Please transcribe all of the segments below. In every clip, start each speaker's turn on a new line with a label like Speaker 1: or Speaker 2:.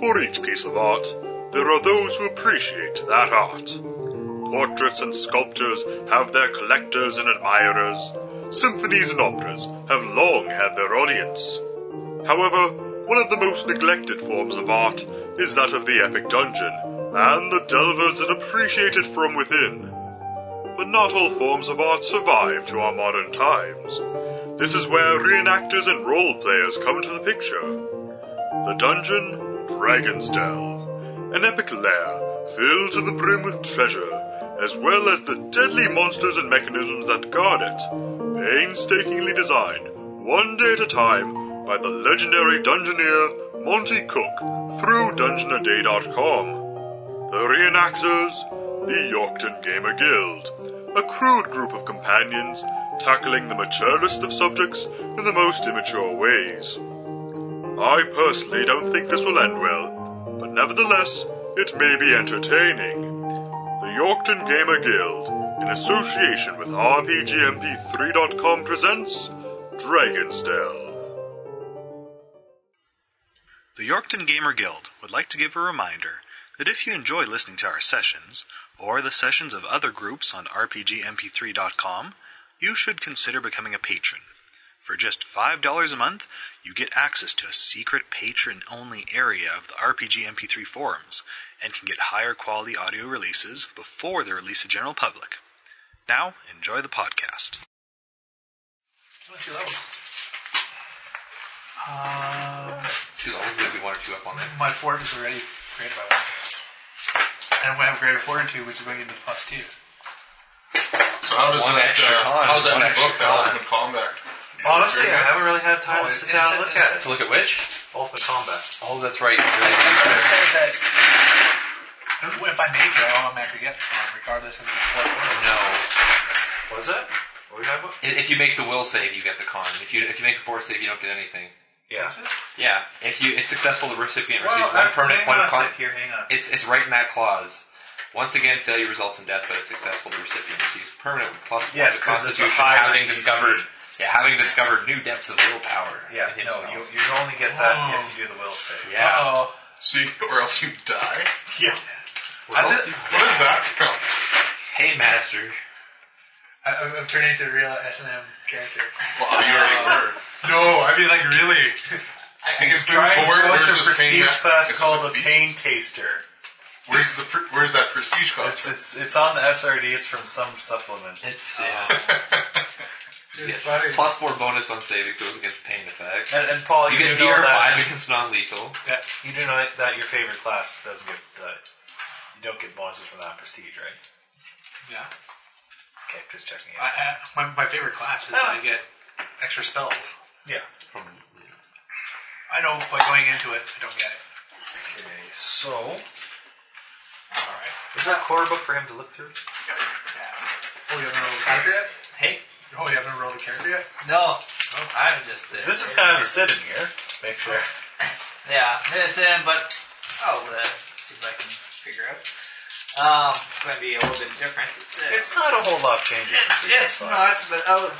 Speaker 1: For each piece of art, there are those who appreciate that art. Portraits and sculptures have their collectors and admirers. Symphonies and operas have long had their audience. However, one of the most neglected forms of art is that of the epic dungeon, and the delvers that appreciate it from within. But not all forms of art survive to our modern times. This is where reenactors and role players come into the picture. The dungeon, Dragon's Delve, an epic lair filled to the brim with treasure, as well as the deadly monsters and mechanisms that guard it, painstakingly designed, one day at a time, by the legendary dungeoneer Monty Cook through dungeonaday.com. The reenactors, the Yorkton Gamer Guild, a crude group of companions tackling the maturest of subjects in the most immature ways. I personally don't think this will end well, but nevertheless, it may be entertaining. The Yorkton Gamer Guild, in association with RPGMP3.com, presents Dragon's Delve.
Speaker 2: The Yorkton Gamer Guild would like to give a reminder that if you enjoy listening to our sessions, or the sessions of other groups on RPGMP3.com, you should consider becoming a patron. For just $5 a month, you get access to a secret patron only area of the RPG MP3 forums and can get higher quality audio releases before they're released to general public. Now, enjoy the podcast.
Speaker 3: Uh, Two, I was gonna be one or two up on it.
Speaker 4: My fort is already graded by one. And I'm going to have graded fortitude, which is going to give me plus two.
Speaker 5: So how does
Speaker 3: One
Speaker 5: that?
Speaker 3: extra
Speaker 5: Uh,
Speaker 3: con,
Speaker 5: how's that
Speaker 3: one
Speaker 5: in the
Speaker 3: extra
Speaker 5: book, The
Speaker 3: con.
Speaker 5: Ultimate Combat?
Speaker 6: Honestly, Oh, I haven't really had time
Speaker 4: Oh,
Speaker 6: to
Speaker 4: it's-
Speaker 6: sit down and
Speaker 4: it's-
Speaker 6: look at
Speaker 3: To
Speaker 6: it.
Speaker 3: look at which?
Speaker 6: Ultimate Combat.
Speaker 3: Oh, that's right.
Speaker 4: I
Speaker 3: Really,
Speaker 4: said that if I name it, I'll automatically get one, regardless of the fort.
Speaker 3: no.
Speaker 6: What is that? What we talking about?
Speaker 3: I- If you make the will save, you get the con. If you if you make a force save, you don't get anything.
Speaker 6: Yeah.
Speaker 3: Yeah. If you it's successful, the recipient
Speaker 6: Well,
Speaker 3: receives one
Speaker 6: that-
Speaker 3: permanent
Speaker 6: hang
Speaker 3: point
Speaker 6: on
Speaker 3: of
Speaker 6: a
Speaker 3: con.
Speaker 6: sec here, hang on.
Speaker 3: It's it's right in that clause. Once again, failure results in death, but if successful, the recipient receives permanent plus one
Speaker 6: Yes,
Speaker 3: to
Speaker 6: 'cause it's a
Speaker 3: Constitution,
Speaker 6: higher
Speaker 3: having
Speaker 6: DC.
Speaker 3: discovered yeah, having discovered new depths of willpower.
Speaker 6: Yeah.
Speaker 3: in
Speaker 6: No,
Speaker 3: himself. Oh.
Speaker 6: you, you only get that if you do the will save.
Speaker 3: yeah.
Speaker 4: Oh,
Speaker 5: See, or else you die.
Speaker 6: Yeah.
Speaker 3: What
Speaker 4: I
Speaker 3: else
Speaker 4: did-
Speaker 3: you-
Speaker 5: What is that from?
Speaker 3: Hey, master.
Speaker 4: I, I'm I'm turning into a real S&M character.
Speaker 5: Well, you already were.
Speaker 6: No, I mean like really.
Speaker 5: I can
Speaker 6: Brian's
Speaker 5: forward
Speaker 6: going to
Speaker 5: versus pain
Speaker 6: prestige
Speaker 5: ma-
Speaker 6: class
Speaker 5: this is
Speaker 6: called
Speaker 5: a
Speaker 6: the
Speaker 5: feat.
Speaker 6: Pain Taster.
Speaker 5: Where's the pre- where's that prestige class?
Speaker 6: It's it's it's on the SRD. It's from some supplement.
Speaker 3: It's yeah.
Speaker 4: It's funny.
Speaker 3: Plus four bonus on save it goes against pain effect.
Speaker 6: And, and Paul,
Speaker 3: You
Speaker 6: you,
Speaker 3: get
Speaker 6: do know
Speaker 3: DR five
Speaker 6: that,
Speaker 3: against non-lethal.
Speaker 6: that you do know that your favorite class doesn't get uh, you don't get bonuses from that prestige, right?
Speaker 4: Yeah.
Speaker 6: Okay, just checking it.
Speaker 4: I, I, my, my favorite class is I get extra spells.
Speaker 6: yeah.
Speaker 4: I know by going into it, I don't get it.
Speaker 6: Okay, so
Speaker 4: All right.
Speaker 6: Is that horror book for him to look through?
Speaker 4: Oh, you haven't rolled a character yet?
Speaker 6: Hey.
Speaker 4: Oh, you haven't rolled a character yet?
Speaker 7: No, I'm just there.
Speaker 6: This is kind of a sit in here. Make sure.
Speaker 7: yeah, this in, but I'll uh, see if I can figure out. Um, it's going to be a little bit different. Uh,
Speaker 6: It's not a whole lot of changes. between
Speaker 7: it's
Speaker 6: the
Speaker 7: not,
Speaker 6: files.
Speaker 7: but I'll,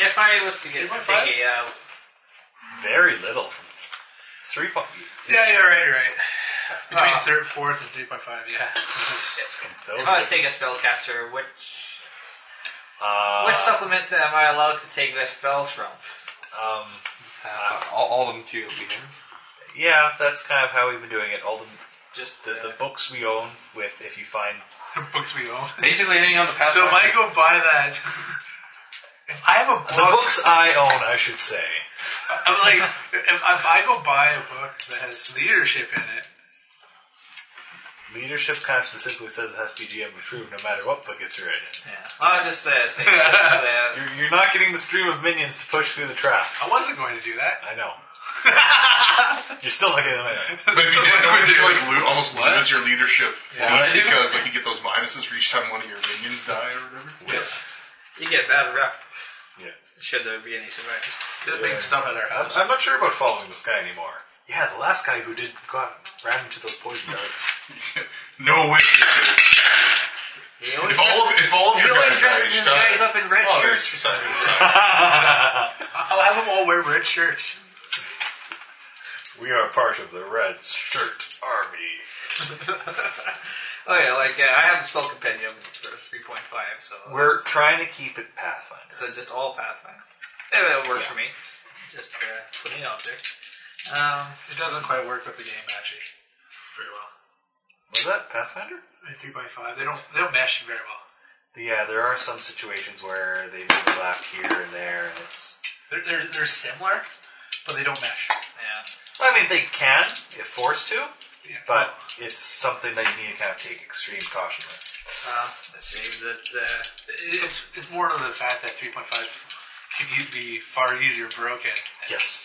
Speaker 7: if I was to get a
Speaker 4: five?
Speaker 7: biggie out,
Speaker 6: Very little from th- three point.
Speaker 4: Yeah, you're right, you're right. Between
Speaker 7: Uh,
Speaker 4: third, fourth, and 3.5, yeah.
Speaker 6: Those
Speaker 7: if I was
Speaker 6: are-
Speaker 7: to take a spellcaster, which
Speaker 6: uh,
Speaker 7: which supplements am I allowed to take the spells from?
Speaker 6: um,
Speaker 3: Uh, all, all of them too. We have.
Speaker 6: yeah, that's kind of how we've been doing it. All the,
Speaker 7: Just
Speaker 6: the, the books we own with, if you find
Speaker 4: books we own.
Speaker 3: Basically, anything on the path.
Speaker 4: So if I go buy that, if I have a
Speaker 6: the
Speaker 4: book,
Speaker 6: books I own, I should say.
Speaker 4: I'm like, if, if I go buy a book that has leadership in it,
Speaker 6: Leadership kind of specifically says it has to be GM approved, no matter what book it's written.
Speaker 7: yeah. I'll just uh, say just, uh,
Speaker 6: You're, you're not getting the stream of minions to push through the traps.
Speaker 4: I wasn't going to do that.
Speaker 6: I know. You're still looking at it.
Speaker 5: but if you did, would you like lo- almost
Speaker 3: What?
Speaker 5: lose your leadership
Speaker 3: Yeah.
Speaker 5: feat because like you get those minuses for each time one of your minions die or whatever?
Speaker 7: you get a bad rep.
Speaker 6: Yeah.
Speaker 7: Should there be any survivors?
Speaker 4: There's big stuff at our
Speaker 6: I'm,
Speaker 4: house.
Speaker 6: I'm not sure about following this guy anymore. Yeah, the last guy who did got ran into those poison darts.
Speaker 5: No witnesses.
Speaker 7: He always
Speaker 5: If all of, if all of
Speaker 7: he
Speaker 5: your
Speaker 7: always
Speaker 5: guys die
Speaker 7: dresses
Speaker 5: each
Speaker 7: his
Speaker 5: time,
Speaker 7: guys up in red
Speaker 5: oh,
Speaker 7: shirts.
Speaker 5: there's for some reason.
Speaker 4: I'll have them all wear red shirts.
Speaker 6: We are part of the Red Shirt Army.
Speaker 7: Oh yeah, like uh, I have the spell compendium for three point five, so
Speaker 6: We're trying to keep it Pathfinder.
Speaker 7: so just all Pathfinder. Anyway, it works for me. Just uh, put me out there. Um,
Speaker 4: It doesn't quite work with the game actually very well.
Speaker 6: Was that Pathfinder?
Speaker 4: I three by five. They don't they don't mesh very well.
Speaker 6: Yeah, there are some situations where they overlap here and there, and it's.
Speaker 4: They're they're, they're similar, but they don't mesh.
Speaker 7: yeah.
Speaker 6: I mean, they can if forced to,
Speaker 4: Yeah.
Speaker 6: but it's something that you need to kind of take extreme caution with.
Speaker 7: Uh, let's see that. Uh,
Speaker 4: It, it's it's more to the fact that three point five can e- be far easier broken.
Speaker 6: Yes.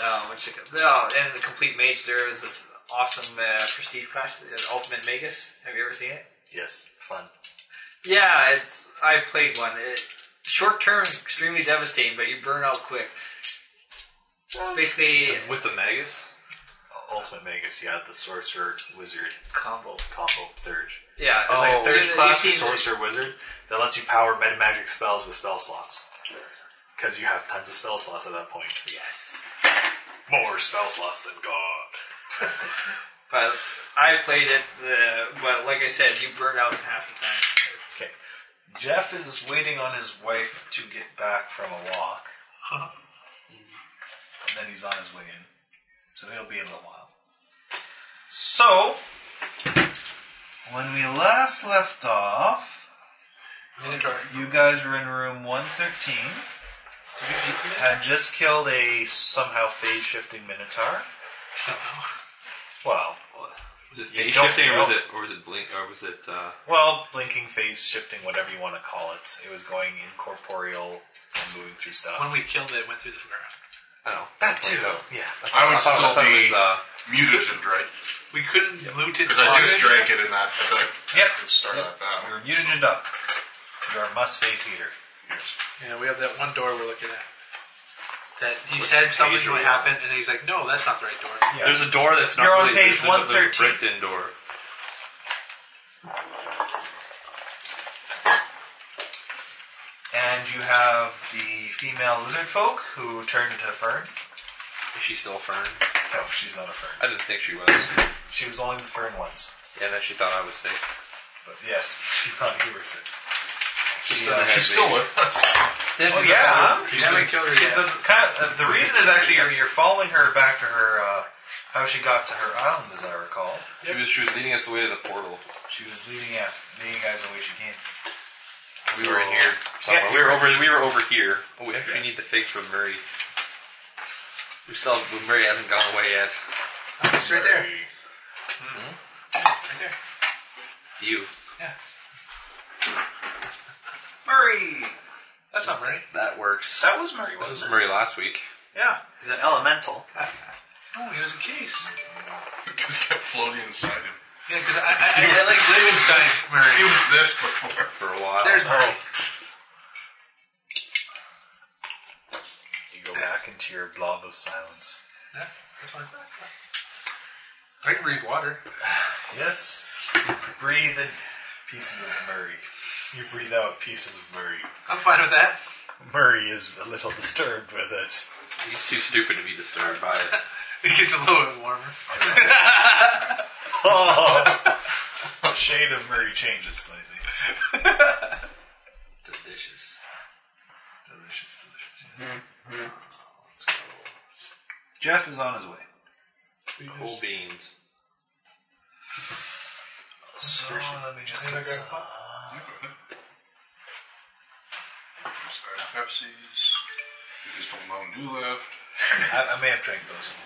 Speaker 7: No, which no, oh, and the complete mage there is this awesome uh, prestige class, uh, Ultimate Magus. Have you ever seen it?
Speaker 6: Yes. Fun.
Speaker 7: Yeah, it's I played one. It, short term, extremely devastating, but you burn out quick. Oh. Basically,
Speaker 3: With the Magus?
Speaker 6: Ultimate Magus, you had the Sorcerer Wizard
Speaker 7: combo.
Speaker 6: combo Thurge.
Speaker 7: Yeah, it's
Speaker 6: It's like a
Speaker 7: Oh, you-
Speaker 6: Thurge
Speaker 7: you
Speaker 6: class
Speaker 7: see-
Speaker 6: for Sorcerer Wizard that lets you power meta magic spells with spell slots. Because you have tons of spell slots at that point.
Speaker 7: Yes,
Speaker 6: More spell slots than God.
Speaker 7: but I played it. Uh, but like I said, you burn out half the time. It's-
Speaker 6: Okay. Jeff is waiting on his wife to get back from a walk. And then he's on his way in. So he'll be a little while. So, when we last left off,
Speaker 4: Minotaur.
Speaker 6: you guys were in room 113. Had just killed a somehow phase shifting minotaur.
Speaker 4: Somehow.
Speaker 6: Well,
Speaker 3: Was it
Speaker 6: You
Speaker 3: phase
Speaker 6: don't
Speaker 3: shifting or was
Speaker 6: know.
Speaker 3: it, or was it blink, or was it, uh,
Speaker 6: well, blinking, phase shifting, whatever you want to call it. It was going incorporeal and moving through stuff.
Speaker 4: When we killed it, it went through the ground.
Speaker 3: I don't know.
Speaker 6: that too. Yeah.
Speaker 5: I would
Speaker 3: thought-
Speaker 5: still
Speaker 3: I thought it
Speaker 5: be
Speaker 3: was, uh,
Speaker 5: mutated, right?
Speaker 4: We couldn't loot it.
Speaker 5: Because I just
Speaker 4: properly.
Speaker 5: drank it in that. that
Speaker 6: Yep.
Speaker 5: could Start that battle.
Speaker 6: You're mutated up. You're a must face eater.
Speaker 4: Yeah, we have that one door we're looking at. That he said something's
Speaker 3: page
Speaker 4: going to
Speaker 3: are we
Speaker 4: happen,
Speaker 3: on?
Speaker 4: and he's like, "No, that's not the right door."
Speaker 6: Yeah.
Speaker 3: There's a door that's not
Speaker 6: You're on
Speaker 3: really,
Speaker 6: page
Speaker 3: there's a- there's a
Speaker 6: 113.
Speaker 3: bricked-in door.
Speaker 6: And you have the female lizard folk who turned into a fern.
Speaker 3: Is she still a fern?
Speaker 6: No, she's not a fern.
Speaker 3: I didn't think she was. Yeah,
Speaker 6: She was only the fern once.
Speaker 3: then she thought I was safe.
Speaker 6: But yes, she's not a human.
Speaker 3: She
Speaker 6: Yeah,
Speaker 3: doesn't have
Speaker 5: She's still
Speaker 3: babies.
Speaker 5: with us.
Speaker 4: Then
Speaker 6: Oh,
Speaker 4: we
Speaker 6: yeah.
Speaker 4: killed her. We haven't killed her
Speaker 6: See,
Speaker 4: yet.
Speaker 6: the, kind of, Uh, the reason is actually you're, you're following her back to her, uh, how she got to her island, as I recall.
Speaker 3: She was, she was leading us the way to the portal.
Speaker 6: She was leading, yeah, leading you guys the way she came.
Speaker 3: We were in here somewhere.
Speaker 6: Yeah.
Speaker 3: We were over. We were over here. Oh, we actually need the figs from Murray. We still. Have, Murray hasn't gone away yet.
Speaker 4: It's right there. Mm-hmm. Right there.
Speaker 3: It's you.
Speaker 4: Yeah,
Speaker 6: Murray!
Speaker 4: that's not right.
Speaker 3: That works.
Speaker 6: That was Murray,
Speaker 3: This was
Speaker 6: wasn't it?
Speaker 3: Murray last week.
Speaker 6: Yeah. He's an elemental.
Speaker 4: Oh, he was a case.
Speaker 5: Because kept floating inside him.
Speaker 4: Yeah, because I, I, I, I like live inside
Speaker 5: He
Speaker 4: Murray.
Speaker 5: was this before.
Speaker 3: For a while.
Speaker 4: There's Murray.
Speaker 6: You go back into your blob of silence.
Speaker 4: Yeah, that's fine. I can drink water.
Speaker 6: Yes. You breathe in pieces of Murray. You breathe out pieces of Murray.
Speaker 4: I'm fine with that.
Speaker 6: Murray is a little disturbed with it.
Speaker 3: He's too stupid to be disturbed by it.
Speaker 4: It gets a little bit warmer.
Speaker 6: The shade of Murray changes slightly.
Speaker 3: Delicious.
Speaker 6: Delicious, delicious. Ah, Jeff is on his way.
Speaker 3: Cool beans.
Speaker 6: So let me just get some.
Speaker 5: Pepsi's. You just don't know new left.
Speaker 6: I, I may have drank those.
Speaker 3: Like,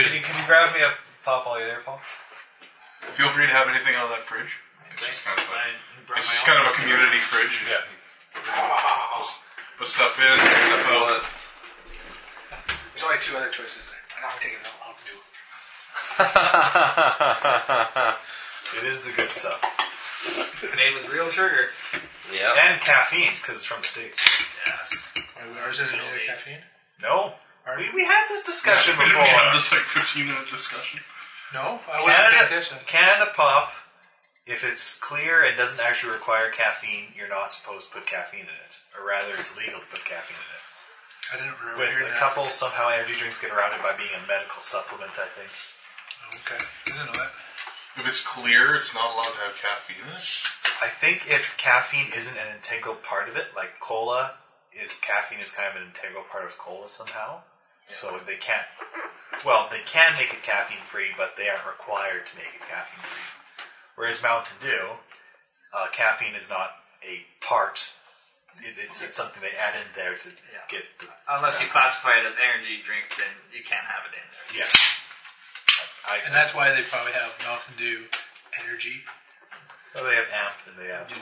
Speaker 6: Can you,
Speaker 3: just-
Speaker 6: can you grab me a pop while you're there, Paul?
Speaker 5: Feel free to have anything out of that fridge. It's just kind of a, it's just kind of a community fridge.
Speaker 6: Yeah.
Speaker 5: Put stuff in, put stuff out.
Speaker 3: Well,
Speaker 4: There's only two other choices there. I'm not taking it all. I'll do it.
Speaker 6: It is the good stuff.
Speaker 7: made with real sugar.
Speaker 3: yeah.
Speaker 6: And caffeine, because it's from the States.
Speaker 4: Are we- Ours isn't
Speaker 7: Middle
Speaker 4: really
Speaker 7: age.
Speaker 4: caffeine?
Speaker 6: No. We, we had this discussion
Speaker 5: Didn't
Speaker 6: before.
Speaker 5: we have this like 15 minute discussion?
Speaker 4: No, I wouldn't pay
Speaker 6: Canada,
Speaker 4: attention.
Speaker 6: Canada Pop, if it's clear and doesn't actually require caffeine, you're not supposed to put caffeine in it. Or rather, it's legal to put caffeine in it.
Speaker 4: I didn't remember
Speaker 6: With
Speaker 4: hearing
Speaker 6: a
Speaker 4: that.
Speaker 6: couple, somehow energy drinks get around it by being a medical supplement, I think.
Speaker 4: Oh, Okay. I didn't know that.
Speaker 5: If it's clear, it's not allowed to have caffeine in it.
Speaker 6: I think if caffeine isn't an integral part of it, like cola is caffeine is kind of an integral part of cola somehow. So they can't. Well, they can make it caffeine free, but they aren't required to make it caffeine free. Whereas Mountain Dew, uh, caffeine is not a part. It, it's, it's something they add in there to
Speaker 7: Yeah.
Speaker 6: get. The,
Speaker 7: Unless you classify it as energy drink, then you can't have it in there.
Speaker 6: yeah. I,
Speaker 4: And that's why they probably have Mountain Dew Energy.
Speaker 6: oh, they have amp and they have.
Speaker 4: Oh,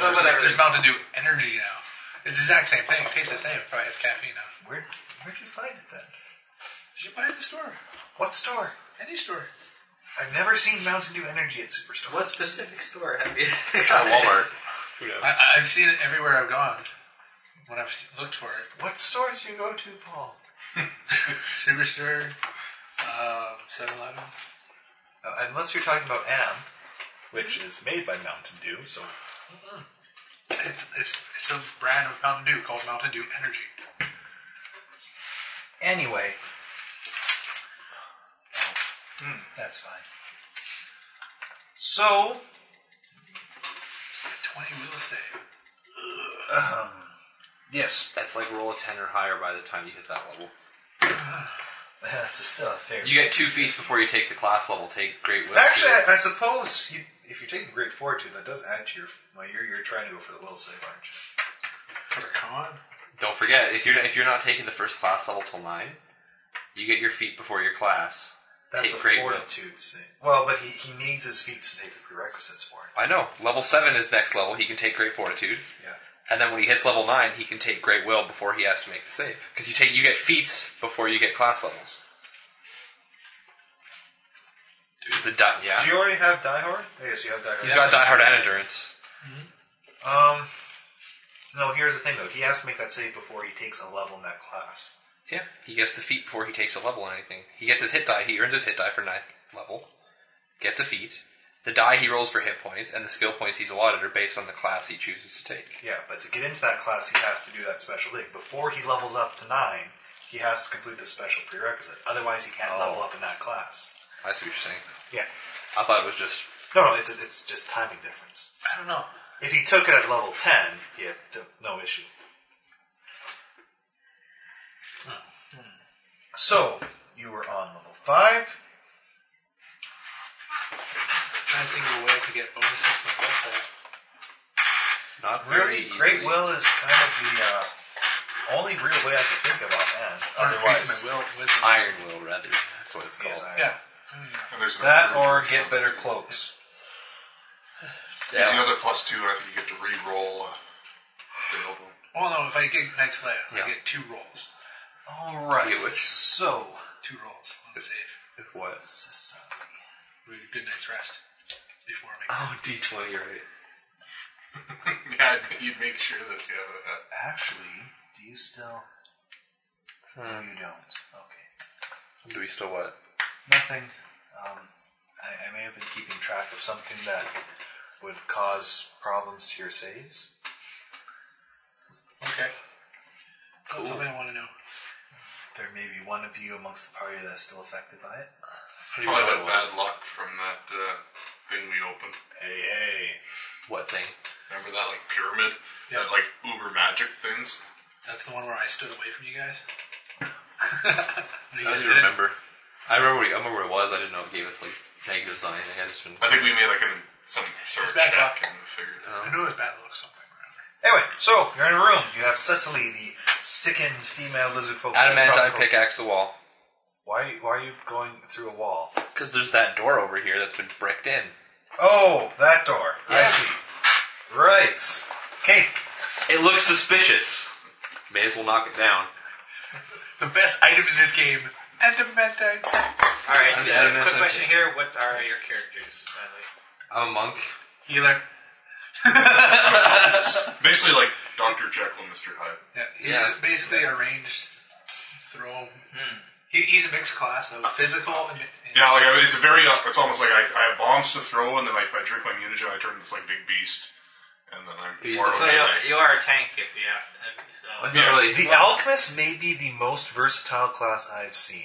Speaker 7: there's- whatever.
Speaker 4: there's Mountain Dew Energy now. It's the exact same thing. It tastes the same. It probably has caffeine now.
Speaker 6: Where where'd you find it then?
Speaker 4: Did you buy it in the store?
Speaker 6: What store?
Speaker 4: Any store.
Speaker 6: I've never seen Mountain Dew Energy at Superstore.
Speaker 7: What specific store have you?
Speaker 3: Walmart.
Speaker 4: I, I- I've seen it everywhere I've gone when I've s- looked for it.
Speaker 6: What stores do you go to, Paul?
Speaker 4: Superstore, um, 7-Eleven.
Speaker 6: Uh, unless you're talking about Am, which is made by Mountain Dew, so
Speaker 4: It's, it's, it's a brand of Mountain Dew called Mountain Dew Energy.
Speaker 6: anyway. Hmm, that's fine. So,
Speaker 4: 20 will save.
Speaker 6: um, yes,
Speaker 3: That's like roll a 10 or higher by the time you hit that level.
Speaker 6: that's a still a fair.
Speaker 3: You get two feats before you take the class level. Take great will.
Speaker 6: Actually,
Speaker 3: too.
Speaker 6: I, I suppose you, if you take a grade fortitude, that does add to your. Well, you're, you're trying to go for the will save, aren't you?
Speaker 4: For the con?
Speaker 3: don't forget if you're if you're not taking the first class level till nine, you get your feat before your class.
Speaker 6: That's
Speaker 3: take
Speaker 6: a
Speaker 3: great will.
Speaker 6: fortitude save. Well, but he, he needs his feats to take the prerequisites for it.
Speaker 3: I know. Level seven is next level. He can take great fortitude,
Speaker 6: Yeah.
Speaker 3: and then when he hits level nine, he can take great will before he has to make the save. Because you take you get feats before you get class levels. The di- yeah.
Speaker 6: Do you already have Die Hard? Yes, you have Die Hard.
Speaker 3: He's got die hard and endurance.
Speaker 6: Um, no, here's the thing though. He has to make that save before he takes a level in that class.
Speaker 3: Yeah, he gets the feat before he takes a level or anything. He gets his hit die. He earns his hit die for ninth level, gets a feat. The die he rolls for hit points and the skill points he's allotted are based on the class he chooses to take.
Speaker 6: Yeah, but to get into that class, he has to do that special thing. Before he levels up to nine, he has to complete the special prerequisite. Otherwise, he can't level up in that class.
Speaker 3: I see what you're saying.
Speaker 6: Yeah.
Speaker 3: I thought it was just
Speaker 6: No, no, it's, it's just timing difference.
Speaker 4: I don't know.
Speaker 6: If he took it at level 10, he had t- no issue. Hmm. So, you were on level 5.
Speaker 4: trying to think of a way I could get bonuses to my will save.
Speaker 3: not
Speaker 6: Really,
Speaker 3: very easily.
Speaker 6: Great Will is kind of the uh, only real way I can think of offhand.
Speaker 4: Or increasing
Speaker 6: Otherwise,
Speaker 4: my will, wisdom.
Speaker 3: Iron will rather. That's what it's called.
Speaker 6: Yes, I-
Speaker 4: yeah.
Speaker 5: And there's
Speaker 6: that
Speaker 5: another-
Speaker 6: or get better cloaks.
Speaker 5: There's
Speaker 3: Yeah.
Speaker 5: another plus two, and I think you get to re-roll. Uh, the noble.
Speaker 4: Well, no, if I get Night Slayer,
Speaker 3: Yeah.
Speaker 4: I get two rolls.
Speaker 6: All
Speaker 3: Yeah,
Speaker 6: right.
Speaker 3: which-
Speaker 6: So,
Speaker 4: Two rolls on the save.
Speaker 3: If what?
Speaker 4: With a good night's rest before I make
Speaker 3: Oh, D twenty, right?
Speaker 5: yeah, I'd- you'd make sure that you have that.
Speaker 6: actually, do you still? No, you don't. Okay.
Speaker 3: Do we still what?
Speaker 6: Nothing. Um, I, I may have been keeping track of something that would cause problems to your saves.
Speaker 4: it. Okay. That's something I want to Oh, know.
Speaker 6: There may be one of you amongst the party that's still affected by it.
Speaker 3: What do
Speaker 5: Probably
Speaker 3: you mean what
Speaker 5: that
Speaker 3: it was?
Speaker 5: bad luck from that uh, thing we opened.
Speaker 6: Hey, hey.
Speaker 3: What thing?
Speaker 5: Remember that like pyramid,
Speaker 4: Yeah.
Speaker 5: that like uber magic things.
Speaker 4: That's the one where I stood away from you guys. When you
Speaker 3: I
Speaker 4: guys did it.
Speaker 3: don't even remember. I remember. What, I remember what it was. I didn't know it gave us like negative sign. I had just been.
Speaker 5: I think we made like an, some sort of
Speaker 4: bad
Speaker 5: check
Speaker 4: luck.
Speaker 5: and figured it
Speaker 4: I
Speaker 5: out.
Speaker 4: knew it was bad luck somewhere around.
Speaker 6: Anyway, so you're in a room. You have Cecily, the sickened female lizard folk.
Speaker 3: Adamantine
Speaker 6: Tropical-
Speaker 3: pickaxe the wall.
Speaker 6: Why, why are you going through a wall?
Speaker 3: Because there's that door over here that's been bricked in.
Speaker 6: Oh, that door. I
Speaker 3: Yeah.
Speaker 6: see. Right. Okay.
Speaker 3: It looks suspicious. May as well knock it down.
Speaker 4: The best item in this game. Adamantine.
Speaker 7: All right.
Speaker 3: I'm
Speaker 7: so
Speaker 3: adamant
Speaker 7: quick
Speaker 3: I'm
Speaker 7: question
Speaker 3: kidding.
Speaker 7: here: What are your characters? by the way?
Speaker 3: I'm a monk.
Speaker 4: Healer.
Speaker 5: Basically, like Doctor Jekyll and Mister Hyde.
Speaker 4: Yeah, he's
Speaker 3: Yeah. Hmm.
Speaker 4: basically arranged throw. He, he's a mixed class of physical and, and
Speaker 5: Yeah, like I- it's a very. uh, It's almost like I, I have bombs to throw, and then like, if I drink my mutagen, I turn into this like big beast, and then I'm
Speaker 8: He's-
Speaker 5: more of
Speaker 8: so
Speaker 5: a
Speaker 7: So
Speaker 5: melee.
Speaker 7: you, you are a tank if you have to. if- So.
Speaker 8: Well, it's not really.
Speaker 6: The alchemist may be the most versatile class I've seen.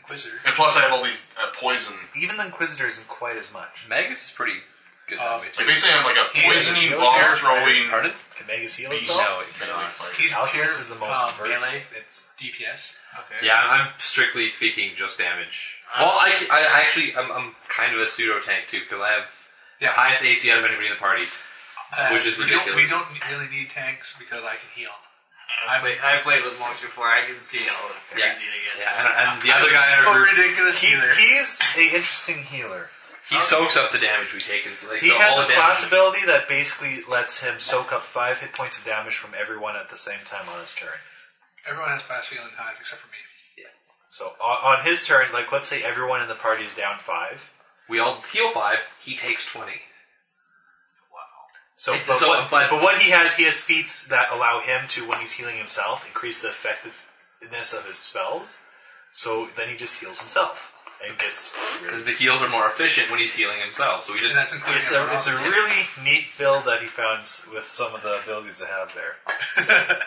Speaker 4: Inquisitor.
Speaker 5: And plus, I have all these uh, poison.
Speaker 6: Even the inquisitor isn't quite as much.
Speaker 8: Magus is pretty good
Speaker 3: Uh,
Speaker 8: that way, too.
Speaker 5: Like basically, I'm like a
Speaker 6: He is a
Speaker 5: poisoning
Speaker 6: shield
Speaker 5: bomb
Speaker 6: character.
Speaker 5: throwing
Speaker 8: Pardon?
Speaker 6: Can Magus heal
Speaker 5: beast.
Speaker 6: itself?
Speaker 8: No, it cannot.
Speaker 4: He's
Speaker 6: Alchemist
Speaker 4: pure,
Speaker 6: is the most
Speaker 4: um,
Speaker 6: versed.
Speaker 4: melee.
Speaker 6: It's
Speaker 4: DPS. Okay.
Speaker 3: Yeah, I'm strictly speaking just damage.
Speaker 8: I'm-
Speaker 3: well, I, I actually, I'm, I'm kind of a pseudo tank too, because I have the
Speaker 4: Yeah.
Speaker 3: highest AC out of anybody in the party.
Speaker 4: Uh,
Speaker 3: Which is
Speaker 4: we don't, we
Speaker 3: ridiculous.
Speaker 4: don't really need tanks because I can heal.
Speaker 7: I played, I played with monks before. I didn't see all the
Speaker 3: Yeah.
Speaker 7: crazy they get.
Speaker 3: Yeah, and, and the other guy in our
Speaker 4: Or
Speaker 3: group,
Speaker 4: ridiculous
Speaker 6: he,
Speaker 4: healer.
Speaker 6: he's a interesting healer.
Speaker 3: he soaks up the damage we take. And so, like,
Speaker 6: He
Speaker 3: so
Speaker 6: has
Speaker 3: all
Speaker 6: a
Speaker 3: the
Speaker 6: class
Speaker 3: damage.
Speaker 6: ability that basically lets him soak up five hit points of damage from everyone at the same time on his turn.
Speaker 4: Everyone has fast healing time except for me.
Speaker 6: So on, on his turn, like let's say everyone in the party is down five.
Speaker 3: We all heal five. He takes twenty.
Speaker 6: So,
Speaker 3: It's-
Speaker 6: but,
Speaker 3: so,
Speaker 6: what,
Speaker 3: but-
Speaker 6: but what he has, he has feats that allow him to, when he's healing himself, increase the effectiveness of his spells. So then he just heals himself and gets.
Speaker 3: Because the heals are more efficient when he's healing himself. So we just
Speaker 4: And that's including
Speaker 6: It's
Speaker 4: everyone
Speaker 6: a it's a
Speaker 4: else's.
Speaker 6: really neat build that he found s- with some of the abilities I have there.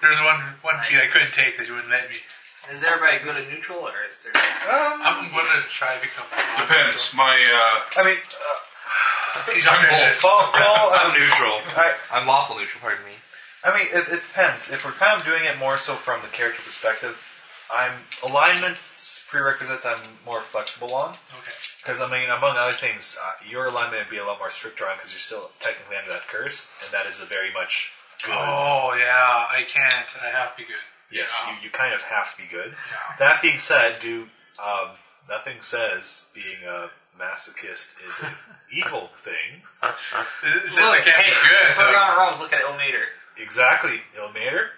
Speaker 4: There's one one feat I couldn't take that you wouldn't let me.
Speaker 7: Is everybody good at neutral or is there?
Speaker 4: I'm going to try to become.
Speaker 5: Depends. My uh,
Speaker 6: I mean,
Speaker 4: He's under
Speaker 5: both.
Speaker 6: Paul, Paul, um,
Speaker 3: I'm neutral.
Speaker 6: I,
Speaker 3: I'm lawful neutral. Pardon me.
Speaker 6: I mean, it, it depends. If we're kind of doing it more so from the character perspective, I'm alignments prerequisites. I'm more flexible on.
Speaker 4: Okay.
Speaker 6: Because I mean, among other things, uh, your alignment would be a lot more strict on because you're still technically under that curse, and that is a very much good.
Speaker 4: Oh yeah, I can't. I have to be good.
Speaker 6: yes,
Speaker 4: Yeah.
Speaker 6: you, you kind of have to be good.
Speaker 4: Yeah.
Speaker 6: That being said, do um, nothing says being a masochist is an evil thing.
Speaker 4: It says I can't be good.
Speaker 7: If we're
Speaker 4: though.
Speaker 7: going wrong, look at Ilmater.
Speaker 6: Exactly, Ilmater.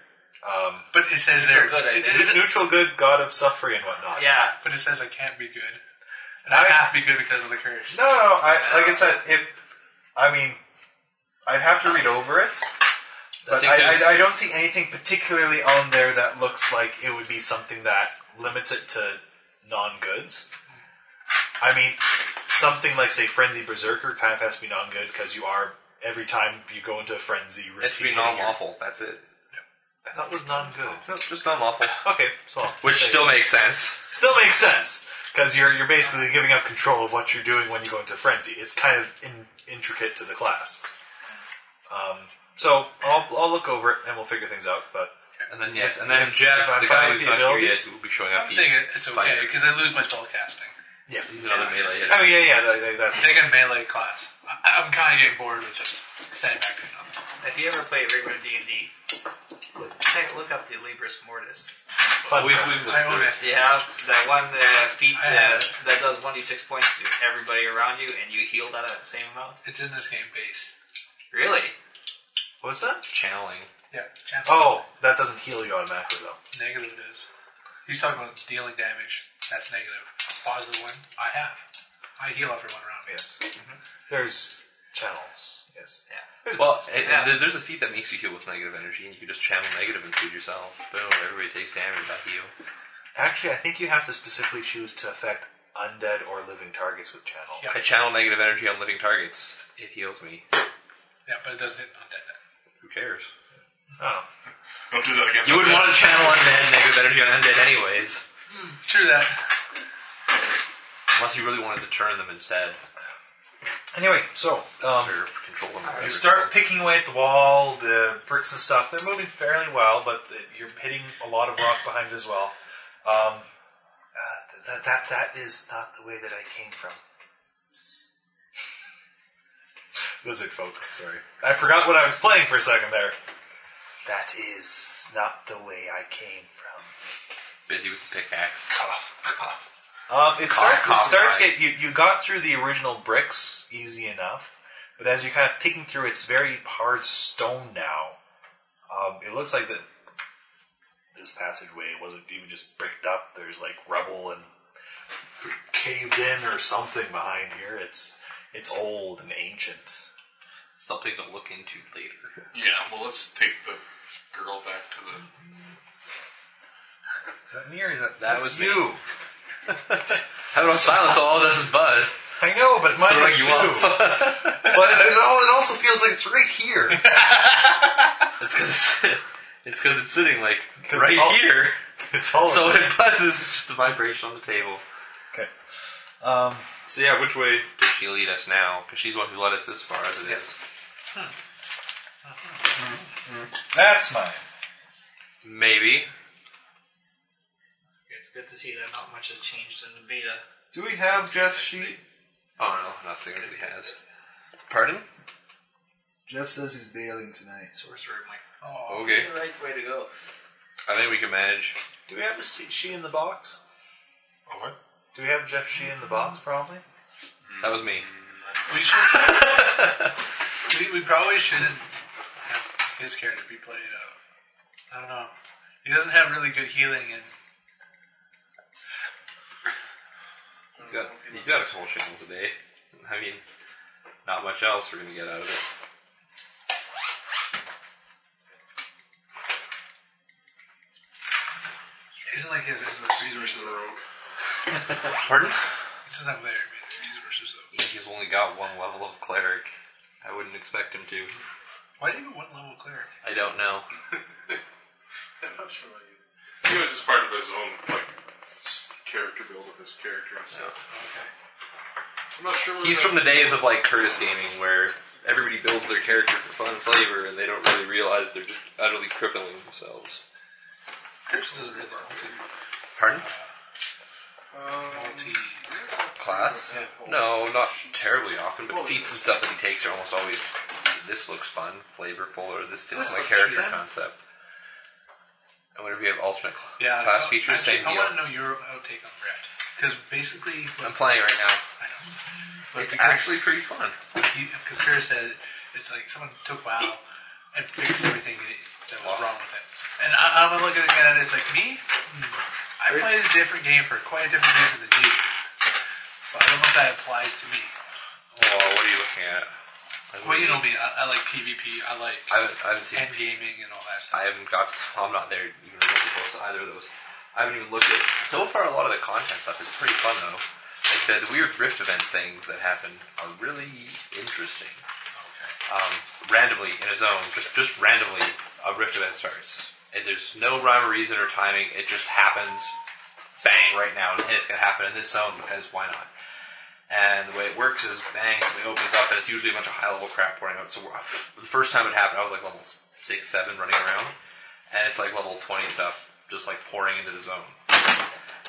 Speaker 6: Um,
Speaker 4: But it says there.
Speaker 7: good, I
Speaker 4: it-
Speaker 7: think.
Speaker 4: it- it-
Speaker 6: neutral good, god of suffering and whatnot.
Speaker 7: Yeah.
Speaker 4: but it says I can't be good, and I,
Speaker 6: I-
Speaker 4: have to be good because of the curse.
Speaker 6: No, no, no. I, like I said, if I mean, I'd have to read over it, but
Speaker 3: think
Speaker 6: I,
Speaker 3: there's-
Speaker 6: I, I don't see anything particularly on there that looks like it would be something that limits it to non-goods. I mean, something like say frenzy berserker kind of has to be non-good because you are every time you go into a frenzy.
Speaker 3: It has to
Speaker 6: risking
Speaker 3: be
Speaker 6: hitting your-
Speaker 3: non-lawful. That's it.
Speaker 6: I thought it was non-good.
Speaker 3: No, just non-lawful.
Speaker 6: Okay, so I'll
Speaker 3: Which
Speaker 6: say-
Speaker 3: still makes sense.
Speaker 6: still makes sense because you're you're basically giving up control of what you're doing when you go into frenzy. It's kind of in, intricate to the class. Um, so I'll I'll look over it and we'll figure things out. But
Speaker 3: And then yes, and then Jeff,
Speaker 6: if I
Speaker 3: the guy
Speaker 6: find
Speaker 3: who's
Speaker 6: the
Speaker 3: not here yet,
Speaker 6: abilities-
Speaker 3: will be showing
Speaker 4: I'm
Speaker 3: up. He's,
Speaker 4: thinking it's okay
Speaker 3: fighting.
Speaker 4: because I lose my spell casting.
Speaker 6: yeah,
Speaker 3: he's another melee hitter.
Speaker 6: I mean yeah yeah that, that- that's
Speaker 4: Take a melee class. I, I'm kind of getting bored with just standing back doing nothing.
Speaker 7: If you ever play regular D and D, check look up the Libris Mortis.
Speaker 6: fun.
Speaker 3: we've, we've looked
Speaker 4: I own
Speaker 3: through it.
Speaker 4: it.
Speaker 7: Yeah, that one uh, feat
Speaker 4: I have
Speaker 7: that, that does one d six points to everybody around you, and you heal that at the same amount.
Speaker 4: It's in this game base.
Speaker 7: Really?
Speaker 6: What's that?
Speaker 3: channeling.
Speaker 4: Yeah. Chance
Speaker 6: Oh, that doesn't heal you automatically though.
Speaker 4: Negative it is. He's talking about dealing damage. That's negative. Positive one. I have. I heal everyone around me.
Speaker 6: Yes. There's channels. Yes.
Speaker 3: Well, and, and
Speaker 7: Yeah.
Speaker 3: there- there's a feat that makes you heal with negative energy, and you can just channel negative and include yourself. Boom! Everybody takes damage. I heal.
Speaker 6: Actually, I think you have to specifically choose to affect undead or living targets with channel.
Speaker 4: Yeah.
Speaker 3: I channel negative energy on living targets. It heals me.
Speaker 4: Yeah, but it doesn't hit undead.
Speaker 3: Who cares?
Speaker 6: Oh.
Speaker 5: don't do that against.
Speaker 3: You wouldn't
Speaker 5: undead.
Speaker 3: want to channel undead negative energy on undead anyways,
Speaker 4: True that.
Speaker 3: unless you really wanted to turn them instead
Speaker 6: Anyway, so um,
Speaker 3: or control them. or whatever
Speaker 6: You
Speaker 3: it's
Speaker 6: start
Speaker 3: called.
Speaker 6: picking away at the wall, the bricks and stuff. They're moving fairly well, but the, you're hitting a lot of rock behind as well. Um, uh, that, that, that is not the way that I came from. Lizard folk, sorry. I forgot what I was playing for a second there. That is not the way I came from.
Speaker 3: busy with the pickaxe.
Speaker 6: Um, it starts.
Speaker 3: cough,
Speaker 6: it starts.
Speaker 3: guy.
Speaker 6: Get, you you got through the original bricks easy enough, but as you're kind of picking through, it's very hard stone now. Um, it looks like that this passageway wasn't even just bricked up. There's like rubble and caved in or something behind here. It's it's old and ancient.
Speaker 3: Something to look into later.
Speaker 5: Yeah. Well, let's take the girl back to
Speaker 6: Is
Speaker 5: the.
Speaker 6: that near? Is that,
Speaker 3: That
Speaker 6: that's
Speaker 3: was me.
Speaker 6: you.
Speaker 3: How about silence all this is buzz?
Speaker 6: I know, but mine is
Speaker 3: you
Speaker 6: too.
Speaker 3: off.
Speaker 6: But it, all, it also feels like it's right here.
Speaker 3: It's because it's, 'cause it's sitting like
Speaker 6: 'Cause
Speaker 3: right
Speaker 6: all-
Speaker 3: here.
Speaker 6: It's all
Speaker 3: So when it buzzes, it's just a vibration on the table.
Speaker 6: Okay. Um,
Speaker 3: So yeah, which way does she lead us now? Because she's the one who led us this far as it is.
Speaker 6: Hmm. that's mine.
Speaker 3: Maybe.
Speaker 7: It's good to see that not much has changed in the beta.
Speaker 1: Do we have Jeff's sheet?
Speaker 3: Oh no, nothing really has. Pardon?
Speaker 1: Jeff says he's bailing tonight.
Speaker 7: Sorcerer might
Speaker 3: okay.
Speaker 7: be the right way to go.
Speaker 3: I think we can manage.
Speaker 6: Do we have a se- she in the box?
Speaker 1: Oh, what?
Speaker 6: Do we have Jeff She in the box? Probably.
Speaker 3: That was me.
Speaker 4: We should. we, we probably shouldn't have his character be played. Uh, I don't know. He doesn't have really good healing, and
Speaker 3: He's got he's got a couple shingles a day. I mean, not much else we're gonna get out of it.
Speaker 4: he doesn't like his endless resources.
Speaker 3: Pardon?
Speaker 4: He doesn't have very many resources. Though.
Speaker 3: He's only got one level of cleric. I wouldn't expect him to.
Speaker 4: Why do you want level cleric?
Speaker 3: I don't know.
Speaker 1: He was just part of his own like s- character build of his character and stuff. I'm not sure. where
Speaker 3: He's
Speaker 1: that-
Speaker 3: from the days of like Curtis Gaming, where everybody builds their character for fun and flavor, and they don't really realize they're just utterly crippling themselves.
Speaker 4: Curse doesn't really multi.
Speaker 3: Pardon?
Speaker 4: multi
Speaker 3: Class? No, not terribly often, but feats and stuff that he takes are almost always. This looks fun, flavorful, or this feels
Speaker 4: This
Speaker 3: like
Speaker 4: looks
Speaker 3: character
Speaker 4: fun.
Speaker 3: concept. And whenever you have alternate cl-
Speaker 4: yeah,
Speaker 3: class
Speaker 4: no,
Speaker 3: features,
Speaker 4: actually,
Speaker 3: same deal.
Speaker 4: I want to know your outtake on Brad because basically,
Speaker 3: I'm playing right now.
Speaker 4: I know, but
Speaker 3: It's
Speaker 4: because-
Speaker 3: actually pretty fun.
Speaker 4: because Kara said it's like someone took WoW and fixed everything that was wrong with it. And I, I'm looking at it as like me. Hmm, I played a different game for quite a different reason than you. So I don't know if that applies to me.
Speaker 3: Oh, what are you looking at? Like, what
Speaker 4: Well,
Speaker 3: do
Speaker 4: you know me. I, I like PvP. I like
Speaker 3: I haven't, I haven't seen.
Speaker 4: end gaming and all that stuff.
Speaker 3: I haven't got. I'm not there even remotely close to either of those. I haven't even looked at. So far, a lot of the content stuff is pretty fun though. Like the, the weird rift event things that happen are really interesting. Um, randomly in a zone, just just randomly, a rift event starts, and there's no rhyme or reason or timing. It just happens, bang, right now, and it's gonna happen in this zone because why not? And the way it works is bang, something opens up, and it's usually a bunch of high level crap pouring out. So we're- the first time it happened, I was like level six, seven, running around, and it's like level twenty stuff just like pouring into the zone,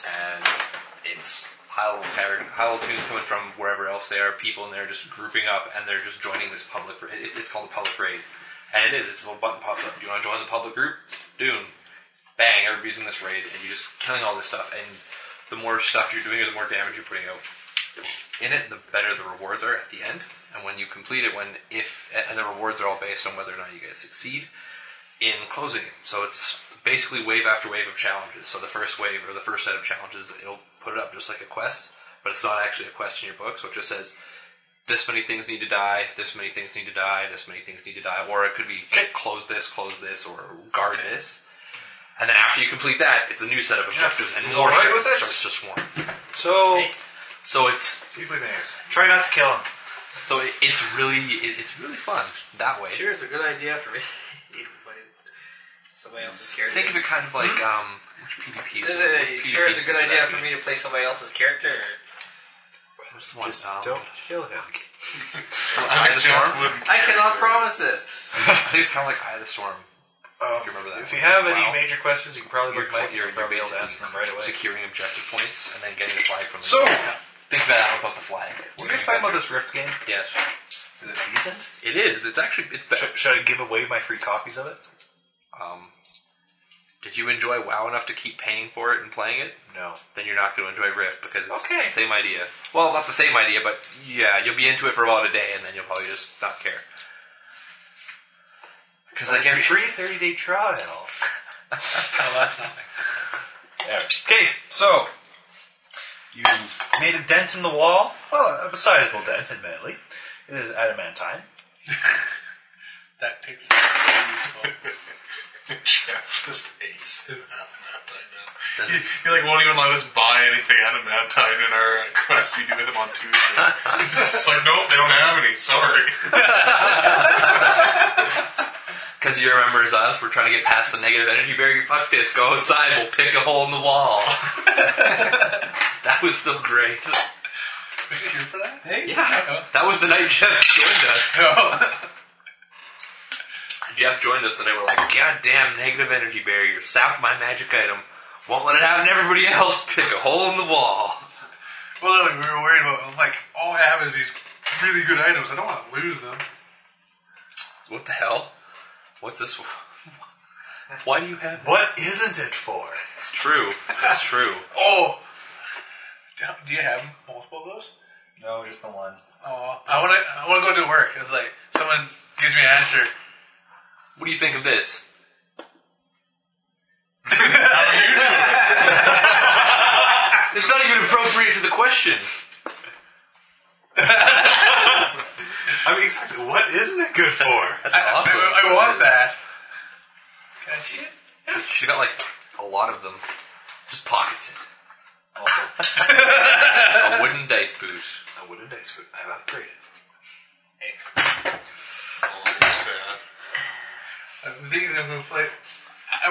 Speaker 3: and it's high level character, high level tunes coming from wherever else they are, people, and they're just grouping up and they're just joining this public. It's, it's called a public raid, and it is. It's a little button pops up. Do you want to join the public group? Doom bang, everybody's in this raid, and you're just killing all this stuff. And the more stuff you're doing, or the more damage you're putting out in it, the better the rewards are at the end. And when you complete it, when if and the rewards are all based on whether or not you guys succeed in closing it. So it's basically wave after wave of challenges. So the first wave or the first set of challenges, it'll put it up just like a quest, but it's not actually a quest in your book. So it just says. This many things need to die. This many things need to die. This many things need to die. Or it could be close this, close this, or guard this. And then after you complete that, it's a new set of objectives, and more
Speaker 6: alright
Speaker 3: shit
Speaker 6: with this?
Speaker 3: starts to swarm.
Speaker 6: So
Speaker 3: So it's
Speaker 6: people names. Try not to kill him.
Speaker 3: so it, it's really it, it's really fun that way.
Speaker 7: Sure, it's a good idea for me. Need to play somebody else's character.
Speaker 3: Think of it kind of like um, which PvP is
Speaker 7: Hmm? Is
Speaker 3: it?
Speaker 7: it-
Speaker 3: Which
Speaker 7: sure, it's a
Speaker 3: PvP
Speaker 7: good
Speaker 3: is
Speaker 7: idea
Speaker 3: that?
Speaker 7: for me to play somebody else's character. Or...
Speaker 3: What's the one? um,
Speaker 6: Don't kill him.
Speaker 3: Eye of the Storm.
Speaker 7: I cannot promise this.
Speaker 3: I think it's kind of like Eye of the Storm.
Speaker 6: Um,
Speaker 3: If you remember that
Speaker 6: If you
Speaker 3: one.
Speaker 6: have
Speaker 3: Wow.
Speaker 6: any major questions, you can probably
Speaker 3: You're,
Speaker 6: look up.
Speaker 3: you're,
Speaker 6: You'll
Speaker 3: you're
Speaker 6: probably be able to answer
Speaker 3: basically
Speaker 6: them right away.
Speaker 3: securing objective points and then getting the flag from.
Speaker 6: So-
Speaker 3: them. think that out without the flag.
Speaker 6: Were you guys talking about this Rift game?
Speaker 3: Yes,
Speaker 6: Is it decent?
Speaker 3: it is. It's actually it's better.
Speaker 6: Should, should I give away my free copies of it?
Speaker 3: Um, did you enjoy WoW enough to keep paying for it and playing it?
Speaker 6: No.
Speaker 3: then you're not going to enjoy Rift because it's
Speaker 6: Okay.
Speaker 3: the same idea. Well, not the same idea, but yeah, you'll be into it for about a day, and then you'll probably just not care. Because like
Speaker 6: It's a
Speaker 3: every
Speaker 6: free 30-day trial.
Speaker 4: Oh, that's nothing.
Speaker 6: Okay, so you made a dent in the wall. Well, a sizable dent, admittedly. It is adamantine.
Speaker 4: That pixel is really useful.
Speaker 1: Jeff just hates it.
Speaker 5: He, he like won't even let us buy anything adamantine in our uh, quest we do with him on Tuesday. It's just like, nope, they don't have any. Sorry.
Speaker 3: Because you remember as us, we're trying to get past the negative energy barrier. Fuck this. Go outside. We'll pick a hole in the wall. that was so great.
Speaker 4: Was it here for that?
Speaker 3: Yeah. That was the night Jeff joined us. Jeff joined us, and they were like, God damn, negative energy barrier. Sapped my magic item. Won't let it happen to everybody else. Pick a hole in the wall.
Speaker 4: Well, like, we were worried about. I'm like, all I have is these really good items. I don't want to lose them.
Speaker 3: What the hell? What's this for? Why do you have
Speaker 9: What isn't it for?
Speaker 3: It's true. It's true.
Speaker 4: Oh, do do you have multiple of those?
Speaker 9: No, just the one.
Speaker 4: Oh, I want to. I want to go to work. It's like someone gives me an answer.
Speaker 3: What do you think of this? it's not even appropriate to the question.
Speaker 9: I mean, exactly. What isn't it good for?
Speaker 3: That's awesome.
Speaker 4: I, I want that. Can I see it?
Speaker 3: She got like a lot of them. Just pockets it.
Speaker 9: also,
Speaker 3: A wooden dice boot.
Speaker 9: a wooden dice boot. I've upgraded.
Speaker 4: I'm thinking I'm gonna play. I-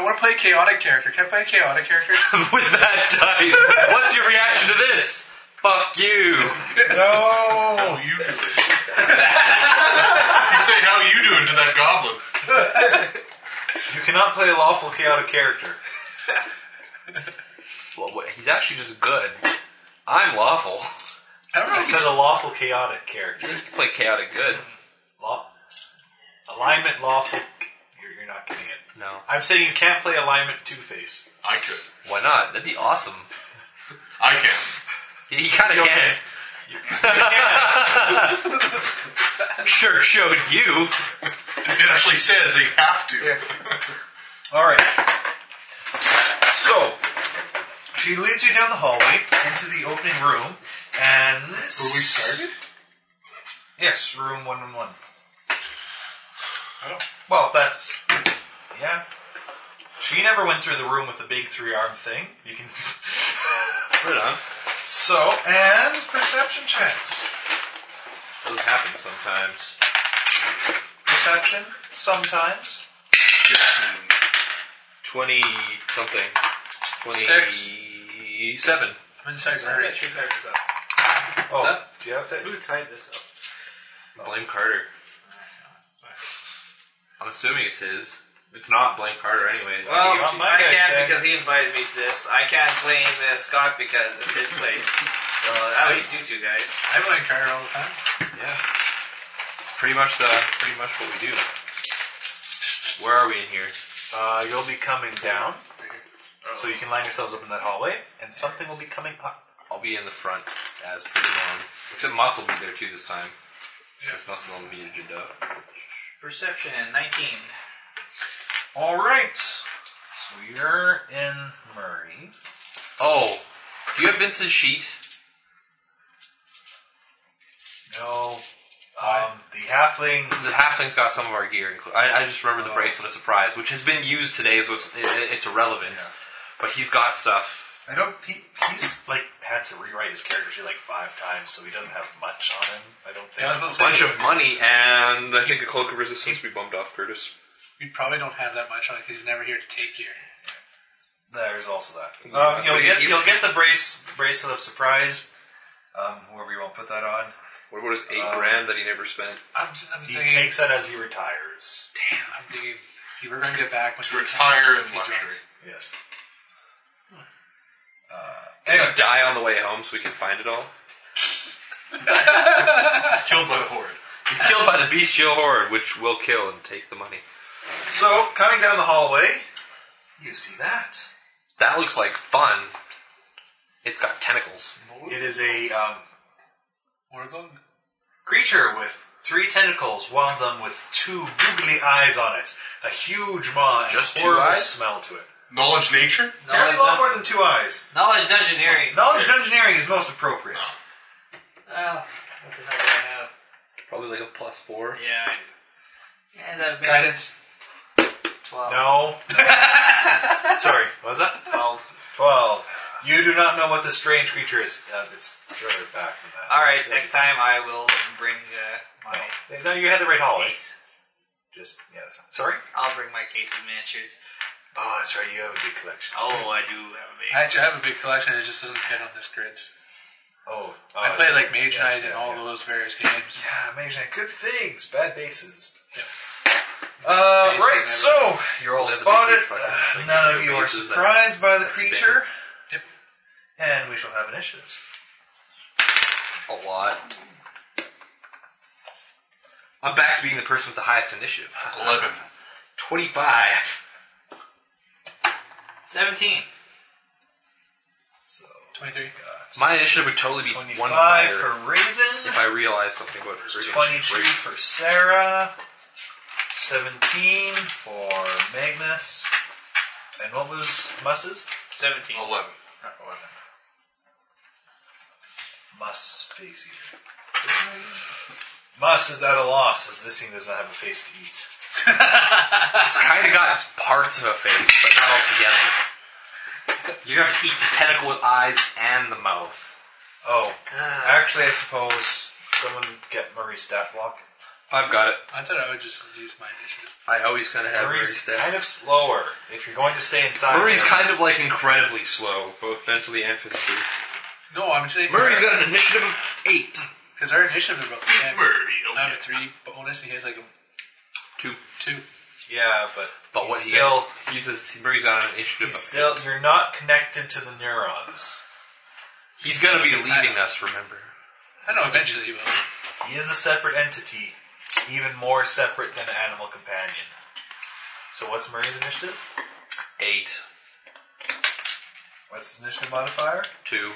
Speaker 4: I want to play a chaotic character. Can I play a chaotic character?
Speaker 3: With that dice. What's your reaction to this? Fuck you.
Speaker 4: no.
Speaker 5: How you doing? you say how you doing to that goblin.
Speaker 9: You cannot play a lawful chaotic character.
Speaker 3: Well, wait, he's actually just good. I'm lawful.
Speaker 4: I don't know.
Speaker 9: I said a lawful chaotic character.
Speaker 3: You can play chaotic good.
Speaker 9: Law, alignment lawful. You're, you're not getting it.
Speaker 3: No.
Speaker 9: I'm saying you can't play alignment Two Face.
Speaker 5: I could.
Speaker 3: Why not? That'd be awesome.
Speaker 5: I can.
Speaker 3: He kind of can. sure showed you.
Speaker 5: It actually says they have to.
Speaker 9: All right. So she leads you down the hallway into the opening room, and where we started. Yes, room one one one. Oh. Well, that's yeah. She never went through the room with the big three arm thing. You can.
Speaker 3: Right on.
Speaker 9: so and perception checks.
Speaker 3: Those happen sometimes.
Speaker 9: Perception sometimes.
Speaker 3: Twenty something. Twenty seven.
Speaker 4: I'm inside
Speaker 7: Sorry, I
Speaker 4: Murray.
Speaker 7: should have this up.
Speaker 9: Oh,
Speaker 3: that?
Speaker 9: do you have that?
Speaker 7: Who tied this up?
Speaker 3: Blame Carter. I'm assuming it's his. It's not blame Carter, anyways.
Speaker 7: Well,
Speaker 9: not my
Speaker 7: I
Speaker 9: guy's
Speaker 7: can't
Speaker 9: bag.
Speaker 7: because he invited me to this. I can't blame uh, Scott because it's his place. So that leaves you two guys.
Speaker 4: I play Carter all the time.
Speaker 3: yeah. Pretty much the pretty much what we do. Where are we in here?
Speaker 9: Uh, you'll be coming down, so you can line yourselves up in that hallway, and something will be coming up.
Speaker 3: I'll be in the front as pretty long. Except Muss will be there too this time. Because Muss is on the agenda.
Speaker 7: Perception 19.
Speaker 9: All right. So you're in Murray.
Speaker 3: Oh, do you have Vince's sheet?
Speaker 9: No. Um, the halfling. Uh,
Speaker 3: The halfling's got some of our gear. inclu- I, I just remember the bracelet of surprise, which has been used today, so it's, it, it's irrelevant.
Speaker 9: Yeah.
Speaker 3: But he's got stuff.
Speaker 9: I don't. He, he's like had to rewrite his character sheet like five times, so he doesn't have much on him. I don't think.
Speaker 4: Yeah, I was about to
Speaker 3: A
Speaker 4: say,
Speaker 3: bunch of money, and I think the cloak of resistance we bumped off Curtis.
Speaker 4: we probably don't have that much on because he's never here to take gear.
Speaker 9: There's also that. Um, you'll
Speaker 3: But
Speaker 9: get
Speaker 3: he's-
Speaker 9: you'll get the brace bracelet of surprise. Um, whoever you want put that on,
Speaker 3: What about his eight
Speaker 9: Um,
Speaker 3: grand that he never spent?
Speaker 4: I'm, just, I'm
Speaker 9: he
Speaker 4: thinking.
Speaker 9: takes that as he retires.
Speaker 4: damn, I'm thinking. he- We're going to get back when
Speaker 5: To
Speaker 4: he-
Speaker 5: retire
Speaker 4: when
Speaker 5: in
Speaker 4: he
Speaker 5: luxury.
Speaker 4: joins.
Speaker 9: Yes.
Speaker 3: Can he die on the way home so we can find it all?
Speaker 5: He's killed by the horde.
Speaker 3: He's killed by the bestial horde, which will kill and take the money.
Speaker 9: So coming down the hallway, you see that.
Speaker 3: That looks like fun. It's got tentacles.
Speaker 9: It is a um,
Speaker 4: Orgo?
Speaker 9: creature with three tentacles, one of them with two googly eyes on it. A huge maw and
Speaker 3: Just
Speaker 9: a
Speaker 3: two
Speaker 9: horrible
Speaker 3: eyes?
Speaker 9: smell to it.
Speaker 5: Knowledge nature?
Speaker 9: Apparently a lot
Speaker 7: Knowledge,
Speaker 9: more than two eyes.
Speaker 7: knowledge engineering.
Speaker 9: Knowledge of engineering is most appropriate.
Speaker 7: Well, what the hell do I have?
Speaker 3: Probably like a plus four.
Speaker 7: Yeah, I do. And that makes it
Speaker 4: Guidance.
Speaker 7: Twelve.
Speaker 9: No. Sorry, what was that?
Speaker 7: Twelve.
Speaker 9: Twelve. You do not know what this strange creature is. Uh, it's further back than that.
Speaker 7: All right. Next time I will bring uh, my
Speaker 9: No. No, you had the right hallway.
Speaker 7: case.
Speaker 9: Just yeah. That's fine. Sorry.
Speaker 7: I'll bring my case of miniatures.
Speaker 9: Oh, that's right. You have a big collection.
Speaker 7: Oh, I do have a
Speaker 4: I actually have a big collection. It just doesn't fit on this grid.
Speaker 9: Oh,
Speaker 4: I
Speaker 9: oh,
Speaker 4: played like Mage
Speaker 9: yes,
Speaker 4: Knight and
Speaker 9: yeah,
Speaker 4: all
Speaker 9: yeah.
Speaker 4: those various games.
Speaker 9: Yeah, amazing. Good things, bad bases.
Speaker 4: Yep. Bases
Speaker 9: Uh, right,
Speaker 4: and
Speaker 9: so you're all
Speaker 3: Those are the
Speaker 9: spotted.
Speaker 3: big fucking
Speaker 9: Uh,
Speaker 3: things,
Speaker 9: none of
Speaker 3: big
Speaker 9: you are
Speaker 3: bases that-
Speaker 9: surprised by the
Speaker 3: that spin.
Speaker 9: creature,
Speaker 4: Yep.
Speaker 9: and we shall have initiatives.
Speaker 10: A lot.
Speaker 3: I'm back to being the person with the highest initiative.
Speaker 5: 11.
Speaker 3: 25.
Speaker 7: Seventeen.
Speaker 9: So
Speaker 4: 23.
Speaker 3: My initiative would totally be one
Speaker 9: twenty-five
Speaker 3: higher
Speaker 9: for Raven,
Speaker 3: if I realized something about her.
Speaker 9: twenty-two for Sarah, seventeen for Magnus, and what was Mus's?
Speaker 7: Seventeen.
Speaker 5: 11.
Speaker 9: Not eleven. Mus face eater. Mus is at a loss as this thing does not have a face to eat.
Speaker 3: It's kind of got parts of a face, but not all together. You're gonna have to eat the tentacle with eyes and the mouth.
Speaker 9: Oh,
Speaker 3: Ah.
Speaker 9: actually, I suppose someone get Murray's stat block.
Speaker 3: I've got it.
Speaker 4: I thought I would just use my initiative.
Speaker 3: I always kind of have Murray's
Speaker 9: Murray's
Speaker 3: stat.
Speaker 9: kind of slower. If you're going to stay inside,
Speaker 3: Murray's kind of like incredibly slow, both mentally and physically.
Speaker 4: No, I'm saying
Speaker 3: Murray's got an initiative of eight.
Speaker 4: because our initiative is about the same.
Speaker 5: Murray,
Speaker 4: I have
Speaker 5: okay.
Speaker 4: a three bonus, and he has like a
Speaker 3: Two.
Speaker 4: two.
Speaker 9: yeah, but
Speaker 3: But
Speaker 9: he's
Speaker 3: what he
Speaker 9: still,
Speaker 3: he's a, Murray's got an initiative.
Speaker 9: he's
Speaker 3: of
Speaker 9: still, you're not connected to the neurons.
Speaker 3: He's gonna be leaving us. Remember.
Speaker 4: I know eventually he will.
Speaker 9: He is a separate entity, even more separate than animal companion. So what's Murray's initiative?
Speaker 3: Eight.
Speaker 9: What's his initiative modifier?
Speaker 3: Two.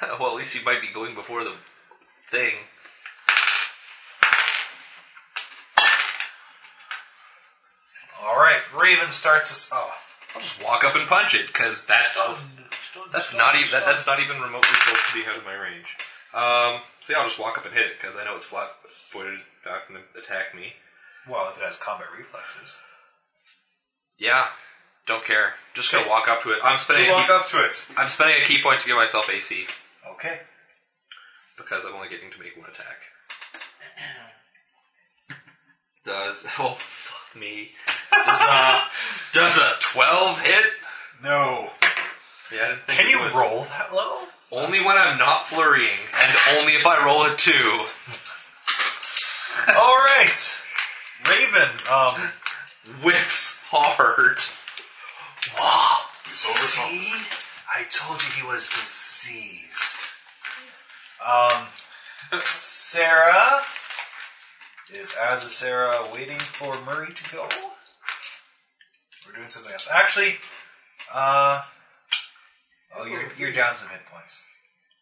Speaker 3: well, at least you might be going before the thing.
Speaker 9: All right, Raven starts us off.
Speaker 3: I'll just walk up and punch it because that's that's not even that, that's not even remotely close to being out of my range. Um, so yeah, I'll just walk up and hit it because I know it's flat-footed, not going to attack me.
Speaker 9: Well, if it has combat reflexes,
Speaker 3: Yeah, don't care. Just gonna walk up to it. I'm spending
Speaker 9: you
Speaker 3: a
Speaker 9: walk
Speaker 3: key,
Speaker 9: up to it.
Speaker 3: I'm spending a key point to give myself AC
Speaker 9: Okay.
Speaker 3: because I'm only getting to make one attack. Does oh fuck me? Does a, does a twelve hit?
Speaker 9: No.
Speaker 3: Yeah, I didn't think
Speaker 9: Can
Speaker 3: it
Speaker 9: you
Speaker 3: would.
Speaker 9: roll that low?
Speaker 3: Only when I'm not flurrying, and only if I roll a two.
Speaker 9: All right, Raven. Um,
Speaker 3: Whips hard.
Speaker 9: see, I told you he was diseased. Um, Sarah is as a Sarah waiting for Murray to go. We're doing something else. Actually, uh, oh, you're you're down some hit points.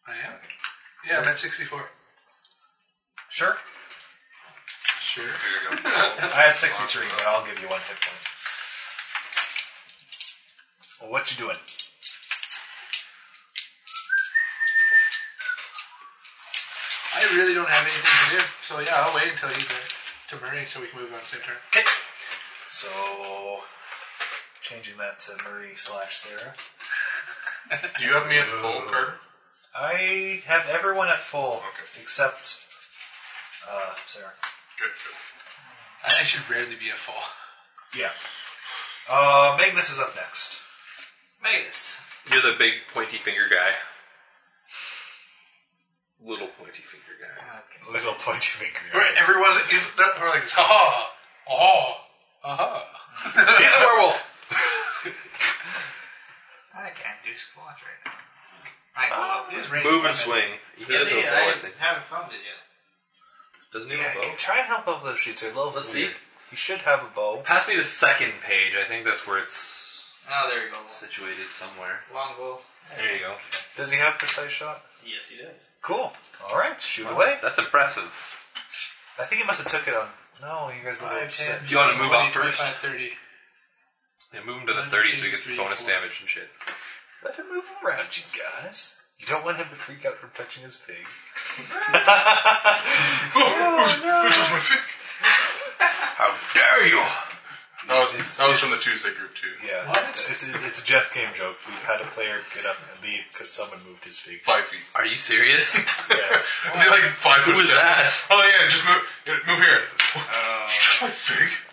Speaker 4: I am. Yeah, I'm at 64.
Speaker 9: Sure.
Speaker 4: Sure.
Speaker 9: I had 63, but I'll give you one hit point. Well, what you doing?
Speaker 4: I really don't have anything to do, so yeah, I'll wait until he's there to Murray so we can move on the same turn.
Speaker 9: Okay. So, changing that to Murray slash Sarah.
Speaker 5: Do you have me at full,
Speaker 3: Uh,
Speaker 5: Carter?
Speaker 9: I have everyone at full
Speaker 5: Okay.
Speaker 9: except uh, Sarah.
Speaker 5: Good, good.
Speaker 4: I should rarely be a fall.
Speaker 9: Yeah. Uh, Magnus is up next.
Speaker 7: Magnus.
Speaker 3: You're the big pointy finger guy. Little pointy finger guy.
Speaker 9: Little pointy finger.
Speaker 4: Right, everyone is we're like, oh, oh, uh-huh.
Speaker 3: He's a werewolf.
Speaker 7: I can't do squat right now. I
Speaker 4: He's raining
Speaker 3: Move and
Speaker 4: women.
Speaker 3: swing. He has a
Speaker 7: really,
Speaker 3: bow,
Speaker 7: I
Speaker 3: I think.
Speaker 7: haven't found it yet.
Speaker 3: Doesn't he
Speaker 9: Yeah,
Speaker 3: have a bow?
Speaker 9: try and help out with those sheets. They're a little
Speaker 3: Let's
Speaker 9: weird.
Speaker 3: see.
Speaker 9: You should have a bow.
Speaker 3: Pass me the second page. I think that's where it's
Speaker 7: Oh, there we go.
Speaker 3: situated somewhere.
Speaker 7: Longbow.
Speaker 3: There you go.
Speaker 9: Does he have precise shot?
Speaker 7: Yes, he does.
Speaker 9: Cool. All right, shoot away.
Speaker 3: That's impressive.
Speaker 9: I think he must have took it on. No, you guys
Speaker 4: Five,
Speaker 9: look upset.
Speaker 4: ten,
Speaker 3: You wanna move up
Speaker 4: 20,
Speaker 3: first?
Speaker 4: 25, 30.
Speaker 3: Yeah, move him to the
Speaker 4: One,
Speaker 3: 30 so
Speaker 4: two,
Speaker 3: he gets
Speaker 4: three,
Speaker 3: bonus
Speaker 4: four.
Speaker 3: damage and shit.
Speaker 9: Let him move around, you guys. You don't want him to freak out from touching his pig.
Speaker 5: Which is my fifth.
Speaker 3: How dare you!
Speaker 5: That was that was from the Tuesday group too.
Speaker 9: Yeah,
Speaker 4: What?
Speaker 9: It's, it's, it's a Jeff game joke. We've had a player get up and leave because someone moved his feet.
Speaker 5: Five feet.
Speaker 3: Are you serious?
Speaker 9: Yes.
Speaker 5: It'd be like five
Speaker 3: Who
Speaker 5: foot
Speaker 3: was
Speaker 5: step.
Speaker 3: that?
Speaker 5: Oh yeah, just move move here.
Speaker 7: Oh.
Speaker 5: Shut my fig.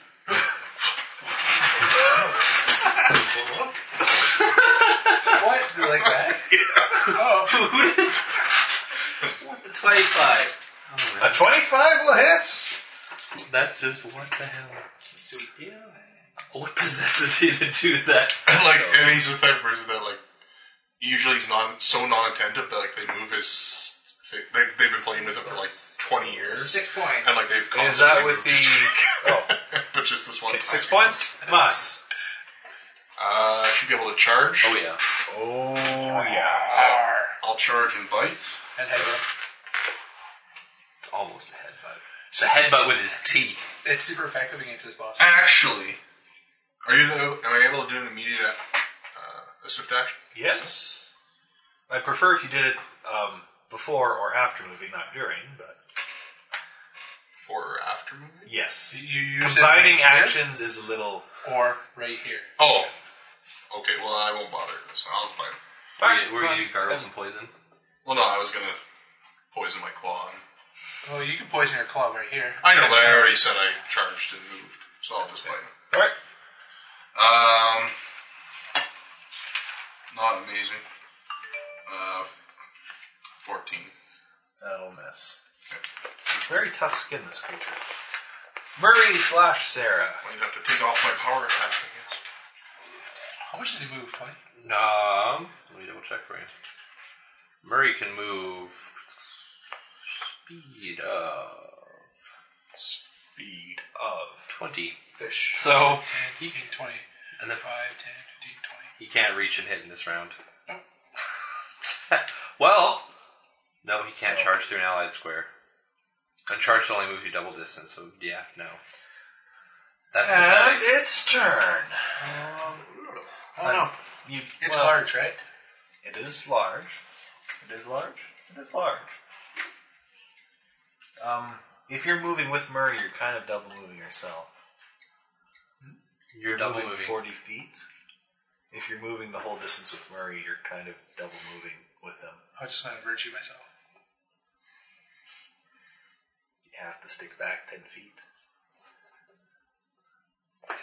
Speaker 4: What? You like that?
Speaker 7: Twenty-five.
Speaker 9: A 25 will hit.
Speaker 3: That's just what the hell?
Speaker 7: So we deal with-
Speaker 3: What possesses you to do that?
Speaker 5: And like, and he's the type of person that like, usually he's non so non-attentive that like they move his. They, they've, they've been playing with him for like twenty years,
Speaker 7: Six points.
Speaker 5: and like they've.
Speaker 9: Is that
Speaker 5: constantly
Speaker 9: with
Speaker 5: moved
Speaker 9: the.
Speaker 5: his-
Speaker 9: Oh,
Speaker 5: but just this one.
Speaker 9: okay, six
Speaker 5: time.
Speaker 9: points? Must.
Speaker 5: Uh, should be able to charge. Uh,
Speaker 3: Oh yeah.
Speaker 9: Oh, yeah.
Speaker 5: I'll charge and bite.
Speaker 4: And headbutt.
Speaker 3: Almost a headbutt. The headbutt with his teeth.
Speaker 4: It's super effective against this boss.
Speaker 5: Actually, are you? Am I able to do an immediate, uh, a swift action?
Speaker 9: Yes. I prefer if you did it um, before or after movie, not during, but.
Speaker 5: for after movie?
Speaker 9: Yes.
Speaker 4: You use
Speaker 9: Combining
Speaker 4: it right
Speaker 9: actions is a little.
Speaker 4: here or right here.
Speaker 5: Oh, okay. Well, I won't bother with this. I'll just bite. him.
Speaker 3: Were you, were you gargle some poison?
Speaker 5: Well, no, I was gonna poison my claw. And,
Speaker 4: Well, you can poison your claw right here.
Speaker 5: I know, but I already said I charged and moved, so I'll just bite. him.
Speaker 9: Alright.
Speaker 5: Um, not amazing. Uh, fourteen.
Speaker 9: That'll miss. Very tough skin, this creature. Murray slash Sarah.
Speaker 5: Well, you'd have to take off my power attack, I guess.
Speaker 4: How much does he move? Twenty.
Speaker 3: No. Let me double check for you. Murray can move speed of
Speaker 5: Speed.
Speaker 9: Of
Speaker 3: twenty.
Speaker 9: fish.
Speaker 3: So
Speaker 4: 10, 15, 20,
Speaker 3: and then
Speaker 4: 5, 10, 15,
Speaker 3: he can't reach and hit in this round.
Speaker 4: Nope.
Speaker 3: well, no, he can't charge through an allied square. Uncharged only moves you double distance, so yeah, no. That's
Speaker 9: And
Speaker 3: pathetic.
Speaker 9: its turn.
Speaker 4: 20. Oh no,
Speaker 9: You,
Speaker 4: it's
Speaker 9: well,
Speaker 4: large, right?
Speaker 9: It is large. It is large. It is large. Um, if you're moving with Murray, you're kind of double moving yourself.
Speaker 3: You're double
Speaker 9: moving
Speaker 3: moving.
Speaker 9: 40 feet. If you're moving the whole distance with Murray, you're kind of double moving with him.
Speaker 4: I just want to virtue myself.
Speaker 9: You have to stick back 10 feet.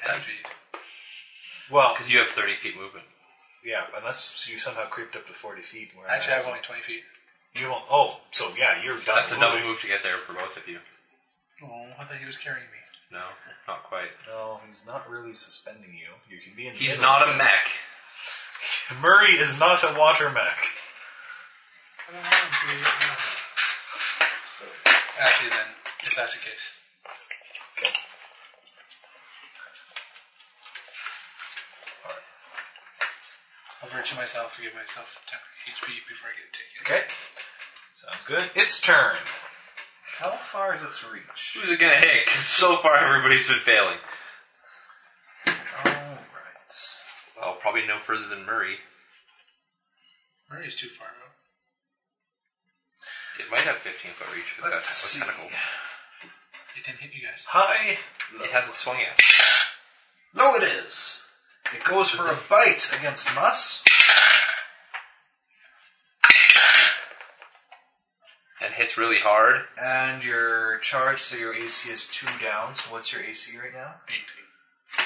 Speaker 4: Ten feet.
Speaker 9: Well,
Speaker 3: Because you have 30 feet movement.
Speaker 9: yeah, unless you somehow creeped up to 40 feet. Where
Speaker 4: Actually, I have only twenty feet.
Speaker 9: You won't. Oh, so yeah, you're double
Speaker 3: That's a double
Speaker 9: moving.
Speaker 3: move to get there for both of you.
Speaker 4: Oh, I thought he was carrying me.
Speaker 3: No, not quite.
Speaker 9: No, he's not really suspending you. You can be in. the
Speaker 3: He's
Speaker 9: middle.
Speaker 3: not a mech.
Speaker 9: Murray is not a water mech.
Speaker 4: I don't want him to be- I don't know. Actually, then, if that's the case, I'll virtue myself to give myself temporary HP before I get taken.
Speaker 9: Okay. Sounds good. Its turn. How far is its reach?
Speaker 3: Who's it gonna hit? 'Cause so far everybody's been failing.
Speaker 9: Alright.
Speaker 3: Well, probably no further than Murray.
Speaker 4: Murray's too far out.
Speaker 3: It might have 15 foot reach. if It's got
Speaker 9: Let's
Speaker 3: with
Speaker 9: see.
Speaker 3: tentacles.
Speaker 4: It didn't hit you guys.
Speaker 9: High.
Speaker 3: It hasn't swung yet.
Speaker 9: No, it is. It goes for a bite against Mus.
Speaker 3: And hits really hard.
Speaker 9: And your charge, so your AC is two down. So what's your AC right now?
Speaker 5: 18.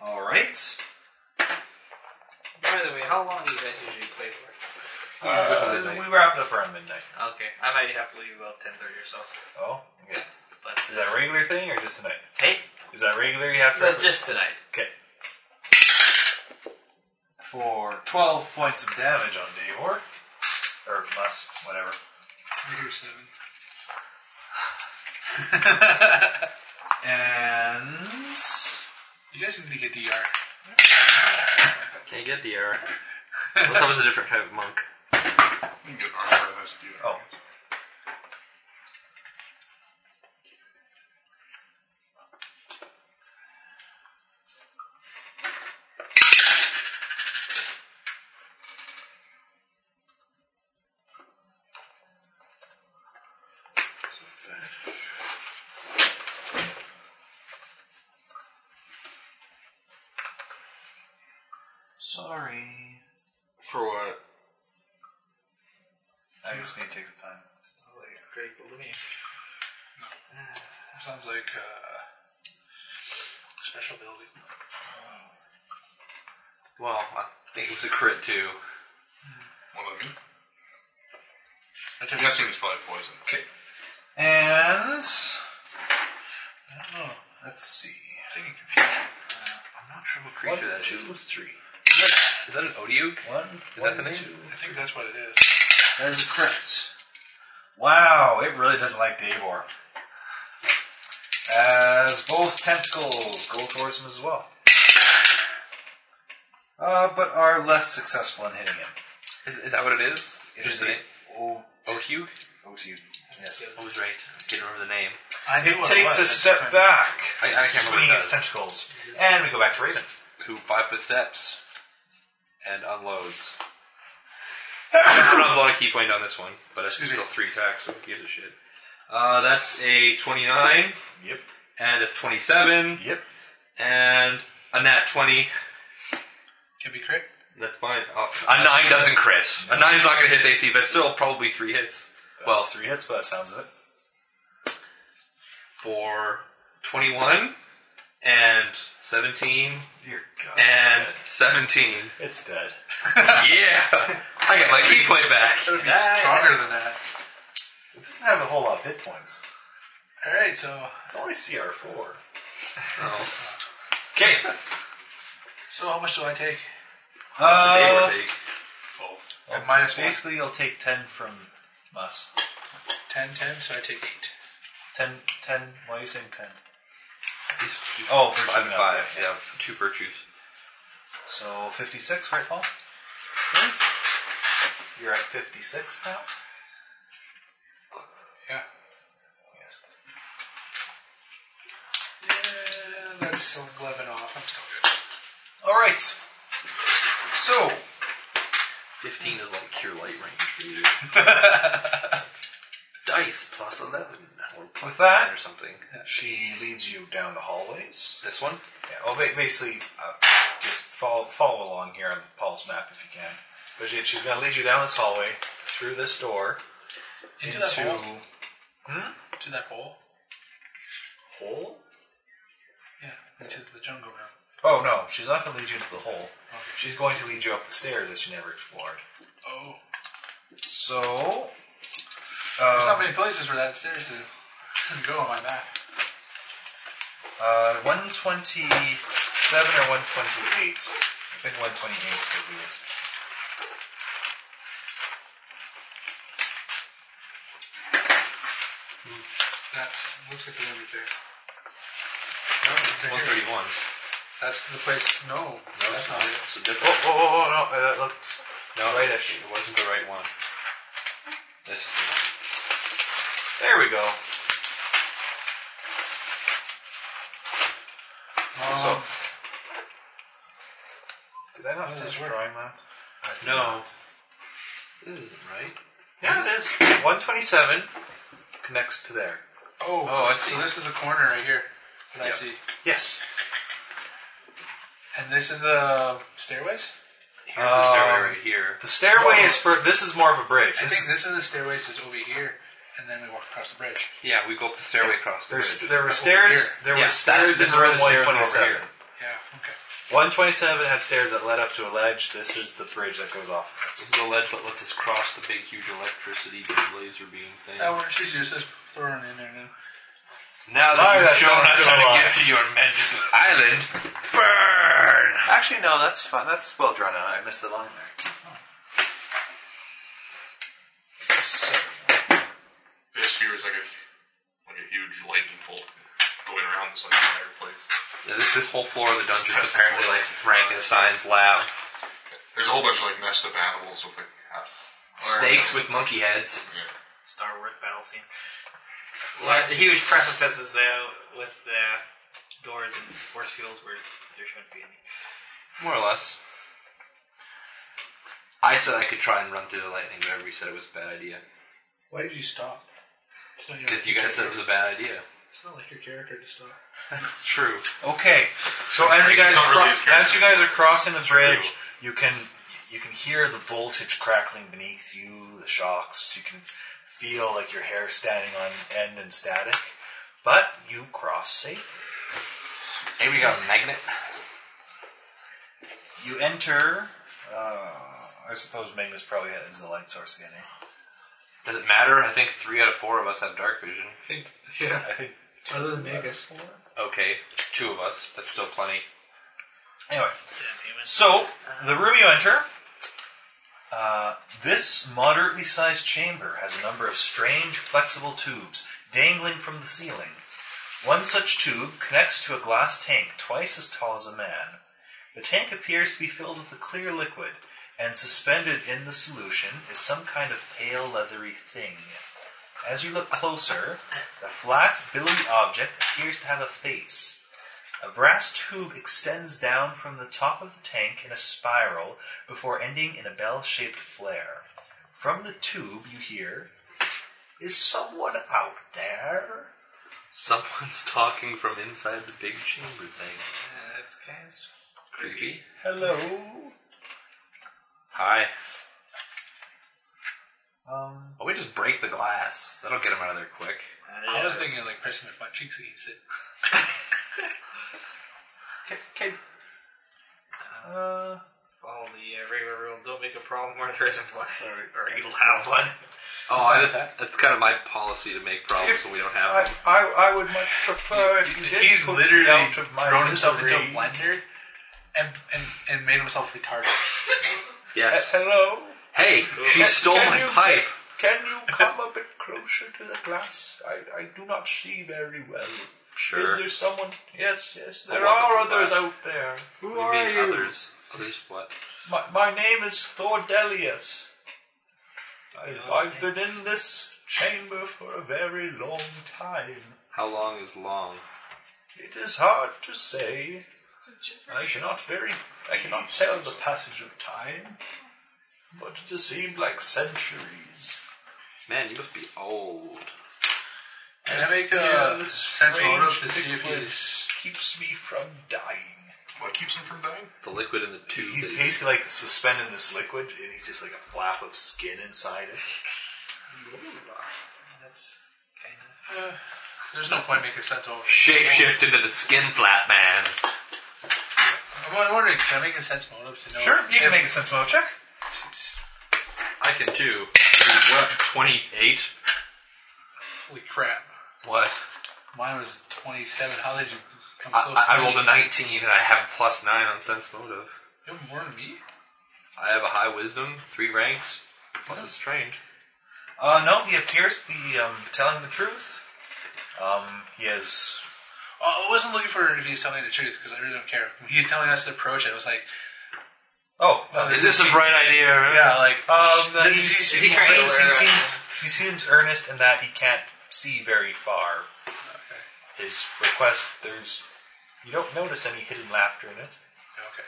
Speaker 9: Alright.
Speaker 7: By the way, how long do you guys usually play for?
Speaker 9: Uh, we wrap it up around midnight.
Speaker 7: Okay, I might have to leave about ten thirty or so.
Speaker 9: Oh? Okay.
Speaker 7: But uh,
Speaker 9: Is that a regular thing or just tonight?
Speaker 7: hey,
Speaker 9: Is that regular you have to
Speaker 7: no,
Speaker 9: wrap it-
Speaker 7: just tonight.
Speaker 9: Okay. For 12 points of damage on Davor. Or Mus, whatever.
Speaker 4: I hear seven.
Speaker 9: And.
Speaker 4: You guys need to get DR.
Speaker 3: Can't get the error. Unless I was a different type of monk.
Speaker 5: You can get armor with this dude.
Speaker 9: Oh.
Speaker 5: For what?
Speaker 9: I just need to take the time.
Speaker 7: Great balloon.
Speaker 4: Sounds like uh, special ability.
Speaker 3: Well, I think it was a crit too.
Speaker 5: One of them. I'm guessing it's probably poison. Okay.
Speaker 9: And I don't know. Let's see.
Speaker 3: I'm not sure what creature that is.
Speaker 9: three.
Speaker 3: Is that an Odiug?
Speaker 9: One.
Speaker 3: Is that the name?
Speaker 4: I think that's what it is.
Speaker 9: That is a crit. Wow, it really doesn't like Davor. As both tentacles go towards him as well. Uh, but are less successful in hitting him.
Speaker 3: Is, is that what it is?
Speaker 9: It
Speaker 3: Just
Speaker 9: is
Speaker 3: the
Speaker 9: a
Speaker 3: name?
Speaker 9: O
Speaker 3: Odeug?
Speaker 9: OTU. Yes.
Speaker 3: I was right. I can't remember the name.
Speaker 4: I knew
Speaker 9: It
Speaker 4: what
Speaker 9: takes
Speaker 4: was.
Speaker 9: a step back,
Speaker 3: I- I can't remember what it
Speaker 9: swinging
Speaker 3: does.
Speaker 9: its tentacles. And we go back to Raven.
Speaker 3: Who five foot steps and unloads. I'm not a lot of key point on this one, but I should still three attacks, so who gives a shit. Uh, that's a 29
Speaker 9: Yep.
Speaker 3: and a 27
Speaker 9: Yep.
Speaker 3: and a nat 20.
Speaker 4: Can be crit.
Speaker 3: That's fine. Oh, a 9 doesn't crit. A 9's not going to hit its AC, but still probably 3 hits.
Speaker 9: Well,
Speaker 3: Well,
Speaker 9: three hits by the sounds of it.
Speaker 3: for 21 and 17
Speaker 9: Dear God.
Speaker 3: and 17.
Speaker 9: It's dead.
Speaker 3: Yeah! I got my key point back.
Speaker 4: That would be stronger than that.
Speaker 9: It doesn't have a whole lot of hit points.
Speaker 4: All right, so
Speaker 9: It's only CR four.
Speaker 3: Okay.
Speaker 4: so how much do I take?
Speaker 9: Uh,
Speaker 3: take.
Speaker 4: At minus one.
Speaker 9: basically, you'll take ten from us.
Speaker 4: 10, 10, so I take eight.
Speaker 9: Ten, ten. Why are you saying ten?
Speaker 3: He's- he's
Speaker 9: Oh, virtue
Speaker 3: five and
Speaker 9: now,
Speaker 3: five.
Speaker 9: yeah.
Speaker 3: Yeah, two virtues.
Speaker 9: So fifty-six, right, Paul? You're at fifty-six now.
Speaker 4: Yeah.
Speaker 9: Yes.
Speaker 4: Yeah, that's 11 off. I'm still good.
Speaker 9: All right. So
Speaker 3: Fifteen is like cure light range for you. Dice plus eleven or plus
Speaker 9: What's that?
Speaker 3: nine or something.
Speaker 9: she leads you down the hallways.
Speaker 3: This one.
Speaker 9: Yeah, well, ba- basically, uh, just follow follow along here on Paul's map if you can. But she, she's going to lead you down this hallway, through this door,
Speaker 4: Into that hole. To that hole.
Speaker 9: hole.
Speaker 4: Yeah, into the jungle now.
Speaker 9: Oh no, she's not going to lead you into the hole. She's going to lead you up the stairs that you never explored.
Speaker 4: Oh.
Speaker 9: So,
Speaker 4: There's not
Speaker 9: uh,
Speaker 4: many places where that stairs is. Can go on my map.
Speaker 9: uh, one twenty-seven or one twenty-eight. I think one twenty-eight is what it is.
Speaker 4: That looks like the one right there.
Speaker 3: One thirty one.
Speaker 4: That's the place. No, that's not it.
Speaker 3: It's a different.
Speaker 9: Oh, oh, oh, no, that looks
Speaker 3: No,
Speaker 9: rightish.
Speaker 3: It wasn't the right one. This is the one.
Speaker 9: There we go. so, did I not finish drawing that?
Speaker 3: No. This isn't right.
Speaker 9: Yeah, it is. One twenty-seven connects to there.
Speaker 4: Oh,
Speaker 3: Oh, I see.
Speaker 4: So this is the corner right here. That
Speaker 3: Yep.
Speaker 4: I see.
Speaker 9: Yes.
Speaker 4: And this is the stairways?
Speaker 3: Here's the
Speaker 9: Um,
Speaker 3: stairway right here.
Speaker 9: The stairway is for. This is more of a bridge.
Speaker 4: I
Speaker 9: This
Speaker 4: think
Speaker 9: is-
Speaker 4: this is the stairways is over here, and then we walk across the bridge.
Speaker 3: Yeah, we go up the stairway across the
Speaker 9: There's,
Speaker 3: bridge.
Speaker 9: there were
Speaker 4: That's over
Speaker 9: stairs.
Speaker 4: here.
Speaker 9: There
Speaker 3: Yeah,
Speaker 9: were
Speaker 3: that's-
Speaker 9: stairs in
Speaker 3: this is where
Speaker 9: room
Speaker 3: the stairs
Speaker 9: one
Speaker 3: went over
Speaker 9: twenty-seven.
Speaker 3: here.
Speaker 4: Yeah, okay.
Speaker 9: 127 had stairs that led up to a ledge. This is the bridge that goes off of
Speaker 3: This is the ledge that lets us cross the big, huge electricity laser beam thing.
Speaker 4: That one, she's just throwing in there now.
Speaker 3: Now
Speaker 9: Why
Speaker 3: that
Speaker 9: that
Speaker 3: you've shown
Speaker 9: sounds
Speaker 3: us
Speaker 9: so
Speaker 3: how to
Speaker 9: odd.
Speaker 3: get to your magical island, burn!
Speaker 9: it. Actually, no, that's fine. That's well drawn out. I missed the line there.
Speaker 5: This here is like a like a huge lightning bolt going around this like entire place.
Speaker 3: Yeah, this, this whole floor of the dungeon is apparently like Frankenstein's lab.
Speaker 5: There's a whole bunch of like messed up animals with like half
Speaker 3: Snakes with monkey heads.
Speaker 7: Star Wars battle scene. Well, the huge precipices though, with the doors and force fields where there shouldn't be any.
Speaker 3: More or less. I said I could try and run through the lightning, but everybody said it was a bad idea.
Speaker 4: Why did you stop? It's not your-
Speaker 3: Because you guys said it was a bad idea.
Speaker 4: It's not like your character to stop.
Speaker 3: That's true.
Speaker 9: Okay, so as you guys
Speaker 5: It's not really
Speaker 9: cro-
Speaker 5: his character.
Speaker 9: as you guys are crossing the bridge, you can You can hear the voltage crackling beneath you, the shocks. You can feel like your hair standing on end and static. But you cross safely.
Speaker 3: Anybody got a magnet?
Speaker 9: You enter. Uh, I suppose Magnus probably is the light source again. Eh?
Speaker 3: Does it matter? I think three out of four of us have dark vision.
Speaker 4: Yeah.
Speaker 9: I think.
Speaker 4: Other than Vegas.
Speaker 3: Okay, two of us. That's still plenty.
Speaker 9: Anyway, so the room you enter. Uh, this moderately sized chamber has a number of strange, flexible tubes dangling from the ceiling. One such tube connects to a glass tank twice as tall as a man. The tank appears to be filled with a clear liquid, and suspended in the solution is some kind of pale, leathery thing. As you look closer, the flat, billowy object appears to have a face. A brass tube extends down from the top of the tank in a spiral before ending in a bell shaped flare. From the tube, you hear, Is someone out there?
Speaker 3: Someone's talking from inside the big chamber thing.
Speaker 7: That's kind of
Speaker 3: Creepy.
Speaker 9: Hello?
Speaker 3: Hi.
Speaker 9: Um,
Speaker 3: Why don't we just break the glass? That'll get him out of there quick.
Speaker 4: I was thinking like pressing their butt cheeks against it.
Speaker 9: okay. Uh,
Speaker 7: follow the uh, regular rule. Don't make a problem where there isn't one, or you'll have one.
Speaker 3: Oh, I, that's, that's kind of my policy to make problems when we don't have
Speaker 9: I,
Speaker 3: them.
Speaker 9: I, I would much prefer if you did
Speaker 7: He's
Speaker 9: put me
Speaker 7: literally
Speaker 9: out of my
Speaker 7: thrown himself into a
Speaker 9: misery.
Speaker 7: blender.
Speaker 4: And, and, and made himself retarded.
Speaker 9: Uh,
Speaker 3: Yes.
Speaker 9: Hello?
Speaker 3: Hey, she stole
Speaker 9: Can
Speaker 3: my
Speaker 9: you-
Speaker 3: pipe.
Speaker 9: Can you come a bit closer to the glass? I, I do not see very well.
Speaker 3: Sure.
Speaker 9: Is there someone? Yes, yes. There
Speaker 3: walk
Speaker 9: are
Speaker 3: up to the
Speaker 9: others
Speaker 3: glass.
Speaker 9: out there. Who
Speaker 3: What do you mean others? Others what?
Speaker 9: My, my name is Thordelius. I, I've been in this chamber for a very long time.
Speaker 3: How long is long?
Speaker 9: It is hard to say. I cannot very I cannot tell the passage of time. But it has seemed like centuries.
Speaker 3: Man, you must be old.
Speaker 4: Can I make a
Speaker 9: Yeah, this
Speaker 4: sense
Speaker 9: strange
Speaker 4: motive to see if
Speaker 9: liquid
Speaker 4: he's
Speaker 9: keeps me from dying.
Speaker 5: What keeps him from dying?
Speaker 3: The liquid in the tube.
Speaker 9: He's
Speaker 3: that you-
Speaker 9: basically like suspended in this liquid, and he's just like a flap of skin inside it.
Speaker 4: There's no point making sense motive.
Speaker 3: Shapeshift into the skin flap man.
Speaker 4: I'm wondering, can I make a sense motive to know? if-
Speaker 9: a sense motive check.
Speaker 3: I can too. What? Twenty-eight.
Speaker 4: Holy crap.
Speaker 3: What?
Speaker 4: Mine was 27. How did you come
Speaker 3: I,
Speaker 4: close
Speaker 3: I-
Speaker 4: to
Speaker 3: I rolled
Speaker 4: me?
Speaker 3: a nineteen, and I have plus nine on sense motive.
Speaker 4: You have more than me?
Speaker 3: I have a high wisdom, three ranks. Plus, it's trained.
Speaker 9: Uh, no, he appears to be um, telling the truth. Um, he has
Speaker 4: Well, Oh, I wasn't looking for if he was telling the truth because I really don't care. When He's telling us to approach it. I was like,
Speaker 9: oh,
Speaker 4: oh,
Speaker 3: Is this a bright idea?
Speaker 4: Yeah, like, oh,
Speaker 9: Um,
Speaker 4: does
Speaker 9: he,
Speaker 4: he-
Speaker 9: seems,
Speaker 4: is
Speaker 9: he,
Speaker 4: he trying to
Speaker 9: seems,
Speaker 4: wear
Speaker 9: he
Speaker 4: a-
Speaker 9: seems he seems earnest in that he can't see very far. His request there's you don't notice any hidden laughter in it.
Speaker 4: okay.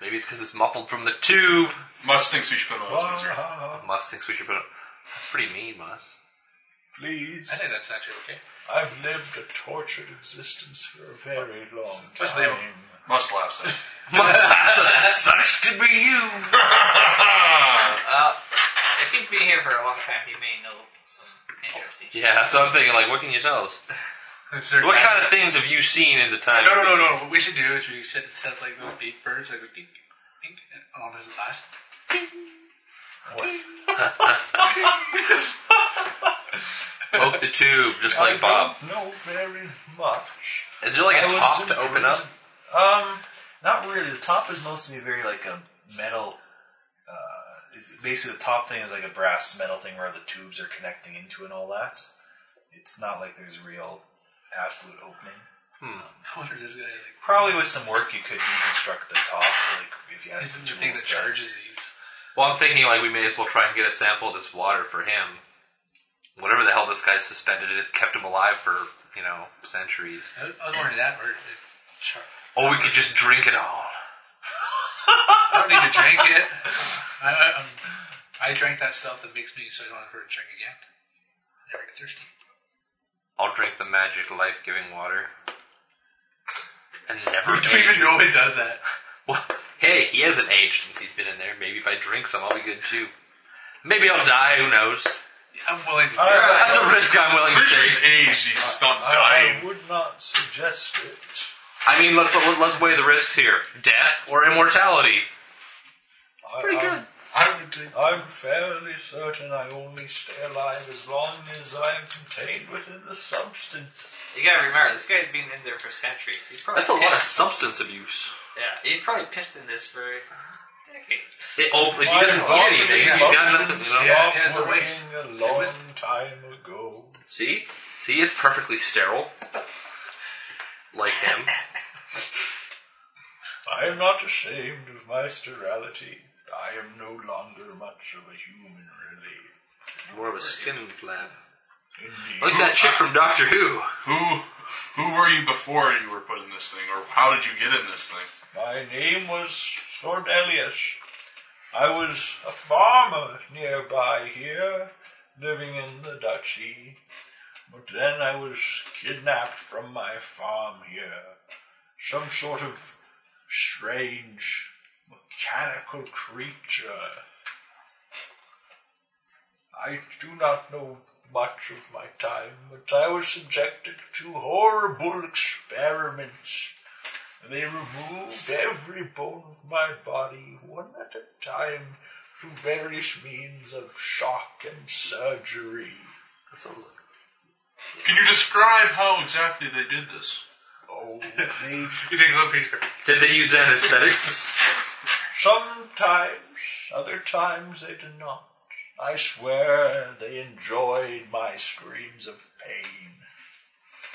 Speaker 3: Maybe it's because it's muffled from the tube.
Speaker 5: Must thinks we should put him out of his misery.
Speaker 9: Ah,
Speaker 3: Must thinks we should put. it- That's pretty mean, Must.
Speaker 9: Please,
Speaker 4: I think that's actually okay.
Speaker 9: I've lived a tortured existence for a very long
Speaker 4: Just leave him.
Speaker 9: time.
Speaker 5: Must laughs at him.
Speaker 3: Must that's such to be you.
Speaker 7: If he's been here for a long time, he may know some interesting.
Speaker 3: Yeah, that's what I'm thinking. Like, what can you tell us?
Speaker 4: Is there-
Speaker 3: What kind of things have you seen in the time?
Speaker 4: No, no, no, no. What we should do is we should set up like those beat birds, like a dink, dink, and on his last.
Speaker 3: Poke the tube, just
Speaker 9: I
Speaker 3: like Bob.
Speaker 9: don't know very much.
Speaker 3: Is there like a
Speaker 9: I was
Speaker 3: top to open up?
Speaker 9: imprisoned- Um, not really. The top is mostly very like a metal. Uh, it's basically the top thing is like a brass metal thing where the tubes are connecting into and all that. It's not like there's a real absolute opening.
Speaker 4: I wonder if this guy like
Speaker 9: Probably with some work you could deconstruct the top, like if you had
Speaker 4: is
Speaker 9: some
Speaker 4: it the thing
Speaker 9: tools
Speaker 4: that
Speaker 9: to-
Speaker 4: charges these.
Speaker 3: Well, I'm thinking like we may as well try and get a sample of this water for him. Whatever the hell this guy's suspended in, it's kept him alive for you know centuries.
Speaker 4: I was I was wondering that or it char-
Speaker 3: Or we could just drink it all.
Speaker 4: I don't need to drink it. I, I, um, I drank that stuff that makes me so I don't ever drink again. I never get thirsty.
Speaker 3: I'll drink the magic life-giving water. And never
Speaker 4: Do we
Speaker 3: age.
Speaker 4: even know it does that?
Speaker 3: Well, hey, he hasn't aged since he's been in there. Maybe if I drink some, I'll be good too. Maybe I'll die. Who knows?
Speaker 4: I'm willing to take
Speaker 9: All right.
Speaker 3: That's a risk I'm willing to
Speaker 5: Richard
Speaker 3: take.
Speaker 5: is aged, he's just not
Speaker 9: I
Speaker 5: dying.
Speaker 9: would not suggest it.
Speaker 3: I mean, let's let's weigh the risks here: death or immortality.
Speaker 9: It's pretty good.
Speaker 5: I would take
Speaker 9: I'm fairly certain I only stay alive as long as I'm contained within the substance.
Speaker 7: You gotta remember, this guy's been in there for centuries. He's probably
Speaker 3: That's a lot of
Speaker 7: pissed.
Speaker 3: substance abuse.
Speaker 7: Yeah, he's probably pissed in this for decades.
Speaker 3: It, oh, if he doesn't eat anything, he's got nothing. You know?
Speaker 4: Yeah,
Speaker 9: Stop
Speaker 4: he has the waste.
Speaker 9: working a long time ago.
Speaker 3: See, see, it's perfectly sterile. Like him.
Speaker 9: I am not ashamed of my sterility. I am no longer much of a human, really.
Speaker 3: More of a skin flap.
Speaker 9: Indeed.
Speaker 3: Like that chick from Doctor Who.
Speaker 5: Who who were you before you were put in this thing, or how did you get in this thing?
Speaker 9: My name was Sordelius. I was a farmer nearby here, living in the duchy. But then I was kidnapped from my farm here. Some sort of strange mechanical creature. I do not know much of my time, but I was subjected to horrible experiments. They removed every bone of my body, one at a time, through various means of shock and surgery.
Speaker 3: That sounds like.
Speaker 5: Can you describe how exactly they did this?
Speaker 9: Oh, they
Speaker 5: He takes a piece of paper.
Speaker 3: Did they use anesthetics?
Speaker 9: sometimes, other times they did not. I swear they enjoyed my screams of pain.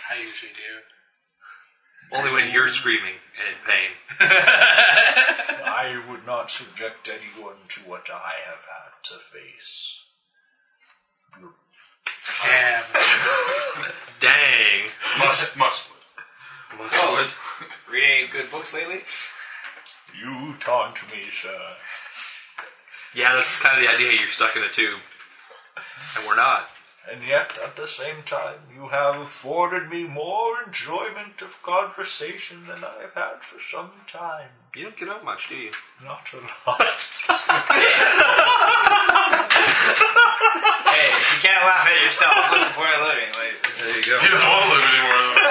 Speaker 4: I usually do.
Speaker 3: Only when you're screaming and in pain.
Speaker 9: I would not subject anyone to what I have had to face.
Speaker 4: Damn.
Speaker 3: Dang.
Speaker 5: Must must.
Speaker 7: So, reading any good books lately?
Speaker 9: You taunt me, sir.
Speaker 3: Yeah, that's kind of the idea. You're stuck in a tube, and we're not.
Speaker 9: And yet, at the same time, you have afforded me more enjoyment of conversation than I have had for some time.
Speaker 3: You don't get out much, do you?
Speaker 9: Not a lot.
Speaker 7: Hey, you can't laugh at yourself. What's the point of living? Like,
Speaker 3: There you go.
Speaker 5: He doesn't want to live anymore. though.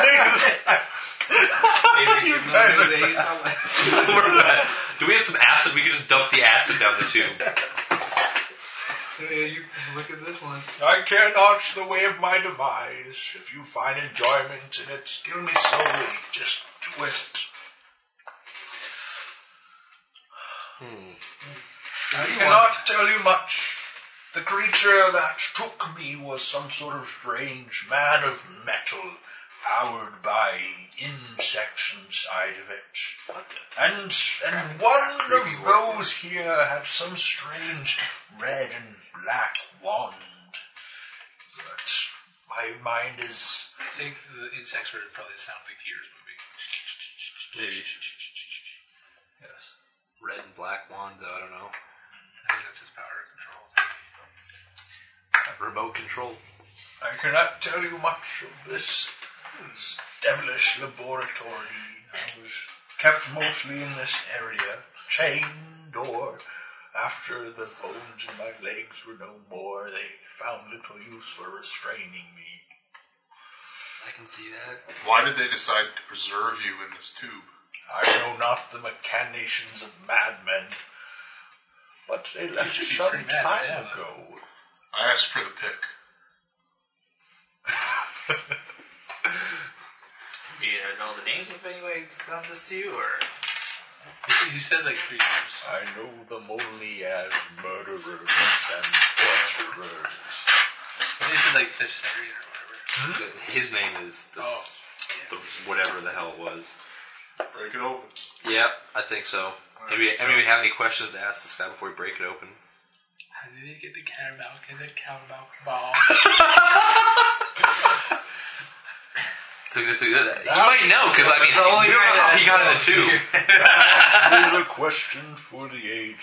Speaker 7: maybe you
Speaker 9: guys are-
Speaker 3: Do we have some acid? We could just dump the acid down the tube.
Speaker 4: Hey, you look at this one.
Speaker 9: I care not the way of my demise. If you find enjoyment in it, kill me slowly. Just do it. I cannot tell you much. The creature that took me was some sort of strange man of metal, powered by insects inside of it. And and one of those here had some strange red and black wand. But my mind is
Speaker 4: I think the insects were probably the sound of the Gears movie.
Speaker 3: Maybe
Speaker 9: yes.
Speaker 3: red and black wand. I don't know.
Speaker 4: I think that's his power control.
Speaker 3: Remote control.
Speaker 9: I cannot tell you much of this devilish laboratory. I was kept mostly in this area, chained or after the bones in my legs were no more, they found little use for restraining me.
Speaker 3: I can see that.
Speaker 5: Why did they decide to preserve you in this tube?
Speaker 9: I know not the machinations of madmen, but they left
Speaker 4: should be
Speaker 9: some
Speaker 4: pretty mad by
Speaker 9: time
Speaker 4: now,
Speaker 9: ago.
Speaker 5: I asked for the pick.
Speaker 7: Do you know the names of anybody who's done this to you, or
Speaker 4: He said like three times.
Speaker 9: I know them only as murderers and torturers.
Speaker 4: He said like Thessarian or whatever.
Speaker 3: His name is this,
Speaker 4: Oh.
Speaker 3: the, whatever the hell it was.
Speaker 5: Break it open.
Speaker 3: Yeah, I think so. Maybe anybody have any questions to ask this guy before we break it open?
Speaker 4: How did he get the caramel? Get the caramel ball.
Speaker 3: So, so, he might know because I mean, we don't know how he got in the tube.
Speaker 9: is a question for the ages.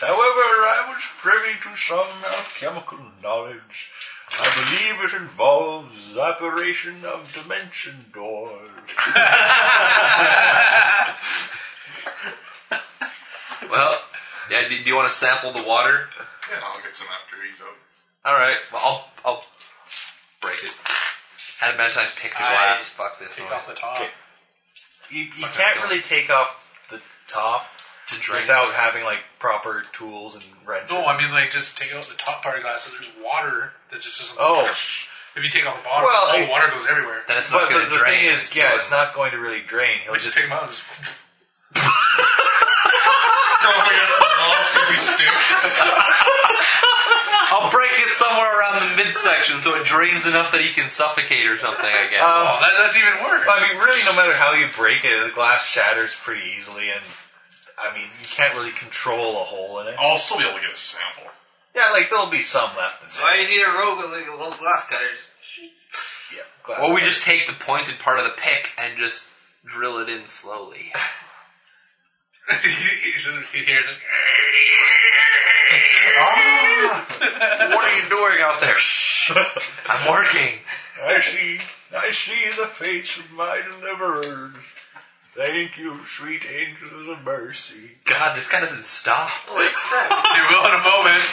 Speaker 9: However, I was privy to some alchemical knowledge. I believe it involves operation of dimension doors.
Speaker 3: Well, yeah. Do, do you want to sample the water?
Speaker 5: Yeah, I'll get some after he's out.
Speaker 3: All right. Well, I'll I'll break it. Had a bad time. Pick the glass. Fuck this
Speaker 4: Take
Speaker 3: noise.
Speaker 4: off the top.
Speaker 9: Okay. You, you can't really take off the top to drink without having like proper tools and wrenches.
Speaker 4: No, I mean like just take out the top part of the glass. So there's water that just doesn't.
Speaker 9: Oh.
Speaker 4: If you take off the bottom,
Speaker 9: Well,
Speaker 4: all
Speaker 9: I-
Speaker 4: the water goes everywhere.
Speaker 3: Then it's
Speaker 9: but
Speaker 3: not
Speaker 9: the,
Speaker 3: going
Speaker 9: the
Speaker 3: to drain.
Speaker 9: thing is, yeah, it's not going to really drain. He'll
Speaker 4: We
Speaker 9: just
Speaker 4: just take them out. And just,
Speaker 5: Throw him against the wall, see if he sticks.
Speaker 3: I'll break it somewhere around the midsection so it drains enough that he can suffocate or something. I guess.
Speaker 9: Um,
Speaker 4: oh, that, that's even worse.
Speaker 9: I mean, really, no matter how you break it, the glass shatters pretty easily, and I mean, you can't really control a hole in it.
Speaker 5: I'll still be able to get a sample.
Speaker 9: Yeah, like there'll be some left. In there.
Speaker 7: Why do you need a rogue with like, a little glass cutter? Just
Speaker 9: Yeah, glass
Speaker 3: or we just take the pointed part of the pick and just drill it in slowly.
Speaker 4: he hears this.
Speaker 3: what are you doing out there? Shh. I'm working.
Speaker 9: I see, I see the face of my deliverer. Thank you, sweet angels of mercy.
Speaker 3: God, this guy doesn't stop.
Speaker 4: You will in a moment.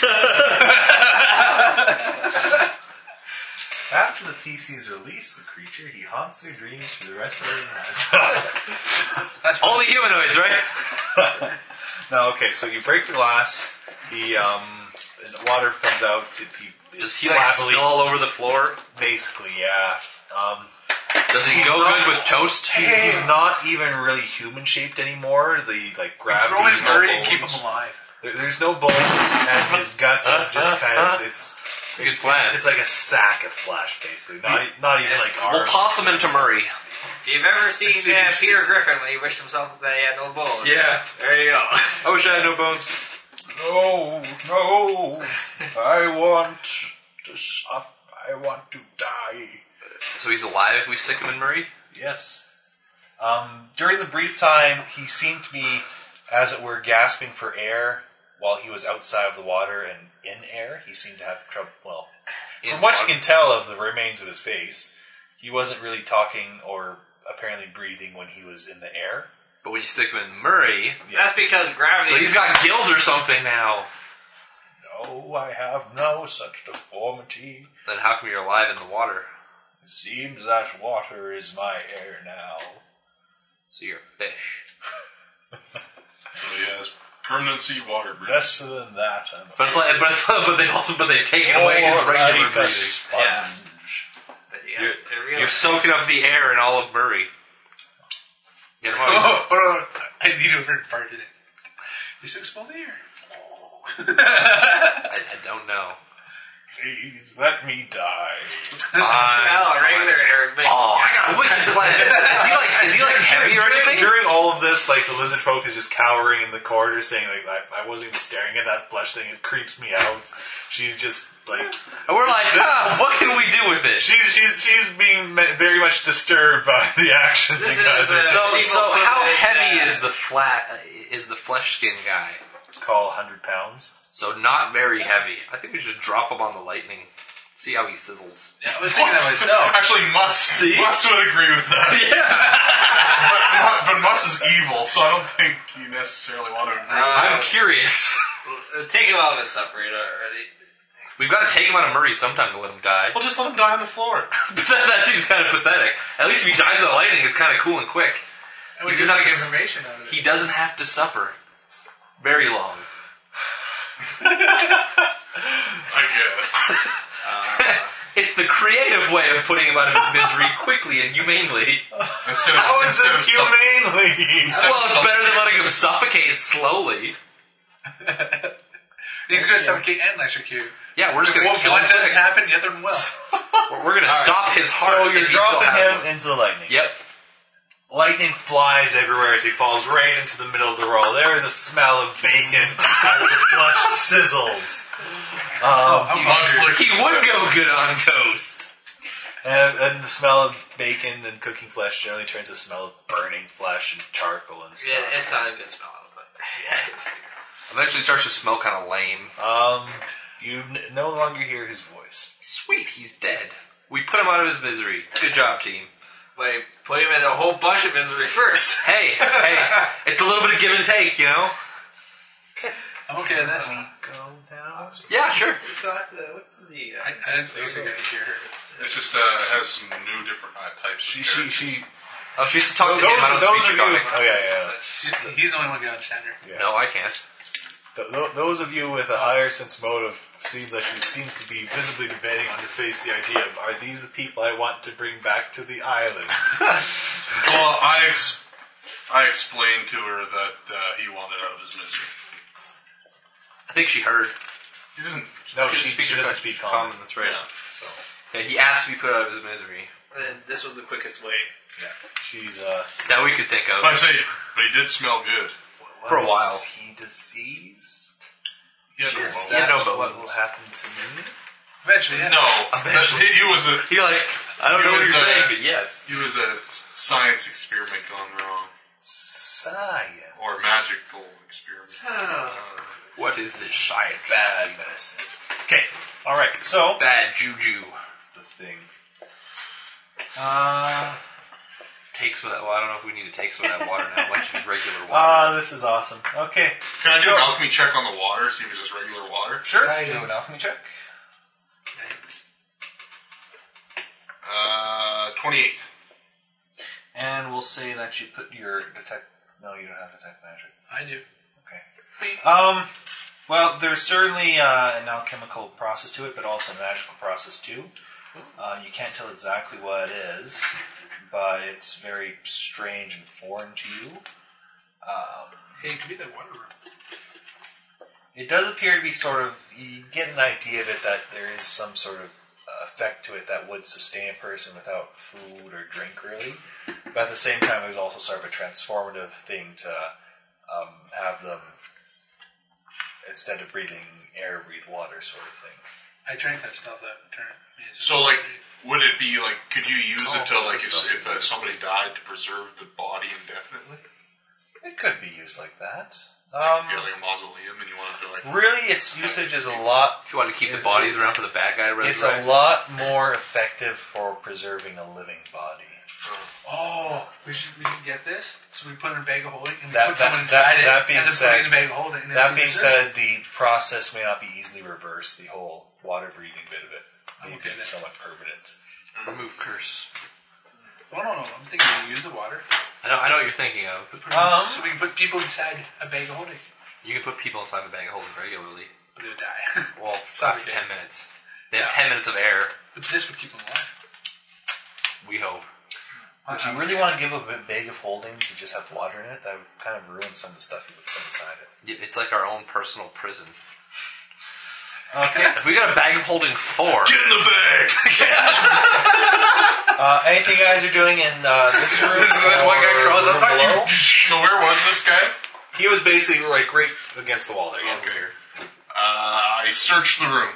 Speaker 9: After the PC is released, the creature he haunts their dreams for the rest of their lives.
Speaker 3: Only humanoids, right?
Speaker 9: no, okay, so you break the glass. The um, and the water comes out. It, he,
Speaker 3: Does he like spill all over the floor?
Speaker 9: Basically, yeah. Um,
Speaker 3: Does he go good with toast?
Speaker 9: he- he's not even really human shaped anymore. The like gravity.
Speaker 4: Throw his
Speaker 9: no
Speaker 4: hurry and
Speaker 9: bones.
Speaker 4: keep him alive.
Speaker 9: There, there's no bones, and his guts are just kind of it's
Speaker 3: It's a good plan.
Speaker 9: it's like a sack of flesh, basically. Not e, not even like
Speaker 3: We'll
Speaker 9: arms.
Speaker 3: possum him to Murray.
Speaker 7: If you've ever seen uh, Peter Griffin when he wished himself that he had no bones.
Speaker 3: Yeah.
Speaker 7: There you go.
Speaker 3: I wish I had no bones.
Speaker 9: No, no, I want to stop. I want to die.
Speaker 3: So he's alive if we stick him in Murray?
Speaker 9: Yes. Um, during the brief time, he seemed to be, as it were, gasping for air while he was outside of the water and in air. He seemed to have trouble. Well,
Speaker 3: In
Speaker 9: from what
Speaker 3: water.
Speaker 9: you can tell of the remains of his face, he wasn't really talking or apparently breathing when he was in the air.
Speaker 3: But when you stick him in Murray,
Speaker 7: That's because gravity.
Speaker 3: so he's got gills or something now.
Speaker 9: No, I have no such deformity.
Speaker 3: Then how come you're alive in the water?
Speaker 9: It seems that water is my air now.
Speaker 3: So you're a fish.
Speaker 5: So he has permanency water breathing.
Speaker 9: Less than that, I'm
Speaker 3: But it's like, but it's but they also but they take it away as regular
Speaker 9: Like a
Speaker 3: breathing.
Speaker 9: sponge.
Speaker 7: Yeah. But yeah,
Speaker 3: You're,
Speaker 7: every
Speaker 3: you're
Speaker 7: other-
Speaker 3: soaking up the air in all of Murray. Get him out.
Speaker 4: Oh, hold on. I need a different part in it. You should smell the air.
Speaker 3: I, I don't know.
Speaker 9: Please let me die.
Speaker 7: Well,
Speaker 3: Fine.
Speaker 7: Oh, regular Eric. But
Speaker 3: Oh, I got a wicked plan. Is he like is he like heavy or anything?
Speaker 9: During all of this, like the lizard folk is just cowering in the corridor, saying like I, I wasn't even staring at that flesh thing. It creeps me out. She's just like
Speaker 3: And we're like, ah, what can we do with it?
Speaker 9: she's she's she's being ma- very much disturbed by the actions
Speaker 7: This
Speaker 9: you guys
Speaker 7: is,
Speaker 9: are
Speaker 7: uh,
Speaker 3: So,
Speaker 7: People
Speaker 3: so
Speaker 7: who
Speaker 3: how
Speaker 7: did
Speaker 3: heavy
Speaker 7: that.
Speaker 3: is the flat uh, is the flesh skin guy?
Speaker 9: call hundred pounds.
Speaker 3: So not very heavy. I think we should drop him on the lightning. See how he sizzles.
Speaker 4: Yeah, I was thinking that myself.
Speaker 5: Actually, Muss, Muss would agree with that.
Speaker 3: Yeah.
Speaker 5: But, but Muss is evil, so I don't think you necessarily want to agree.
Speaker 3: I'm curious.
Speaker 7: Uh, Take him out of his suffering already.
Speaker 3: We've got to take him out of Murray sometime to let him die.
Speaker 5: well, just let him die on the floor.
Speaker 3: But that, that seems kind of pathetic. At least if he dies of the lightning, it's kind of cool and quick.
Speaker 4: And we just
Speaker 3: You just
Speaker 4: like
Speaker 3: have to-
Speaker 4: information out of it.
Speaker 3: He doesn't have to suffer very long.
Speaker 5: I guess.
Speaker 3: It's the creative way of putting him out of his misery quickly and humanely.
Speaker 5: Instead of,
Speaker 9: How is
Speaker 5: instead
Speaker 9: this
Speaker 5: of some-
Speaker 9: humanely?
Speaker 3: Well, it's better than letting him suffocate slowly.
Speaker 4: He's going to suffocate and electrocute.
Speaker 3: Yeah, we're just gonna
Speaker 4: Well,
Speaker 3: kill
Speaker 4: one
Speaker 3: him.
Speaker 4: doesn't
Speaker 3: quick.
Speaker 4: happen, the other one will.
Speaker 3: We're, we're gonna stop his heart.
Speaker 9: So you're
Speaker 3: if he still
Speaker 9: dropping
Speaker 3: has
Speaker 9: him
Speaker 3: one.
Speaker 9: into the lightning.
Speaker 3: Yep.
Speaker 9: Lightning flies everywhere as he falls right into the middle of the roll. There is a smell of bacon as the flesh sizzles. Um,
Speaker 5: Muss looks-
Speaker 3: He would go good on toast.
Speaker 9: and, and the smell of bacon and cooking flesh generally turns to the smell of burning flesh and charcoal and stuff.
Speaker 7: Yeah, it's not a good smell. I'll tell you.
Speaker 3: Eventually, starts to smell kind of lame.
Speaker 9: Um, you n- no longer hear his voice.
Speaker 3: Sweet, he's dead. We put him out of his misery. Good job, team.
Speaker 7: Wait, put him in a whole bunch of misery first.
Speaker 3: Hey, hey, it's a little bit of give and take, you know.
Speaker 4: I'm okay with this.
Speaker 7: Go down.
Speaker 10: Yeah, sure.
Speaker 7: So I have to. What's the? Uh,
Speaker 4: I, I didn't think I could hear her.
Speaker 5: It's just uh, has some new different uh, types. She, she, she.
Speaker 10: Oh, she used to talk to him. I don't speak Draconic.
Speaker 9: Oh yeah, yeah.
Speaker 4: She's, he's the only one who can understand her.
Speaker 9: yeah.
Speaker 10: No, I can't.
Speaker 9: Th- th- those of you with a higher sense motive seems like you seems to be visibly debating on your face the idea of are these the people I want to bring back to the island?
Speaker 5: Well, I ex- I explained to her that uh, he wanted out of his misery.
Speaker 10: I think she heard.
Speaker 5: He doesn't.
Speaker 9: No, she, she, doesn't speak Um, common.
Speaker 10: That's right. So yeah, he asked to be put out of his misery
Speaker 7: And this was the quickest way.
Speaker 9: She's uh,
Speaker 10: that we could think of.
Speaker 5: I say, but he did smell good.
Speaker 10: For a
Speaker 9: was
Speaker 10: while.
Speaker 9: He deceased.
Speaker 5: He had no
Speaker 9: Is
Speaker 5: bones.
Speaker 10: Yeah,
Speaker 9: that
Speaker 10: no, but-
Speaker 9: what will happen to me?
Speaker 4: Eventually, yeah.
Speaker 5: No, that,
Speaker 10: Eventually.
Speaker 5: he, he was a
Speaker 10: You're like, I don't
Speaker 5: He
Speaker 10: know what
Speaker 5: was,
Speaker 10: you're
Speaker 5: uh,
Speaker 10: saying, but yes.
Speaker 5: he was a science experiment gone wrong,
Speaker 9: Science.
Speaker 5: or magical experiment.
Speaker 10: What is this
Speaker 9: Science. Bad medicine. Okay. All right. So
Speaker 10: bad juju?
Speaker 9: the thing.
Speaker 10: Take some of that. Well, I don't know if we need to take some of that water now. Why don't you do regular water?
Speaker 9: Ah, this is awesome. Okay.
Speaker 5: Can I do
Speaker 9: So-
Speaker 5: an alchemy check on the water? See if it's just regular water.
Speaker 9: Sure.
Speaker 4: Nice.
Speaker 9: Do an alchemy check.
Speaker 5: Uh, twenty-eight.
Speaker 9: And we'll say that you put your detect. No, you don't have detect magic.
Speaker 4: I do.
Speaker 9: Okay. Um. Well, there's certainly uh, an alchemical process to it, but also a magical process too. Uh, you can't tell exactly what it is, but it's very strange and foreign to you.
Speaker 4: Hey, give me that water room.
Speaker 9: It does appear to be sort of. You get an idea of it that there is some sort of uh, effect to it that would sustain a person without food or drink, really. But at the same time, there's also sort of a transformative thing to um, have them, instead of breathing air, breathe water, sort of thing.
Speaker 4: I drank that stuff that turned me into.
Speaker 5: So, like, would it be like? Could you use it to
Speaker 9: Oh,
Speaker 5: like
Speaker 9: this
Speaker 5: if,
Speaker 9: stuff.
Speaker 5: if uh, somebody died to preserve the body indefinitely?
Speaker 9: It could be used like that.
Speaker 5: You're
Speaker 9: Um,
Speaker 5: like a mausoleum, and you want to like.
Speaker 9: really, its usage is a lot
Speaker 10: If you want to keep the
Speaker 9: It's-
Speaker 10: bodies
Speaker 9: it's-
Speaker 10: around for the bad guy, to
Speaker 9: It's
Speaker 10: resurrect.
Speaker 9: a lot more effective for preserving a living body.
Speaker 4: Oh, we should we should get this. So we put it in a bag of holding and we
Speaker 9: That-
Speaker 4: put
Speaker 9: that-
Speaker 4: someone
Speaker 9: that-
Speaker 4: inside it.
Speaker 9: that being
Speaker 4: and then put it
Speaker 9: said-
Speaker 4: in a bag of holding. And then
Speaker 9: That
Speaker 4: we
Speaker 9: being
Speaker 4: preserve
Speaker 9: said, the process may not be easily reversed, the whole water breathing bit of it. Maybe
Speaker 4: okay with that.
Speaker 9: somewhat permanent.
Speaker 10: remove curse.
Speaker 4: it. Oh no no! I'm thinking we use the water.
Speaker 10: I know, I know what you're thinking of.
Speaker 4: Put it in-
Speaker 9: Um.
Speaker 4: so we can put people inside a bag of holding,
Speaker 10: You can put people inside the bag of holding regularly.
Speaker 4: but they would die.
Speaker 10: Well, for
Speaker 4: Suffocate.
Speaker 10: ten minutes. They have ten minutes of air.
Speaker 4: but this would keep them alive.
Speaker 10: We hope.
Speaker 9: Would you really want to give a bit bag of holdings to just have water in it? That would kind of ruin some of the stuff you would put inside it.
Speaker 10: Yeah, It's like our own personal prison.
Speaker 9: Okay.
Speaker 10: If we got a bag of holding four,
Speaker 5: Get in the bag.
Speaker 9: uh, anything you guys are doing in uh, this room?
Speaker 5: That one guy
Speaker 9: or
Speaker 5: crawls up
Speaker 9: room
Speaker 5: on you.
Speaker 9: below?
Speaker 5: So where was this guy?
Speaker 9: He was basically like right against the wall there. Yeah.
Speaker 5: Okay. Uh, I searched the room.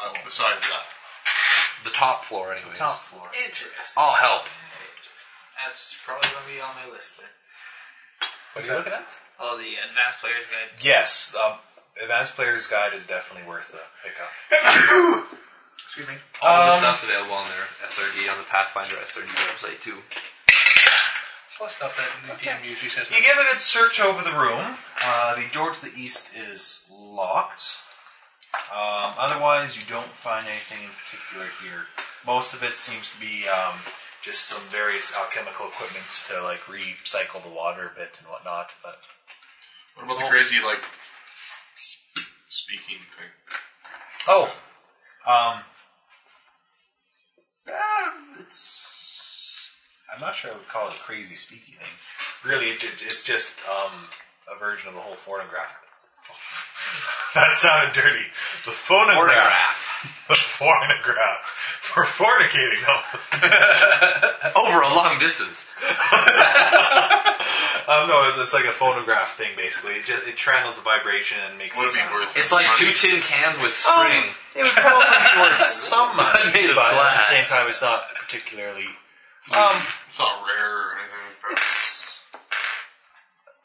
Speaker 5: Oh, besides that.
Speaker 10: the top floor, anyways.
Speaker 9: Top floor.
Speaker 7: Interesting.
Speaker 10: I'll help.
Speaker 7: That's probably gonna be on my list then.
Speaker 9: What are you looking at?
Speaker 7: Oh, the advanced players guide.
Speaker 9: Yes. Um, Advanced Player's Guide is definitely worth a pickup.
Speaker 4: Excuse me.
Speaker 10: All the
Speaker 3: uh,
Speaker 9: Um,
Speaker 10: stuff's available on their SRD on the Pathfinder SRD website too.
Speaker 4: Plus stuff that the DM usually says.
Speaker 9: You give a good search over the room. Uh, the door to the east is locked. Um, otherwise, you don't find anything in particular here. Most of it seems to be um, just some various alchemical equipments to like recycle the water a bit and whatnot. But
Speaker 5: What about the crazy like s- speaking thing?
Speaker 9: oh, um, I'm not sure I would call it a crazy speaky thing. Really, it, it- it's just um, a version of the whole phonograph. that sounded dirty. The The pornograph. For fornicating, no.
Speaker 10: Over a long distance.
Speaker 9: um, no, it's, it's like a phonograph thing, basically. It, just, it channels the vibration and makes
Speaker 5: Would
Speaker 9: it
Speaker 5: it be worth?
Speaker 10: It's like two
Speaker 5: money?
Speaker 10: tin cans with string.
Speaker 9: Oh, It would probably be worth some money,
Speaker 10: Made of
Speaker 9: but
Speaker 10: glass.
Speaker 9: at the same time, it's not particularly. Um,
Speaker 5: It's not rare or anything.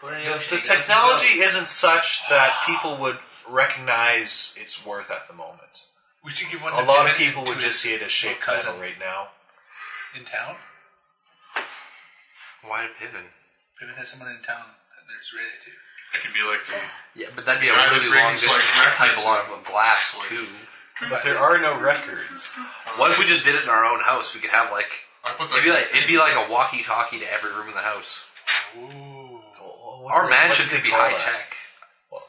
Speaker 5: Like
Speaker 9: the, the technology isn't such that people would recognize its worth at the moment.
Speaker 4: We should give one.
Speaker 9: A
Speaker 4: to
Speaker 9: lot of
Speaker 4: David
Speaker 9: people
Speaker 4: and
Speaker 9: would
Speaker 4: to
Speaker 9: just see
Speaker 4: his
Speaker 9: it as shape
Speaker 4: cousin
Speaker 9: metal right now.
Speaker 4: in town.
Speaker 10: Why a pivot?
Speaker 4: Piven has someone in town that there's related to.
Speaker 5: I could be like the
Speaker 3: Yeah, but that'd be a
Speaker 5: Guy that
Speaker 3: really long
Speaker 5: brings,
Speaker 3: distance.
Speaker 5: like,
Speaker 3: Like, pipe a
Speaker 5: records
Speaker 3: lot of glass too.
Speaker 9: But there are no records.
Speaker 3: What if we just did it in our own house? We could have like
Speaker 5: I put the
Speaker 3: it'd be like it'd be like a walkie-talkie to every room in the house.
Speaker 9: What's
Speaker 3: Our
Speaker 9: they-
Speaker 3: mansion
Speaker 9: what do
Speaker 3: could
Speaker 9: they
Speaker 3: be
Speaker 9: call
Speaker 3: high
Speaker 9: that?
Speaker 3: tech.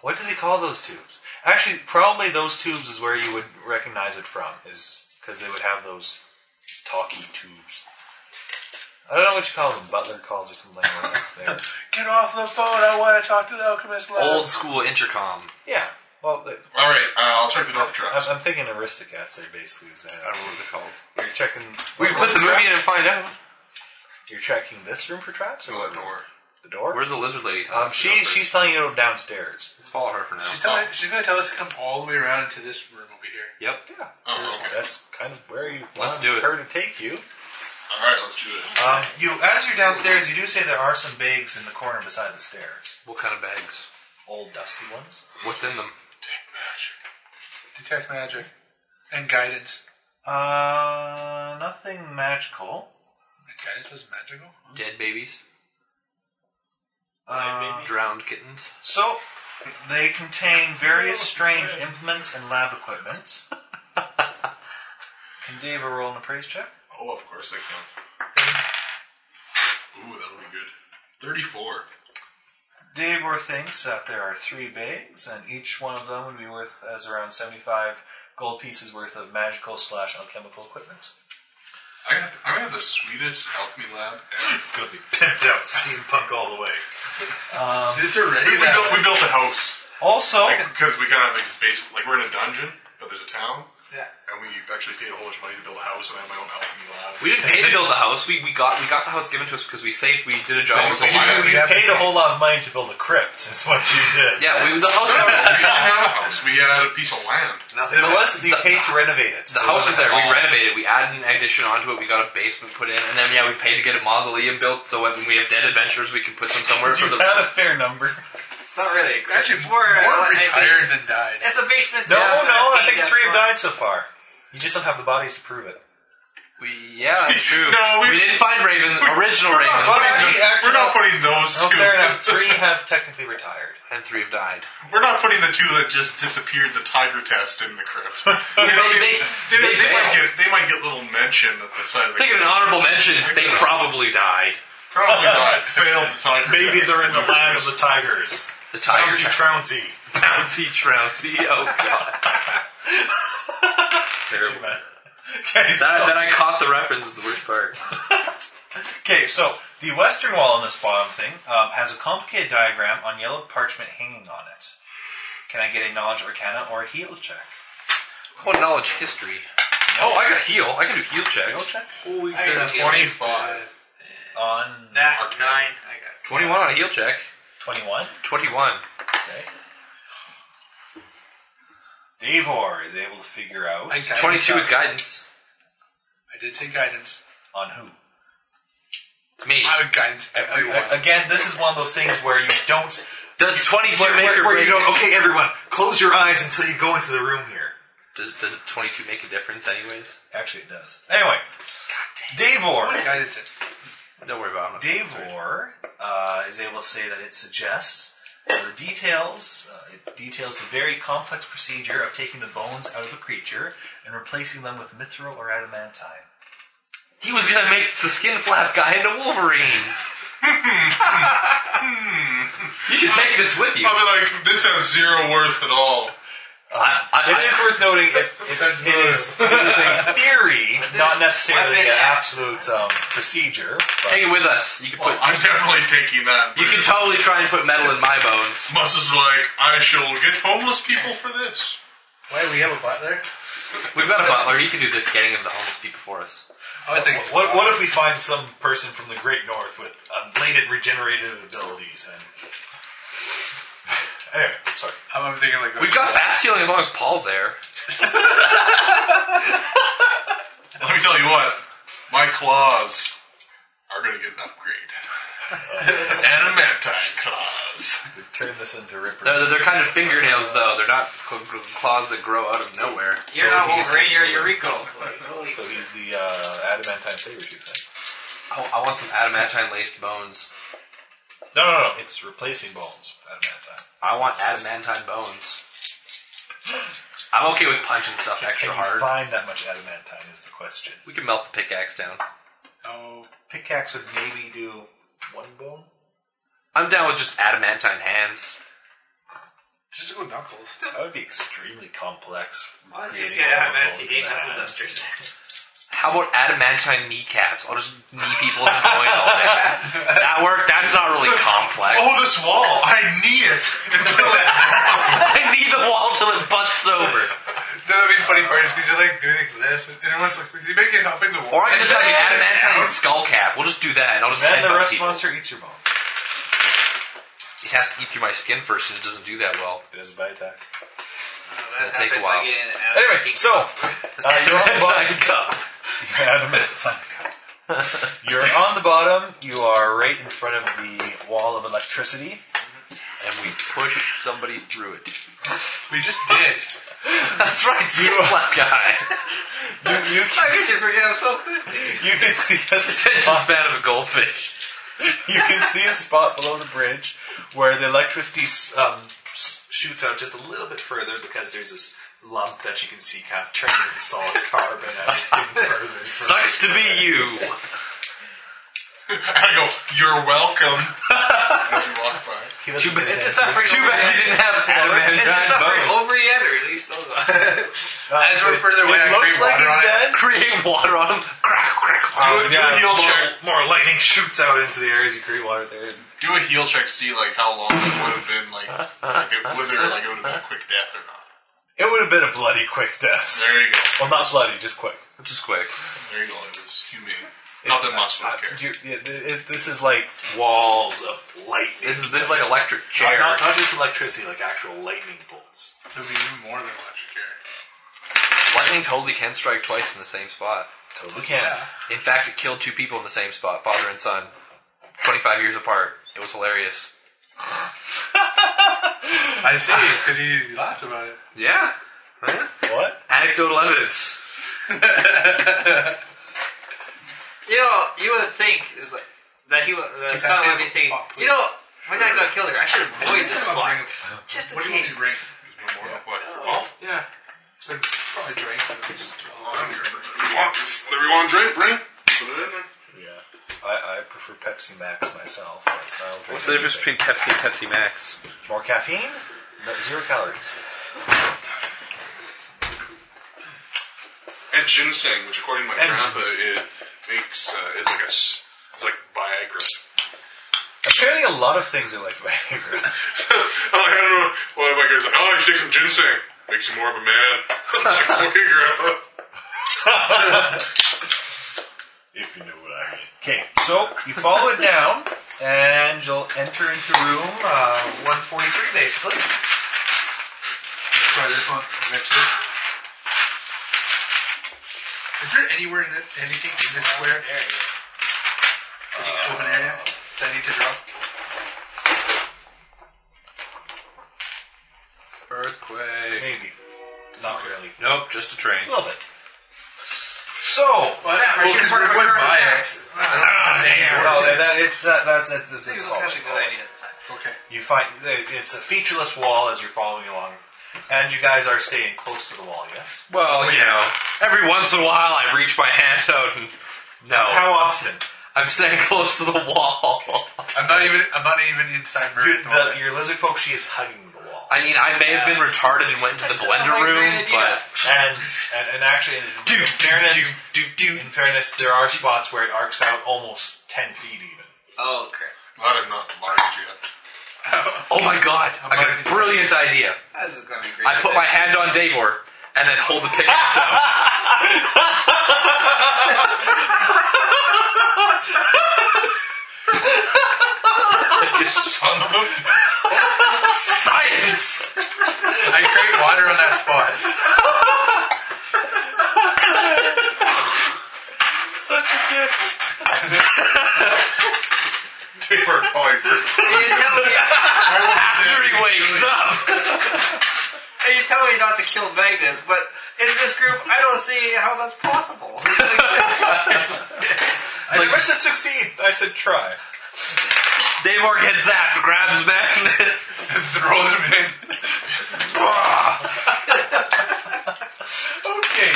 Speaker 9: What do they call those tubes? Actually, probably those tubes is where you would recognize it from, is because they would have those talkie tubes. I don't know what you call them. Butler calls or something like that.
Speaker 4: Get off the phone. I want to talk to the alchemist. Lab.
Speaker 3: Old school intercom.
Speaker 9: yeah. Well, the,
Speaker 5: All right, uh, I'll check the North
Speaker 9: I'm,
Speaker 5: Trucks.
Speaker 9: I'm thinking Aristocats are basically. Is
Speaker 3: I don't know what they're called.
Speaker 9: you're checking.
Speaker 3: We could put the movie in and find out.
Speaker 9: You're checking this room for traps or
Speaker 5: Go
Speaker 9: what
Speaker 5: that door.
Speaker 9: The door.
Speaker 3: Where's the lizard lady?
Speaker 9: um,
Speaker 3: Thomas?
Speaker 9: she she's telling you to go downstairs.
Speaker 3: Let's follow her for now. Oh.
Speaker 4: She's,
Speaker 9: Oh.
Speaker 4: telling, she's gonna tell us to come all the way around into this room over here.
Speaker 3: Yep.
Speaker 9: Yeah.
Speaker 5: Oh, okay.
Speaker 9: That's kind of where you
Speaker 3: Let's
Speaker 9: want
Speaker 3: do it.
Speaker 9: her to take you.
Speaker 5: All right, let's do it.
Speaker 9: Um, you, as you're downstairs, you do say there are some bags in the corner beside the stairs.
Speaker 3: What kind of bags?
Speaker 9: Old dusty ones.
Speaker 3: What's in them?
Speaker 4: Detect magic and guidance.
Speaker 9: Uh, nothing magical.
Speaker 4: Guidance was magical.
Speaker 3: Dead babies,
Speaker 9: Uh,
Speaker 3: drowned kittens.
Speaker 9: so, they contain various strange implements and lab equipment. Can Dave a roll an appraise check?
Speaker 5: Oh, of course I can. Ooh, that'll be good. Thirty-four.
Speaker 9: Davor thinks that there are three bags, and each one of them would be worth as around 75 gold pieces worth of magical slash alchemical equipment.
Speaker 5: I have, I'm gonna have the sweetest alchemy lab.
Speaker 9: It's going to be pimped out, steampunk all the way.
Speaker 5: It's already we, built, we built a house
Speaker 9: Also,
Speaker 5: because we kind of have like space. Like we're in a dungeon, but there's a town,
Speaker 4: Yeah.
Speaker 5: and we actually paid a whole bunch of money to build a house, and I have my own alchemy lab.
Speaker 3: We didn't pay to build the house. We, we got we got the house given to us because we saved. We did a job.
Speaker 5: so why don't
Speaker 9: you paid a whole lot of money to build a crypt, is what you did.
Speaker 3: yeah, we the house.
Speaker 5: we didn't have a house. We had a piece of land.
Speaker 9: It was you
Speaker 3: the-
Speaker 9: paid to renovate it.
Speaker 3: The house was there. We renovated. We added an addition onto it. We got a basement put in, and then yeah, we paid to get a mausoleum built. So when we have dead adventurers, we can put them somewhere
Speaker 9: You
Speaker 3: for the.
Speaker 9: had a fair number.
Speaker 7: It's not really.
Speaker 4: Actually,
Speaker 7: it's
Speaker 4: more
Speaker 7: more. uh,
Speaker 4: retired than died.
Speaker 7: It's a basement.
Speaker 9: No,
Speaker 7: that-
Speaker 9: no, I think
Speaker 7: that's
Speaker 9: three have
Speaker 7: fine.
Speaker 9: died so far. You just don't have the bodies to prove it.
Speaker 3: We, yeah, that's true.
Speaker 5: No,
Speaker 3: we,
Speaker 5: we-
Speaker 3: didn't find Raven, original Raven,
Speaker 9: Well, actually, actually,
Speaker 5: We're not putting those
Speaker 9: no,
Speaker 5: two.
Speaker 9: fair enough. Three have technically retired.
Speaker 3: and three have died.
Speaker 5: We're not putting the two that just disappeared the tiger test in the crypt. We
Speaker 3: They,
Speaker 5: don't need- they,
Speaker 3: they, they
Speaker 5: they might
Speaker 3: bailed.
Speaker 5: get, they might get little mention at the side of the
Speaker 3: Think of an honorable mention. They probably died.
Speaker 5: Probably not. Failed the tiger test.
Speaker 9: tigers.
Speaker 3: The tiger tra-
Speaker 9: Trouncy.
Speaker 3: bouncy trouncy. Oh god. Terrible.
Speaker 9: Okay,
Speaker 3: That,
Speaker 9: so,
Speaker 3: that I caught the reference is the worst part.
Speaker 9: okay, so the western wall on this bottom thing um, has a complicated diagram on yellow parchment hanging on it. Can I get a knowledge arcana or a heal check?
Speaker 3: What knowledge history? Oh, I got heal. I can do heal
Speaker 9: Heal
Speaker 3: checks.
Speaker 9: check
Speaker 7: I got a
Speaker 5: 25.
Speaker 9: on
Speaker 7: Nah, nine. I got some.
Speaker 3: Twenty-one on a heal check.
Speaker 9: 21.
Speaker 3: Twenty-one.
Speaker 9: Okay. Davor is able to figure out
Speaker 4: And guidance
Speaker 3: Twenty-two
Speaker 4: on-
Speaker 3: with guidance.
Speaker 4: I did say guidance.
Speaker 9: on who.
Speaker 3: Me.
Speaker 4: I would guidance everyone.
Speaker 9: A- Again, this is one of those things where you don't.
Speaker 3: Does twenty-two
Speaker 9: Where,
Speaker 3: make
Speaker 9: where-
Speaker 3: or
Speaker 9: where you
Speaker 3: break?
Speaker 9: go, okay, everyone, close your eyes until you go into the room here.
Speaker 3: Does does twenty-two make a difference, anyways?
Speaker 9: Actually, it does. Anyway, Davor.
Speaker 4: guidance it.
Speaker 3: Don't worry about it.
Speaker 9: Davor uh, is able to say that it suggests uh, the details. Uh, it details the very complex procedure of taking the bones out of a creature and replacing them with mithril or adamantine.
Speaker 3: He was gonna make the skin flap guy into Wolverine. you should take this with you.
Speaker 5: Probably like, this has zero worth at all.
Speaker 3: I, I,
Speaker 9: It is worth noting it, it, it, is, it is a theory, not necessarily an
Speaker 7: weapon?
Speaker 9: absolute um, procedure. But
Speaker 3: take it with us. You can put.
Speaker 5: Well, I'm definitely taking that.
Speaker 3: you can totally try and put metal in my bones.
Speaker 5: Mus is like, I shall get homeless people for this.
Speaker 4: Why we have a butler?
Speaker 3: We've got a butler. He can do the getting of the homeless people for us.
Speaker 4: I was thinking.
Speaker 9: what, what if we find some person from the Great North with unbladed regenerative abilities? And anyway, sorry.
Speaker 4: I'm, I'm thinking like.
Speaker 3: We've got fast healing as long as Paul's there.
Speaker 5: Let me tell you what, my claws are going to get an upgrade. Adamantine claws.
Speaker 9: We turn this into Ripper.
Speaker 3: They're, they're kind of fingernails, though. They're not cl- cl- claws that grow out of nowhere.
Speaker 7: You're not
Speaker 3: he's-
Speaker 7: Wolverine. You're Eureka. Like, holy
Speaker 9: so he's the uh, adamantine saber tooth thing.
Speaker 3: I, I want some adamantine laced bones.
Speaker 9: No, no, no. It's replacing bones at that time.
Speaker 3: I want adamantine bones. I'm okay with punching stuff extra
Speaker 9: Can you
Speaker 3: hard.
Speaker 9: find that much adamantine is the question.
Speaker 3: We can melt the pickaxe down.
Speaker 9: Oh, pickaxe would maybe do one bone.
Speaker 3: I'm down with just adamantine hands.
Speaker 4: Just go knuckles.
Speaker 9: That would be extremely complex.
Speaker 7: Why don't you just
Speaker 9: Creating
Speaker 7: get
Speaker 9: all the
Speaker 7: adamantine
Speaker 9: bones
Speaker 7: knuckle
Speaker 9: and-
Speaker 7: dusters?
Speaker 3: How about adamantine kneecaps? I'll just knee people in the groin all day. Does that work? That's not really complex.
Speaker 5: Oh, this wall! I need it until it's
Speaker 3: I knee the wall till it busts over.
Speaker 4: That would be the funny part is because you're like doing like this, and everyone's like, "Did you make it up into
Speaker 3: Or
Speaker 4: one?"
Speaker 3: I can just have an adamantine skull cap. We'll just do that, and I'll just
Speaker 9: Then the
Speaker 3: headbutt
Speaker 9: rust
Speaker 3: people.
Speaker 9: monster eats your bones.
Speaker 3: It has to eat through my skin first, and it doesn't do that well.
Speaker 9: It is by attack.
Speaker 7: It's
Speaker 3: gonna take a while.
Speaker 7: Anyway,
Speaker 9: So, uh, you're, on the bottom,
Speaker 3: Adamantine cup.
Speaker 9: Adamantine. you're on the bottom. You are right in front of the wall of electricity.
Speaker 3: And we push somebody through it.
Speaker 4: We just did.
Speaker 3: That's right, skin flap guy.
Speaker 9: You, you,
Speaker 7: I
Speaker 9: can,
Speaker 7: guess you forget something.
Speaker 9: you can see a
Speaker 3: Attention
Speaker 9: spot,
Speaker 3: span of a goldfish.
Speaker 9: you can see a spot below the bridge where the electricity um, shoots out just a little bit further because there's this lump that you can see kind of turning into solid carbon as it's getting further. and further.
Speaker 3: Sucks to be you.
Speaker 5: And I go, you're welcome. As you walk by.
Speaker 9: He doesn't say
Speaker 7: Is
Speaker 9: that.
Speaker 7: the suffering
Speaker 3: Too
Speaker 7: over
Speaker 3: bad
Speaker 7: yet?
Speaker 3: you didn't have
Speaker 7: Is the
Speaker 3: adamantine
Speaker 7: suffering
Speaker 3: bones.
Speaker 7: over yet, or is he still gone?
Speaker 9: Uh,
Speaker 7: As we're
Speaker 9: it-
Speaker 7: further away, I
Speaker 9: it looks
Speaker 7: cream
Speaker 9: like
Speaker 7: water
Speaker 9: he's
Speaker 7: on it.
Speaker 9: dead. Oh,
Speaker 3: Create water on him. Crack, crack,
Speaker 5: Do,
Speaker 3: crack.
Speaker 5: do a heel check.
Speaker 9: more lightning shoots out into the areas you create water there.
Speaker 5: Do a heel check. See like how long it would have been. Like, like it, whether like it would have been a quick death or not.
Speaker 9: It would have been a bloody quick death.
Speaker 5: There you go.
Speaker 9: Well, not bloody, just quick.
Speaker 3: Which is quick.
Speaker 5: There you go. It was humane. Not that much would
Speaker 9: Uh,
Speaker 5: have cared.
Speaker 9: you- it- it- this is like walls of lightning.
Speaker 3: This is, this is like electric
Speaker 9: Not,
Speaker 3: chair.
Speaker 9: not, not just electricity, like actual lightning bolts.
Speaker 4: It would be even more than what you care.
Speaker 3: Lightning totally can strike twice in the same spot.
Speaker 9: Totally can.
Speaker 3: In fact, it killed two people in the same spot, father and son, 25 years apart. It was hilarious.
Speaker 4: I see, because you laughed about it.
Speaker 3: Yeah.
Speaker 9: What?
Speaker 3: Anecdotal evidence.
Speaker 7: You know, you would think is like that he would. The son would be thinking, you know, my dad got killed. Here. I should avoid this spot just in
Speaker 4: What do you want me
Speaker 7: case.
Speaker 4: to bring?
Speaker 5: What? Well,
Speaker 4: Yeah. So probably drink. and just-
Speaker 5: whatever you want to drink, bring. it. Put it in there.
Speaker 9: Yeah. I, I prefer Pepsi Max myself. but I'll drink
Speaker 11: What's the difference
Speaker 9: anything.
Speaker 11: between Pepsi and Pepsi Max?
Speaker 9: More caffeine? No, zero calories.
Speaker 5: And ginseng, which according to my
Speaker 9: And
Speaker 5: grandpa,
Speaker 9: ginseng.
Speaker 5: it makes uh, is like a s- is like Viagra.
Speaker 9: Apparently, a lot of things are like Viagra.
Speaker 5: I'm like, I don't know. Well, my grandpa's like, oh, you take some ginseng, makes you more of a man. I'm like, okay, grandpa.
Speaker 9: if you know what I mean. Okay, so you follow it down, and you'll enter into room uh, 143, basically.
Speaker 4: Try this one. Next one. Is there anywhere in it, anything in this square? This open area that I need to draw?
Speaker 3: Earthquake.
Speaker 9: Maybe. Not really.
Speaker 3: Nope, just a train.
Speaker 9: A little bit. So,
Speaker 4: Well, yeah, well,
Speaker 7: should've
Speaker 4: because we
Speaker 7: brought
Speaker 4: went
Speaker 7: my
Speaker 4: by
Speaker 7: current
Speaker 4: it.
Speaker 9: Ah, so Oh, that, that- it's, that, that's, it's, it's,
Speaker 7: It
Speaker 9: it's
Speaker 7: was
Speaker 9: all-
Speaker 7: actually a good idea at the time.
Speaker 4: Okay.
Speaker 9: You find that it's a featureless wall as you're following along, and you guys are staying close to the wall, yes?
Speaker 3: Well, you know, every once in a while I reach my hand out and. No.
Speaker 9: How often?
Speaker 3: I'm staying close to the wall.
Speaker 4: I'm not even. I'm not even inside Murray.
Speaker 9: You,
Speaker 4: at the moment.
Speaker 9: the, your lizard folk, she is hugging the wall.
Speaker 3: I mean, I may have been retarded and went to the
Speaker 7: That sounds
Speaker 3: blender
Speaker 7: like a
Speaker 3: room,
Speaker 7: great
Speaker 3: but.
Speaker 7: idea.
Speaker 9: And, and, and actually, in,
Speaker 3: Do,
Speaker 9: in
Speaker 3: do,
Speaker 9: fairness,
Speaker 3: do, do, do.
Speaker 9: In fairness, there are spots where it arcs out almost 10 feet even.
Speaker 7: Oh, crap.
Speaker 5: Not am not large yet.
Speaker 3: Oh my god, I got a brilliant idea.
Speaker 7: This is gonna be great.
Speaker 3: I put my hand on Davor and then hold the pickaxe out.
Speaker 5: Son of a.
Speaker 3: Science!
Speaker 4: I create water on that spot.
Speaker 5: They oh, were probably freaking
Speaker 7: You tell me,
Speaker 3: After he wakes up!
Speaker 7: you tell me not to kill Magnus, but in this group, I don't see how that's possible.
Speaker 9: I said succeed. I said try.
Speaker 12: Namor gets zapped, grabs Magnet.
Speaker 5: and throws him in.
Speaker 9: Okay.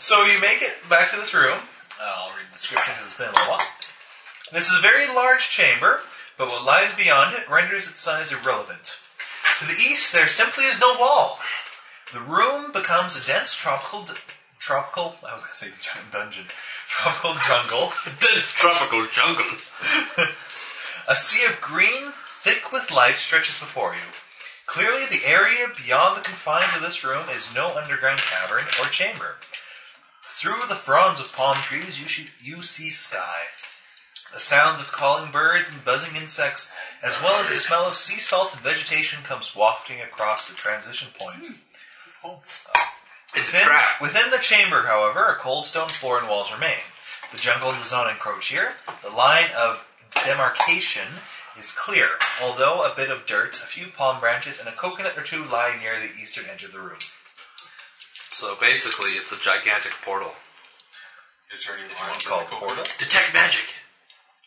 Speaker 9: So you make it back to this room. I'll read the description because it's been a little while. This is a very large chamber, but what lies beyond it renders its size irrelevant. To the east, there simply is no wall. The room becomes a dense tropical, d- tropical. I was going to say dun- dungeon, tropical jungle.
Speaker 12: Dense tropical jungle.
Speaker 9: A sea of green, thick with life, stretches before you. Clearly, the area beyond the confines of this room is no underground cavern or chamber. Through the fronds of palm trees, you, sh- you see sky. The sounds of calling birds and buzzing insects, as well as the smell of sea salt and vegetation, comes wafting across the transition point.
Speaker 12: It's a
Speaker 9: Within,
Speaker 12: trap.
Speaker 9: within the chamber, however, a cold stone floor and walls remain. The jungle does not encroach here. The line of demarcation is clear, although a bit of dirt, a few palm branches, and a coconut or two lie near the eastern edge of the room.
Speaker 3: So basically, it's a gigantic portal.
Speaker 5: Is there any
Speaker 9: If you want
Speaker 5: lines
Speaker 9: to call
Speaker 5: on
Speaker 9: it
Speaker 5: the
Speaker 9: a portal.
Speaker 5: coconut?
Speaker 3: Detect magic.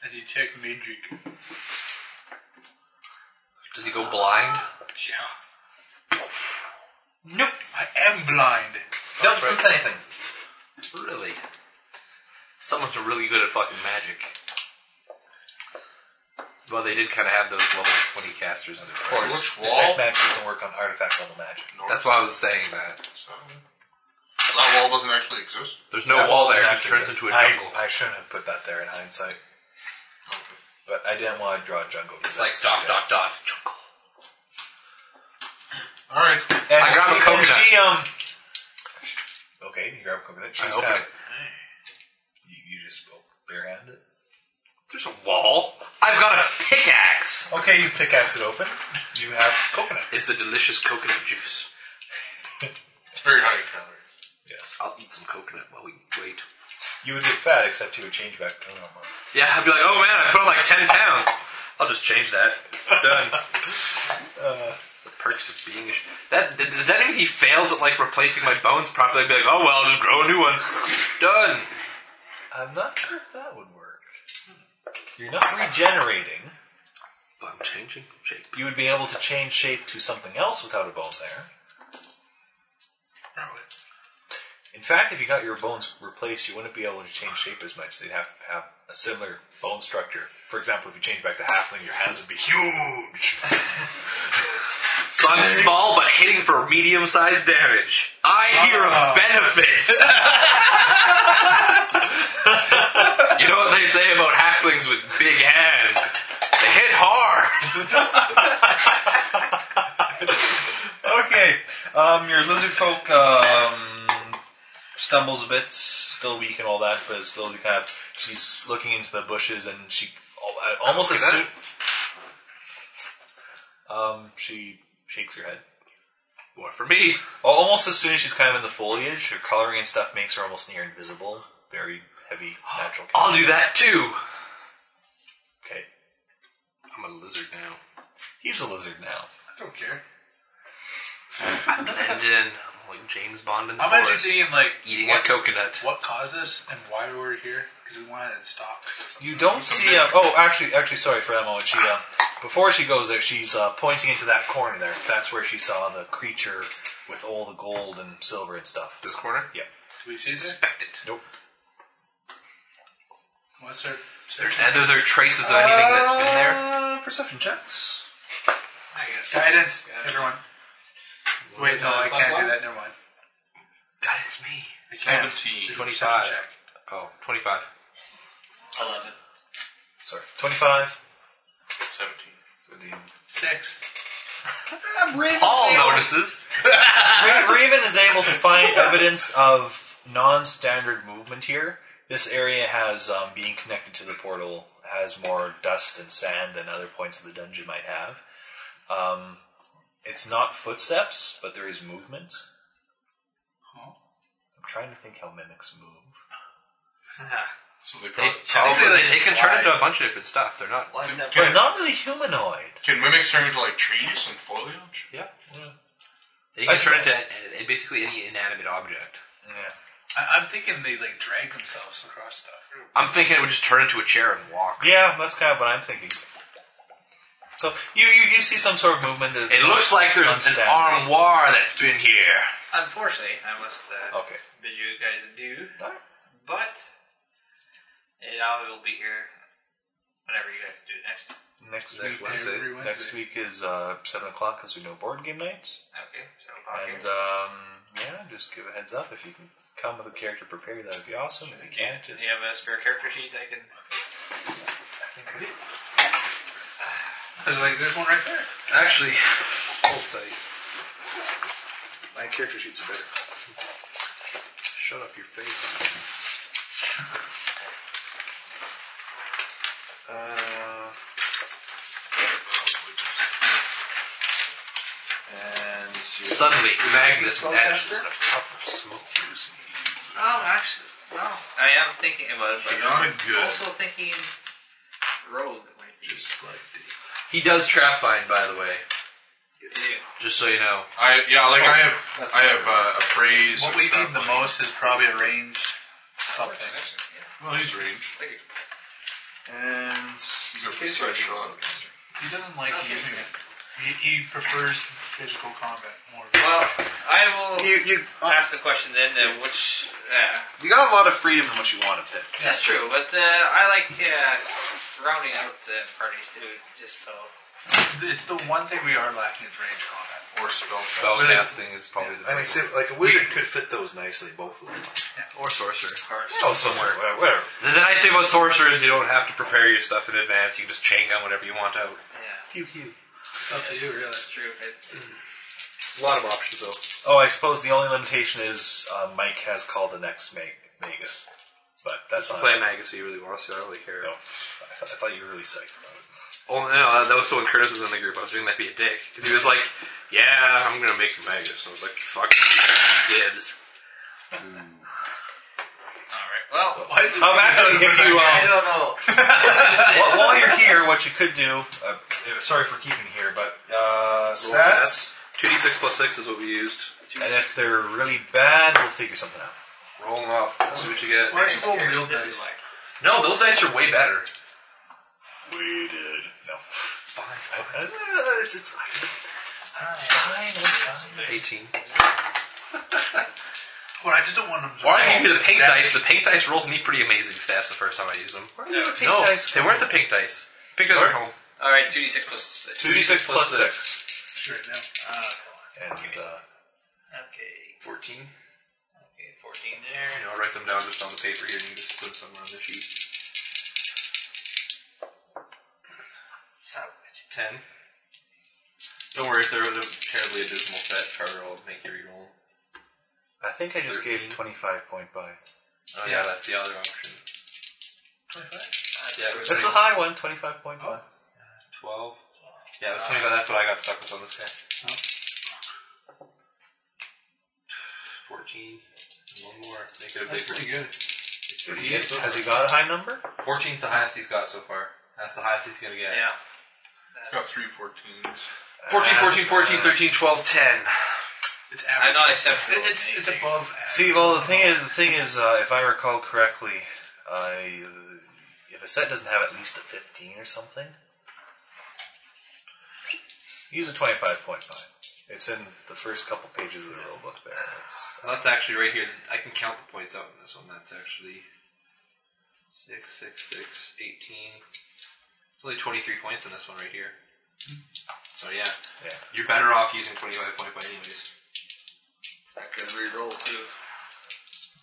Speaker 4: I detect magic.
Speaker 3: Does he go blind?
Speaker 4: Yeah. Nope, I am blind.
Speaker 9: Don't sense anything.
Speaker 3: Really? Someone's really good at fucking magic. Well, they did kind of have those level 20 casters in
Speaker 9: Of
Speaker 3: their
Speaker 9: course,
Speaker 5: Which
Speaker 9: detect
Speaker 5: wall?
Speaker 9: magic doesn't work on artifact level magic.
Speaker 3: That's why I was saying that.
Speaker 5: So, that wall doesn't actually exist.
Speaker 3: There's no
Speaker 9: That
Speaker 3: wall
Speaker 9: doesn't
Speaker 3: there, it
Speaker 9: have
Speaker 3: just
Speaker 9: to
Speaker 3: turns
Speaker 9: exist.
Speaker 3: into a
Speaker 9: I-
Speaker 3: jungle.
Speaker 9: I, shouldn't have put that there in hindsight, but I didn't want to draw a jungle.
Speaker 3: it's like dot, dot, dot. Jungle.
Speaker 5: All right.
Speaker 9: And
Speaker 3: I grab a
Speaker 9: and
Speaker 3: coconut.
Speaker 9: She, um, okay, you grab a coconut. She's
Speaker 3: open
Speaker 9: kind of,
Speaker 3: it.
Speaker 9: You, you just barehanded it.
Speaker 3: There's a wall? I've got a pickaxe!
Speaker 9: Okay, you pickaxe it open. You have coconut.
Speaker 3: It's the delicious coconut juice.
Speaker 5: It's very high in calories.
Speaker 9: Yes.
Speaker 3: I'll eat some coconut while we wait.
Speaker 9: You would get fat, except you would change back to normal.
Speaker 3: Yeah, I'd be like, oh man, I put on like 10 pounds. I'll just change that. Done.
Speaker 9: Uh.
Speaker 3: the perks of being a. Sh- that, th- does that mean he fails at like replacing my bones properly? I'd be like, oh well, I'll just grow a new one. Done.
Speaker 9: I'm not sure if that would work. You're not regenerating.
Speaker 3: But I'm changing shape.
Speaker 9: You would be able to change shape to something else without a bone there.
Speaker 5: Probably.
Speaker 9: In fact, if you got your bones replaced, you wouldn't be able to change shape as much. They'd have to have a similar bone structure. For example, if you change back to halfling, your hands would be huge.
Speaker 3: So I'm small but hitting for medium sized damage. I hear a benefit. you know what they say about halflings with big hands? They hit hard.
Speaker 9: okay. Um, your lizard folk um, stumbles a bit, still weak and all that, but slowly kind of she's looking into the bushes and she al- I almost as soon. Um, she shakes her head.
Speaker 3: What for me?
Speaker 9: Al- Almost as soon as she's kind of in the foliage, her coloring and stuff makes her almost near invisible. Very heavy natural.
Speaker 3: I'll do that too.
Speaker 9: Okay.
Speaker 3: I'm a lizard now.
Speaker 9: He's a lizard now.
Speaker 4: I don't care.
Speaker 3: And then I'm like James Bond in the
Speaker 4: I'm
Speaker 3: forest,
Speaker 4: actually thinking, like,
Speaker 3: eating
Speaker 4: what,
Speaker 3: a coconut.
Speaker 4: what caused this and why we were here? Because we wanted to stop.
Speaker 9: You don't see. Uh, oh, actually, actually, sorry for that moment. She uh, before she goes there, she's uh, pointing into that corner there. That's where she saw the creature with all the gold and silver and stuff.
Speaker 3: This corner?
Speaker 9: Yeah.
Speaker 4: Do we see that?
Speaker 3: Inspect it.
Speaker 9: Nope.
Speaker 4: What's her?
Speaker 3: And are there traces of anything that's been there?
Speaker 9: Uh, perception checks.
Speaker 4: Guidance. Everyone. Wait, no, I
Speaker 3: Plus
Speaker 4: can't
Speaker 3: one?
Speaker 4: do that. Never mind.
Speaker 3: Guidance me.
Speaker 4: I can't. There's a
Speaker 3: Twenty-five.
Speaker 4: perception check.
Speaker 3: Oh, 25.
Speaker 7: Eleven.
Speaker 9: Sorry, twenty-five.
Speaker 5: 17.
Speaker 4: Six.
Speaker 3: Paul notices.
Speaker 9: Ra- Raven is able to find evidence of non-standard movement here. This area has, um, being connected to the portal, has more dust and sand than other points of the dungeon might have. Um, it's not footsteps, but there is movement. I'm trying to think how mimics move.
Speaker 5: So they
Speaker 3: They,
Speaker 5: probably,
Speaker 3: probably,
Speaker 4: like,
Speaker 3: they, they can
Speaker 4: slide.
Speaker 3: turn into a bunch of different stuff. They're not.
Speaker 7: One step.
Speaker 9: They're not really humanoid.
Speaker 5: can mimics turn into like trees and foliage?
Speaker 3: Yeah. They can
Speaker 9: I see
Speaker 3: turn into uh, basically any inanimate object.
Speaker 9: Yeah.
Speaker 4: I- I'm thinking they like drag themselves across stuff.
Speaker 3: I'm thinking it would just turn into a chair and walk.
Speaker 9: Yeah, that's kind of what I'm thinking. So you, you, you see some sort of movement.
Speaker 3: It looks like there's an
Speaker 9: Unstable.
Speaker 3: armoire that's been here.
Speaker 7: Unfortunately, I must uh,
Speaker 9: Okay.
Speaker 7: bid you guys adieu. But it, I will be here whenever you guys do it next.
Speaker 3: Next
Speaker 9: Next week,
Speaker 3: Wednesday.
Speaker 4: Every Wednesday.
Speaker 9: next week is uh, seven o'clock because we do board game nights.
Speaker 7: Okay, so I'll
Speaker 9: And um, yeah, just give a heads up if you can come with a character prepared, that would be awesome. If you can't, just
Speaker 7: Do you have a spare character sheet I can?
Speaker 4: There's like there's one right there.
Speaker 3: Actually, hold tight.
Speaker 13: My character sheets are better.
Speaker 3: Shut up your face.
Speaker 13: Uh, and you-
Speaker 3: Suddenly, Magnus vanishes in a puff of smoke.
Speaker 7: Oh, actually, well, I am thinking about it, but
Speaker 5: Not
Speaker 7: I'm
Speaker 5: good.
Speaker 7: also thinking rogue might be.
Speaker 13: Just like the-
Speaker 3: He does trap bind, by the way.
Speaker 7: Yeah.
Speaker 3: Just so you know.
Speaker 5: I yeah, like I have I have uh, appraise.
Speaker 4: What
Speaker 5: and
Speaker 4: we need the
Speaker 5: trap line.
Speaker 4: most is probably a range something.
Speaker 5: Well, he's ranged.
Speaker 13: And
Speaker 5: He's a precise shot.
Speaker 4: He doesn't like
Speaker 7: Okay.
Speaker 4: using it. He, he prefers physical combat more.
Speaker 7: Well, I will
Speaker 13: you you uh,
Speaker 7: ask the question then. Uh, which uh,
Speaker 13: you got a lot of freedom in what you want to pick.
Speaker 7: that's true, but uh, I like uh, rounding out the parties too, just so.
Speaker 4: It's the one thing we are lacking is range combat.
Speaker 5: Or spell
Speaker 3: Spellcasting is probably the
Speaker 13: I mean,
Speaker 3: best.
Speaker 13: see, like a wizard could fit those nicely, both of them.
Speaker 3: Or sorcerer.
Speaker 9: oh somewhere whatever. whatever.
Speaker 3: The the nice thing about sorcerer is you don't have to prepare your stuff in advance. You can just chain gun whatever you want out.
Speaker 7: Yeah,
Speaker 4: It's up to you, really.
Speaker 7: that's true. It's
Speaker 3: A lot of options though.
Speaker 9: Oh, I suppose the only limitation is uh, Mike has called the next Mag- Magus, but that's not.
Speaker 3: Play Magus if you really want to. I don't really care.
Speaker 9: No, I, th- I thought you were really psyched about it.
Speaker 3: Oh no, that- that was so when Curtis was in the group. I was doing that be a dick because he was like, "Yeah, I'm gonna make Magus." And I was like, "Fuck, dibs."
Speaker 7: all right. Well,
Speaker 9: Um, actually, if you, um,
Speaker 7: I don't know.
Speaker 9: while, while you're here, what you could do. Uh, eh, sorry for keeping here, but uh, stats.
Speaker 3: Two d six plus six is what we used.
Speaker 9: And if they're really bad, we'll figure something out.
Speaker 3: Roll them up. See what you get.
Speaker 4: Why don't you roll real
Speaker 7: This
Speaker 4: dice?
Speaker 7: is like
Speaker 3: No, those dice are way better.
Speaker 9: We did. No. Fine. Uh, It's, it's fine. Fine, it's fine.
Speaker 3: Eighteen.
Speaker 4: Well, I just don't want them. to-
Speaker 3: Or I can give you the pink dice. The pink dice rolled me pretty amazing stats the first time I used them.
Speaker 9: No.
Speaker 3: No, they weren't the pink dice. Pink dice were home.
Speaker 7: all right. Two d six plus six.
Speaker 9: 2d6 plus 6.
Speaker 4: Sure, no.
Speaker 9: And uh,
Speaker 7: Okay.
Speaker 3: Fourteen.
Speaker 7: Okay. Fourteen there.
Speaker 3: Yeah, I'll write them down just on the paper here, and you can just put them somewhere on the sheet.
Speaker 7: So,
Speaker 3: Ten. Don't worry, if they're a terribly abysmal set, Carter will make you re-roll.
Speaker 9: I think I just gave 25 point buy.
Speaker 3: Oh yeah, that's the other option. Uh, Yeah, it was
Speaker 9: That's the
Speaker 3: 20
Speaker 9: high one, 25 point buy.
Speaker 3: twelve. Yeah, it was twenty. That's what I got stuck with on this guy. Fourteen. One more. Make it a
Speaker 4: That's
Speaker 3: big
Speaker 4: pretty
Speaker 3: one.
Speaker 4: good.
Speaker 9: Has he, has he got a high number?
Speaker 3: Fourteen's the highest he's got so far. That's the highest he's gonna get.
Speaker 7: yeah.
Speaker 5: Got three 14s.
Speaker 3: 14, 14, 14, 13, 12, 10.
Speaker 4: It's average.
Speaker 7: I'm not acceptable.
Speaker 4: It- it's, it's above average.
Speaker 9: See, well, the thing is, the thing is, uh, if I recall correctly, I, if a set doesn't have at least a 15 or something, use a 25 point buy. It's in the first couple pages of the rule book there. It's,
Speaker 3: That's actually right here. I can count the points out in this one. That's actually 6, 6, 6, 18. It's only 23 points in this one right here. So, yeah.
Speaker 9: Yeah.
Speaker 3: You're better off using 25 point by anyways.
Speaker 7: I could re-roll too.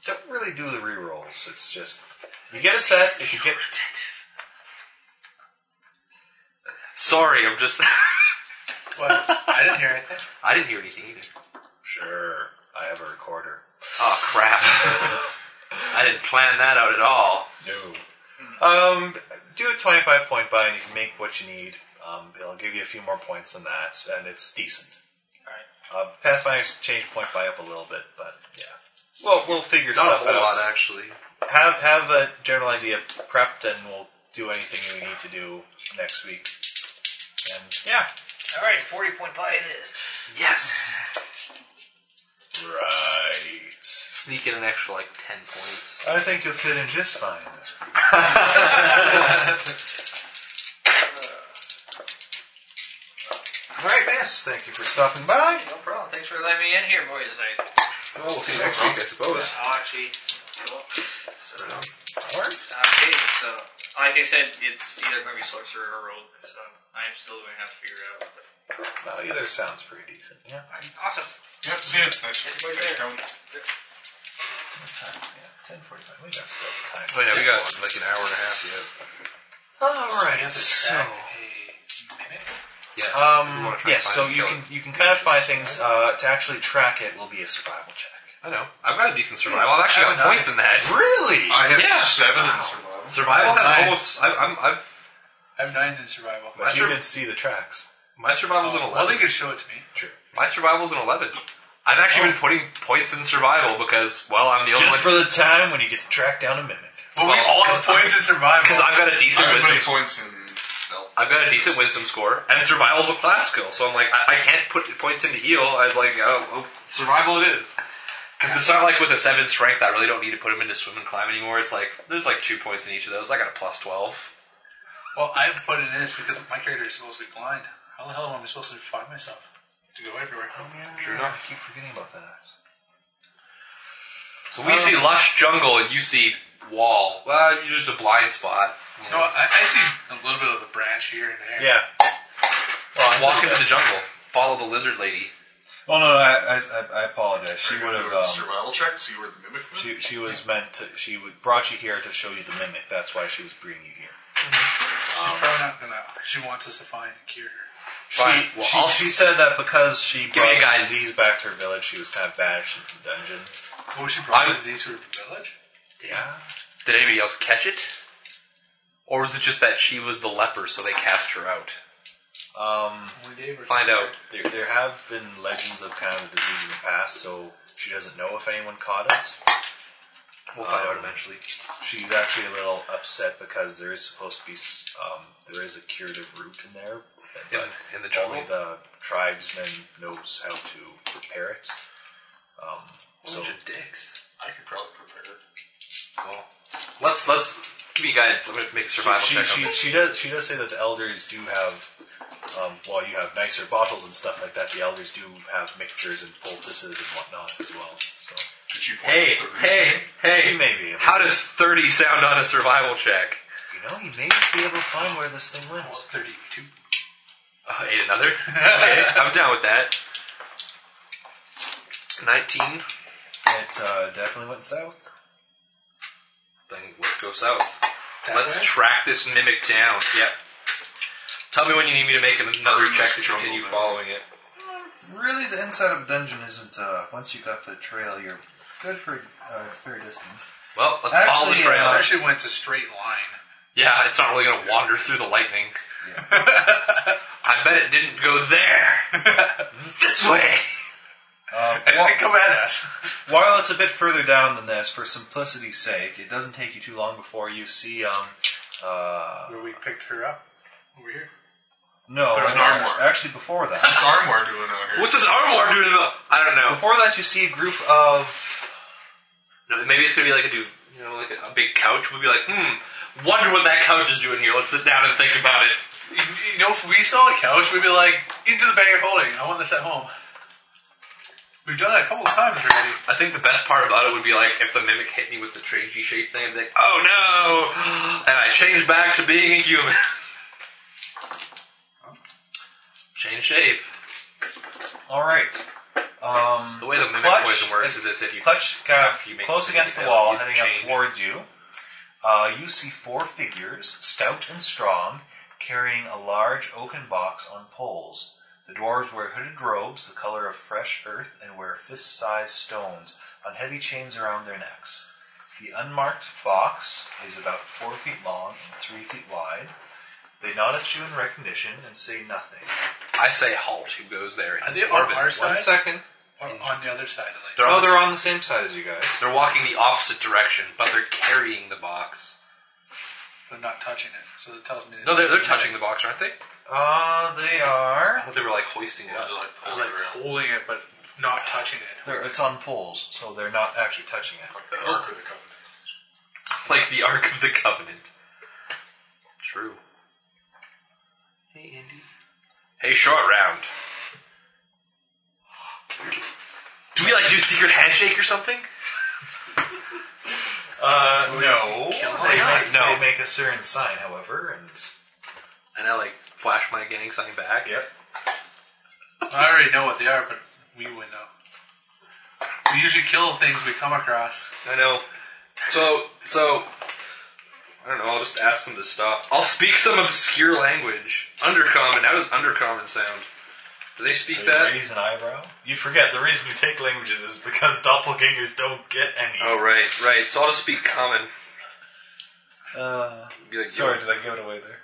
Speaker 9: don't really do the rerolls. It's just you get a set. If you get
Speaker 3: Sorry, I'm just.
Speaker 4: What? I didn't hear anything.
Speaker 3: I didn't hear anything either.
Speaker 9: sure, I have a recorder.
Speaker 3: Oh, crap. I didn't plan that out at all.
Speaker 9: No. Um, do a twenty-five point buy, and you can make what you need. Um, it'll give you a few more points than that, and it's decent. All right. Uh, Pathfinder's changed point buy up a little bit, but yeah. Well, we'll figure
Speaker 3: Not a
Speaker 9: stuff
Speaker 3: whole
Speaker 9: out.
Speaker 3: lot, actually.
Speaker 9: Have have a general idea prepped, and we'll do anything we need to do next week. And yeah,
Speaker 7: All right. Forty point pie it is.
Speaker 3: Yes!
Speaker 9: right.
Speaker 3: Sneak in an extra, like, 10 points.
Speaker 9: I think you'll fit in just fine in this group.
Speaker 13: Yes, thank you for stopping by.
Speaker 7: No problem. Thanks for letting me in here, boys. I,
Speaker 3: Well, we'll see you next week, I suppose.
Speaker 7: oh, gee. Cool. So,
Speaker 13: Alright.
Speaker 7: okay, so, like I said, it's either going to be Sorcerer or Rogue, so I'm still going to have to figure it out.
Speaker 9: Well, either sounds pretty decent. Yeah.
Speaker 7: Awesome.
Speaker 5: Yep, see you. Nice.
Speaker 7: there.
Speaker 9: What time? Yeah, ten forty-five. We got still time.
Speaker 3: Oh, yeah, we got like an hour and a half
Speaker 9: All right. So,
Speaker 3: yet. Yes. We
Speaker 9: um,
Speaker 3: wanna try
Speaker 9: yes.
Speaker 3: and
Speaker 9: So
Speaker 3: find the
Speaker 9: you
Speaker 3: killer.
Speaker 9: can you can kind of find things uh, to actually track it. Will be a survival check.
Speaker 3: I know. I've got a decent survival. I've actually got points in that.
Speaker 9: Really?
Speaker 5: I have
Speaker 3: Yeah.
Speaker 5: seven in survival.
Speaker 3: Survival has
Speaker 4: Nice.
Speaker 3: almost. I, I'm. I've.
Speaker 4: I have nine in survival.
Speaker 3: My,
Speaker 9: you
Speaker 3: sur-
Speaker 9: can see the tracks.
Speaker 3: my survival's an
Speaker 4: Well, they
Speaker 3: eleven.
Speaker 4: could show it to me.
Speaker 9: True.
Speaker 3: My survival's an eleven. I've actually been putting points in survival because, well, I'm Oh. the only
Speaker 9: Just
Speaker 3: one.
Speaker 9: for the time when you get to track down a mimic.
Speaker 3: But we all have
Speaker 4: Points in survival.
Speaker 3: because I've got a decent
Speaker 5: I have
Speaker 3: wisdom.
Speaker 5: many points in stealth.
Speaker 3: I've got a decent wisdom score, and survival's a class skill, so I'm like, I, I can't put points into heal. I'm like, oh, oh, survival it is. Because it's not like with a seven strength, I really don't need to put them into swim and climb anymore. It's like there's like two points in each of those. I got a plus twelve.
Speaker 4: Well, I put it in this because my character is supposed to be blind. How the hell am I supposed to find myself? To go everywhere.
Speaker 3: True enough.
Speaker 9: I keep forgetting about that. Um,
Speaker 3: So we see lush jungle, and you see wall. Well, you're just a blind spot. You
Speaker 4: No,
Speaker 3: know,
Speaker 4: I, I see a little bit of a branch here and there.
Speaker 9: Yeah. Well, I
Speaker 3: walk
Speaker 9: told
Speaker 3: into
Speaker 9: you.
Speaker 3: the jungle. Follow the lizard lady.
Speaker 9: Well, Oh, no, no I, I, I apologize. She
Speaker 5: You
Speaker 9: would have.
Speaker 5: do a
Speaker 9: Um,
Speaker 5: survival check, see where the mimic went.
Speaker 9: she, she was meant to. She would, brought you here to show you the mimic. That's why she was bringing you here.
Speaker 4: She's probably not gonna. She wants us to find and cure her.
Speaker 9: She,
Speaker 3: Fine. Well,
Speaker 9: she,
Speaker 3: I'll-
Speaker 9: she said that because she
Speaker 3: me
Speaker 9: brought
Speaker 3: a guidance.
Speaker 9: disease back to her village, she was kind of banished into the dungeon.
Speaker 4: Oh, she brought
Speaker 3: I'm-
Speaker 4: the disease to her village?
Speaker 9: Yeah.
Speaker 3: Did anybody else catch it? Or was it just that she was the leper, so they cast her out?
Speaker 9: Um,
Speaker 4: Only Dave or
Speaker 3: Find out.
Speaker 9: there, there have been legends of kind of the disease in the past, so she doesn't know if anyone caught it.
Speaker 3: We'll find out
Speaker 9: Um,
Speaker 3: eventually.
Speaker 9: She's actually a little upset because there is supposed to be s- um, there is a curative root in there,
Speaker 3: In,
Speaker 9: but
Speaker 3: in the
Speaker 9: only
Speaker 3: jungle.
Speaker 9: the tribesman knows how to prepare it. Um, so
Speaker 3: dicks.
Speaker 5: I could probably prepare it.
Speaker 3: Well, let's let's give me guidance. I'm gonna make a survival
Speaker 9: she,
Speaker 3: check on
Speaker 9: she,
Speaker 3: this.
Speaker 9: she does she does say that the elders do have um, while you have nicer bottles and stuff like that the elders do have mixtures and poultices and whatnot as well so
Speaker 5: Did she point
Speaker 3: Hey,
Speaker 5: at the root?
Speaker 3: hey, hey!
Speaker 9: maybe
Speaker 3: How does thirty sound on a survival check?
Speaker 9: you know you may just be able to find where this thing went
Speaker 4: Thirty-two.
Speaker 3: Oh, ate another. Okay, I'm down with that. Nineteen.
Speaker 9: it uh, definitely went south
Speaker 3: Then let's go south. let's track this mimic down. Yep. Tell me when you need me to make another
Speaker 5: burn
Speaker 3: check
Speaker 5: this
Speaker 3: to
Speaker 5: jungle
Speaker 3: continue
Speaker 5: down.
Speaker 3: following it.
Speaker 13: Really, the inside of a dungeon isn't. Uh, once you got the trail, you're good for uh, fair distance.
Speaker 3: Well, let's follow the
Speaker 13: Actually,
Speaker 3: trail.
Speaker 13: uh,
Speaker 4: Especially when it's a straight line.
Speaker 3: Yeah, it's not really going to wander through the lightning. I bet it didn't go there. this way.
Speaker 13: Uh,
Speaker 4: And they come at us.
Speaker 13: While it's a bit further down than this, for simplicity's sake, it doesn't take you too long before you see. Um, uh,
Speaker 4: Where we picked her up. Over here.
Speaker 13: no,
Speaker 5: Put an arm mark.
Speaker 13: actually before that,
Speaker 5: What's Armoire doing out here?
Speaker 3: What's this armor doing? Up? I don't know.
Speaker 13: before that you see a group of
Speaker 3: No, Maybe it's going to be like a dude, you know, like a, a big couch. We'll be like, hmm, wonder what that couch is doing here. Let's sit down and think about it.
Speaker 4: You, you know, if we saw a couch, we'd be like, into the bag of holding. I want this at home. We've done it a couple of times already.
Speaker 3: I think the best part about it would be like if the mimic hit me with the trade G shape thing. I'd be like, oh no, and I change back to being a human. Change shape.
Speaker 9: all right um,
Speaker 3: The way the mimic
Speaker 9: Clutch
Speaker 3: poison works
Speaker 9: is-
Speaker 3: is it's if you
Speaker 9: clutch kind
Speaker 3: You
Speaker 9: of
Speaker 3: make
Speaker 9: close
Speaker 3: the
Speaker 9: against the
Speaker 3: detail,
Speaker 9: wall,
Speaker 3: you
Speaker 9: heading
Speaker 3: change.
Speaker 9: up towards you. Uh, you see four figures, stout and strong, carrying a large oaken box on poles. The dwarves wear hooded robes, the color of fresh earth, and wear fist-sized stones on heavy chains around their necks. The unmarked box is about four feet long and three feet wide. They nod at you in recognition and say nothing.
Speaker 3: I say halt. Who goes there?
Speaker 4: Are they on our
Speaker 9: One
Speaker 4: side?
Speaker 9: second.
Speaker 4: Or on the other side of the lake?
Speaker 3: They're on
Speaker 9: Oh,
Speaker 3: the
Speaker 9: they're on the same side as you guys.
Speaker 3: They're walking the opposite direction, but they're carrying the box.
Speaker 4: They're not touching it. So it tells me.
Speaker 3: No, they're, they're touching the box, aren't they?
Speaker 9: Uh, they are.
Speaker 3: I thought they were like hoisting it up.
Speaker 4: They're like holding it, but not touching it.
Speaker 9: They're, it's on poles, so they're not actually touching it.
Speaker 5: the Ark of the Covenant?
Speaker 3: Like the Ark of the Covenant. True. Hey, Andy. Hey, short round. Do we like do secret handshake or something?
Speaker 9: Uh, no. They
Speaker 3: not?
Speaker 9: make,
Speaker 3: No.
Speaker 9: They make a certain sign, however, and
Speaker 3: And I like flash my gang sign back.
Speaker 9: yep.
Speaker 4: I already know what they are, but we would know. We usually kill things we come across.
Speaker 3: I know. So so I don't know, I'll just ask them to stop. I'll speak some obscure language. Undercommon. How does undercommon sound? Do they speak that?
Speaker 9: Raise an eyebrow. You forget the reason we take languages is because doppelgangers don't get any.
Speaker 3: Oh right, right. So I'll just speak common.
Speaker 9: Uh,
Speaker 3: Be like,
Speaker 9: sorry, did I give it away there?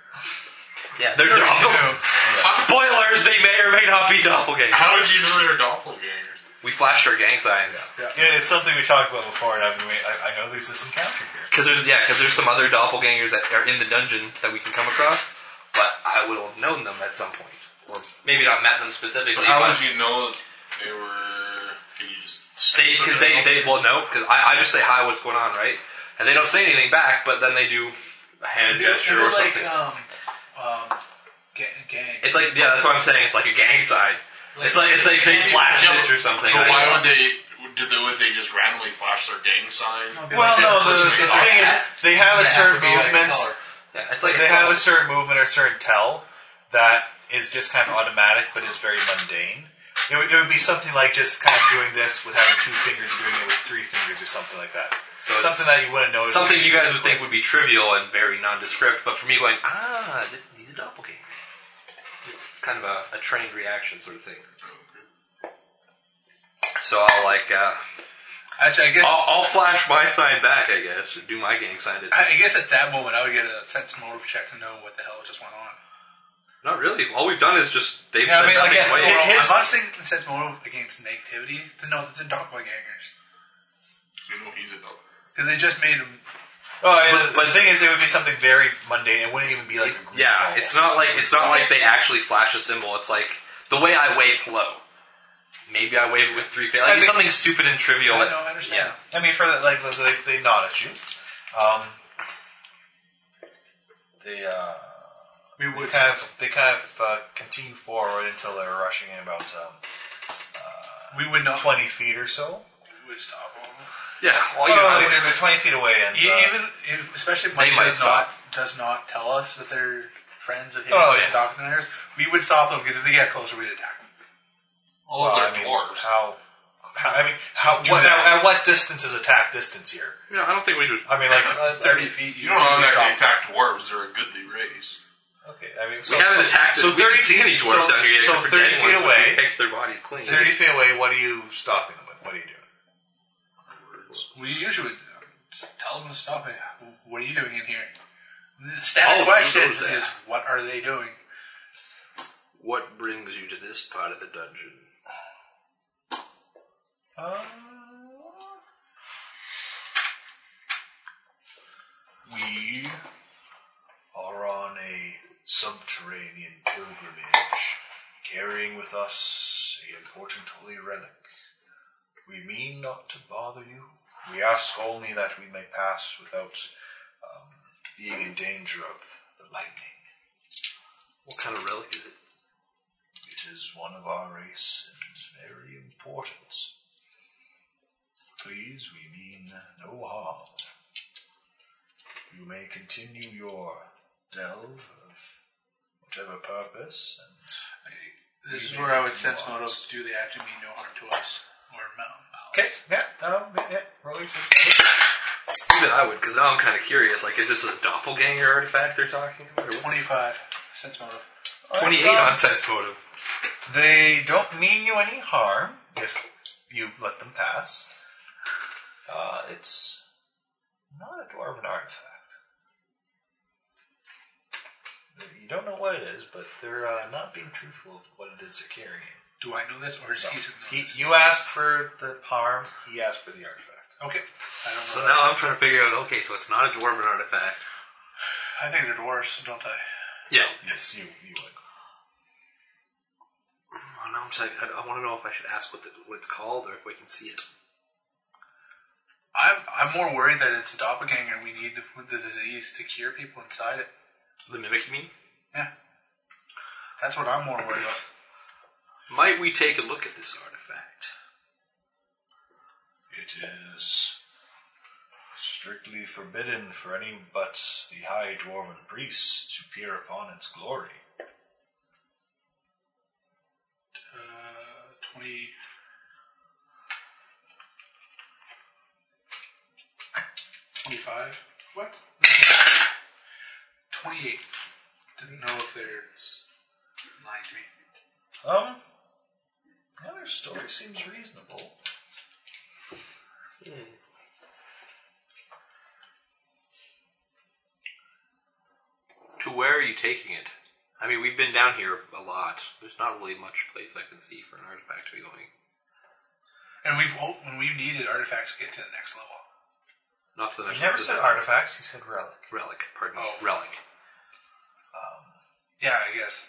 Speaker 7: Yeah,
Speaker 3: They're doppel- Spoilers, they may or may not be doppelgangers.
Speaker 5: How would you know they're doppelgangers?
Speaker 3: We flashed our gang signs.
Speaker 9: Yeah, it's something we talked about before, and I've been wait- I, I know there's this encounter here.
Speaker 3: Because there's yeah, 'cause there's some other doppelgangers that are in the dungeon that we can come across, but I would have known them at some point, or maybe not met them specifically.
Speaker 5: But how
Speaker 3: but-
Speaker 5: would you know that they were? Can you just
Speaker 3: They, because they, they, well, no, because I, I just say hi, what's going on, right? And they don't say anything back, but then they do a hand gesture
Speaker 4: They're
Speaker 3: or
Speaker 4: like,
Speaker 3: something.
Speaker 4: um, um, ga- gang.
Speaker 3: it's like, yeah, that's what I'm saying. It's like a gang sign. it's like, it's like they flash
Speaker 5: Yeah,
Speaker 3: this or something.
Speaker 5: But
Speaker 3: I
Speaker 5: why
Speaker 3: don't-
Speaker 5: would they? Did they, would they just randomly flash their gang sign?
Speaker 9: Well, no, the, the thing is, they have a certain movement.
Speaker 3: yeah, it's like
Speaker 9: They
Speaker 3: it's
Speaker 9: have
Speaker 3: all-
Speaker 9: a certain movement or certain tell that is just kind of automatic, but is very mundane. It would, it would be something like just kind of doing this with having two fingers, doing it with three fingers, or something like that.
Speaker 3: So it's-
Speaker 9: something that you wouldn't notice.
Speaker 3: something you guys would think would be trivial and very nondescript, but for me, going ah, th- these are doppelgangers. It's kind of a, a trained reaction sort of thing. So I'll like, uh,
Speaker 4: Actually, I guess
Speaker 3: I'll, I'll flash my sign back, I guess, or do my gang sign. To,
Speaker 4: I guess at that moment I would get a sense motive check to know what the hell just went on.
Speaker 3: Not really. All we've done is just they've
Speaker 9: Yeah, I
Speaker 3: said
Speaker 9: mean,
Speaker 3: nothing.
Speaker 9: again,
Speaker 3: Wait,
Speaker 9: it-
Speaker 4: Well,
Speaker 9: His-
Speaker 4: I'm not saying sense motive against negativity to know that they're doppelgangers
Speaker 5: You know he's a doppelganger.
Speaker 4: because they just made them.
Speaker 9: Oh, yeah,
Speaker 3: But- but-
Speaker 9: the thing is, it would be something very mundane. It wouldn't even be like a green
Speaker 3: yeah,
Speaker 9: ball.
Speaker 3: it's not like it's not like they actually flash a symbol. It's like the way I wave hello. Maybe I wave it with three fingers. Like, it's something stupid and trivial.
Speaker 4: I
Speaker 3: that-
Speaker 4: know, I understand.
Speaker 9: I mean, for that, like they, they nod at you. Um, they uh,
Speaker 4: We
Speaker 9: they
Speaker 4: would
Speaker 9: kind of they kind of uh, continue forward until they're rushing in about um,
Speaker 4: we would not
Speaker 9: twenty feet or so.
Speaker 4: we would stop them.
Speaker 3: Yeah, all you
Speaker 9: Uh,
Speaker 3: know,
Speaker 9: they're twenty feet away, and
Speaker 4: E-
Speaker 9: uh,
Speaker 4: Even if, especially if
Speaker 3: They
Speaker 4: Mike
Speaker 3: might
Speaker 4: does
Speaker 3: stop.
Speaker 4: not does not tell us that they're friends of his
Speaker 9: Oh,
Speaker 4: and
Speaker 9: yeah.
Speaker 4: doppelgangers, we would stop them because if they get closer, we'd attack them.
Speaker 5: All
Speaker 9: well,
Speaker 5: of
Speaker 9: I
Speaker 5: their
Speaker 9: mean,
Speaker 5: dwarves.
Speaker 9: how, how? I mean, how?
Speaker 3: Do
Speaker 9: What,
Speaker 3: that.
Speaker 9: at what distance is attack distance here?
Speaker 3: you know, I don't think we would.
Speaker 9: I mean, like uh,
Speaker 4: Thirty feet.
Speaker 5: You don't
Speaker 4: usually
Speaker 5: automatically
Speaker 4: stop.
Speaker 5: attack dwarves. They're a goodly race.
Speaker 9: Okay, I mean, so,
Speaker 3: We haven't
Speaker 9: so-
Speaker 3: attacked.
Speaker 9: So
Speaker 3: we haven't seen any
Speaker 9: feet-
Speaker 3: dwarves
Speaker 9: so,
Speaker 3: out here yet.
Speaker 9: So
Speaker 3: except for
Speaker 9: thirty
Speaker 3: dead
Speaker 9: feet
Speaker 3: ones, which we
Speaker 9: away.
Speaker 3: picked their bodies clean.
Speaker 9: Thirty feet away. What are you stopping them with? What are you doing?
Speaker 4: We usually uh, just tell them to stop it. What are you doing in here? The standard
Speaker 3: All of you
Speaker 4: question
Speaker 3: Oh, knows that.
Speaker 4: is, what are they doing?
Speaker 3: What brings you to this part of the dungeon?
Speaker 9: Uh, We are on a subterranean pilgrimage, carrying with us a important holy relic. We mean not to bother you. We ask only that we may pass without um, being in danger of the lightning.
Speaker 3: What kind of relic is it?
Speaker 9: It is one of our race and it's very important. Please, we mean no harm. You may continue your delve of whatever purpose, and
Speaker 4: This
Speaker 9: You
Speaker 4: is
Speaker 9: may
Speaker 4: where I would
Speaker 9: continue
Speaker 4: sense
Speaker 9: on.
Speaker 4: motives. Do they actually mean no harm to us or Mount?
Speaker 9: okay, yeah, um, yeah, yeah. Roll your-
Speaker 3: Even I would, because now I'm kind of curious. Like, is this a doppelganger artifact they're talking about? Or what?
Speaker 4: Twenty-five sense motive.
Speaker 3: Twenty-eight on sense motive.
Speaker 9: They don't mean you any harm if you let them pass. Uh, it's not a dwarven artifact. You don't know what it is, but they're uh, not being truthful of what it is they're carrying.
Speaker 4: Do I know this, or is he? know
Speaker 9: He,
Speaker 4: this?
Speaker 9: you asked for the harm, he asked for the artifact.
Speaker 4: Okay, I don't know.
Speaker 3: So
Speaker 4: that.
Speaker 3: now I'm trying to figure out. Okay, so it's not a dwarven artifact.
Speaker 4: I think they're dwarves, don't I?
Speaker 3: Yeah.
Speaker 9: Yes, you, you would.
Speaker 3: Oh, now I'm trying, I, I want to know if I should ask what the, what it's called or if we can see it.
Speaker 4: I'm I'm more worried that it's a doppelganger. and We need the, the disease to cure people inside it.
Speaker 3: The mimic, you mean?
Speaker 4: Yeah, that's what I'm more worried about.
Speaker 3: Might we take a look at this artifact?
Speaker 13: It is strictly forbidden for any but the high dwarven priests to peer upon its glory.
Speaker 4: Uh, 20. Twenty-five. What? Twenty-eight. Didn't know if they're lying to me.
Speaker 13: Um, yeah, their story seems reasonable.
Speaker 3: To where are you taking it? I mean, we've been down here a lot. There's not really much place I can see for an artifact to be going.
Speaker 4: And we've oh, when we've needed artifacts to get to the next level.
Speaker 3: Not to the next
Speaker 9: He never
Speaker 3: one,
Speaker 9: said
Speaker 3: the
Speaker 9: artifacts, he said relic.
Speaker 3: Relic, pardon me.
Speaker 4: Oh.
Speaker 3: Relic.
Speaker 4: um, Yeah, I guess.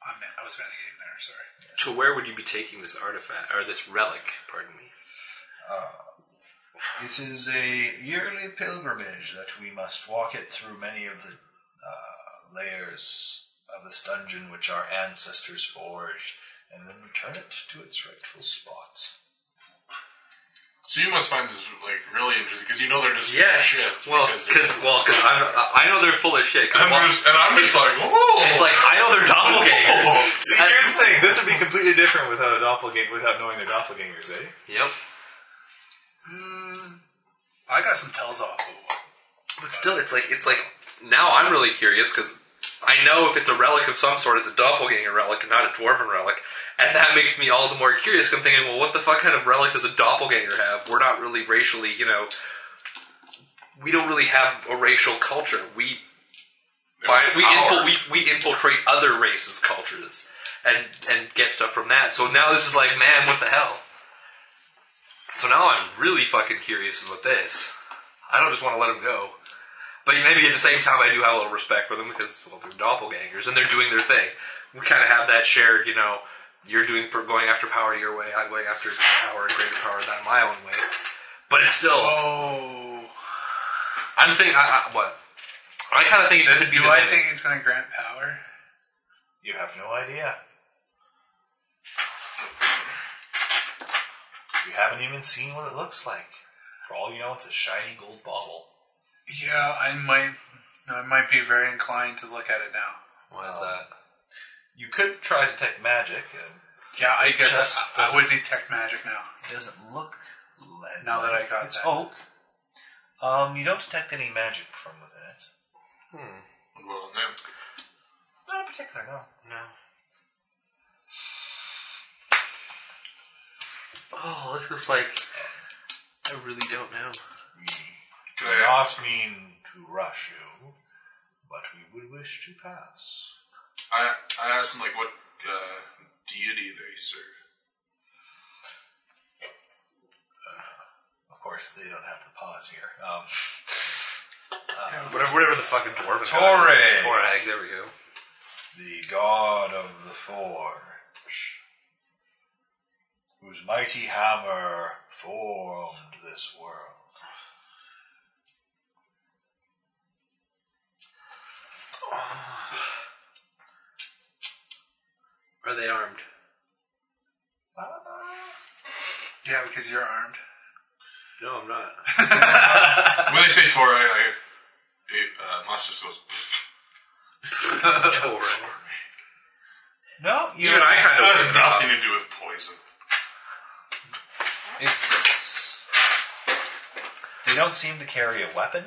Speaker 4: I meant I was navigating there. Sorry.
Speaker 3: To where would you be taking this artifact, or this relic, pardon me?
Speaker 13: It is a yearly pilgrimage that we must walk it through many of the uh, layers of this dungeon which our ancestors forged, and then return it to its rightful spot.
Speaker 5: So you must find this like really interesting because you know they're just shit
Speaker 3: Well,
Speaker 5: because they're-
Speaker 3: because well, because I know they're full of shit. 'cause
Speaker 5: and,
Speaker 3: well,
Speaker 5: I'm just, and I'm just like, whoa.
Speaker 3: it's like I know they're doppelgangers.
Speaker 9: See,
Speaker 3: And-
Speaker 9: here's the thing. This would be completely different without a doppelganger, without knowing the doppelgangers, eh?
Speaker 3: Yep.
Speaker 4: I got some tells off.
Speaker 3: But still, it's like it's like now I'm really curious because I know if it's a relic of some sort, it's a doppelganger relic, not a dwarven relic, and that makes me all the more curious. 'cause I'm thinking, well, what the fuck kind of relic does a doppelganger have? We're not really racially, you know, we don't really have a racial culture. We by, we, infil- we we infiltrate other races' cultures and and get stuff from that. So now this is like, man, what the hell? So now I'm really fucking curious about this. I don't just want to let them go. But maybe at the same time, I do have a little respect for them because, well, they're doppelgangers and they're doing their thing. We kind of have that shared, you know, you're doing for going after power your way, I'm going after power and greater power that my own way. But it's still.
Speaker 4: Oh.
Speaker 3: I'm thinking, I, I, what? I kind of think it could be
Speaker 4: Do
Speaker 3: the
Speaker 4: I
Speaker 3: middle.
Speaker 4: think it's going to grant power?
Speaker 9: You have no idea. You haven't even seen what it looks like. For all you know, it's a shiny gold bauble.
Speaker 4: Yeah, I might. No, I might be very inclined to look at it now.
Speaker 3: What is that?
Speaker 9: You could try to detect magic. And
Speaker 4: Yeah, I guess
Speaker 9: just
Speaker 4: I, I would detect magic now.
Speaker 9: it doesn't look lead.
Speaker 4: Now that I got
Speaker 9: it's
Speaker 4: that.
Speaker 9: oak. Um, you don't detect any magic from within it.
Speaker 5: Well, then,
Speaker 9: Not in particular, no.
Speaker 3: Oh, this is like. I really don't know.
Speaker 9: We do not mean to rush you, but we would wish to pass.
Speaker 5: I I asked him like what uh, deity they serve.
Speaker 9: Of course, they don't have the pause here. Um,
Speaker 3: Whatever, whatever the fucking dwarven.
Speaker 9: Torag.
Speaker 3: guy is. Torag, there we go.
Speaker 9: the god of the forge, whose mighty hammer formed this world.
Speaker 3: Are they armed?
Speaker 4: Yeah, because you're armed.
Speaker 3: No, I'm not.
Speaker 5: When they say Torah, like, it, uh, Moss just goes.
Speaker 3: Torag.
Speaker 9: No,
Speaker 3: Even I kind
Speaker 5: That
Speaker 3: of.
Speaker 5: has nothing to do with poison.
Speaker 9: It's. They don't seem to carry a weapon,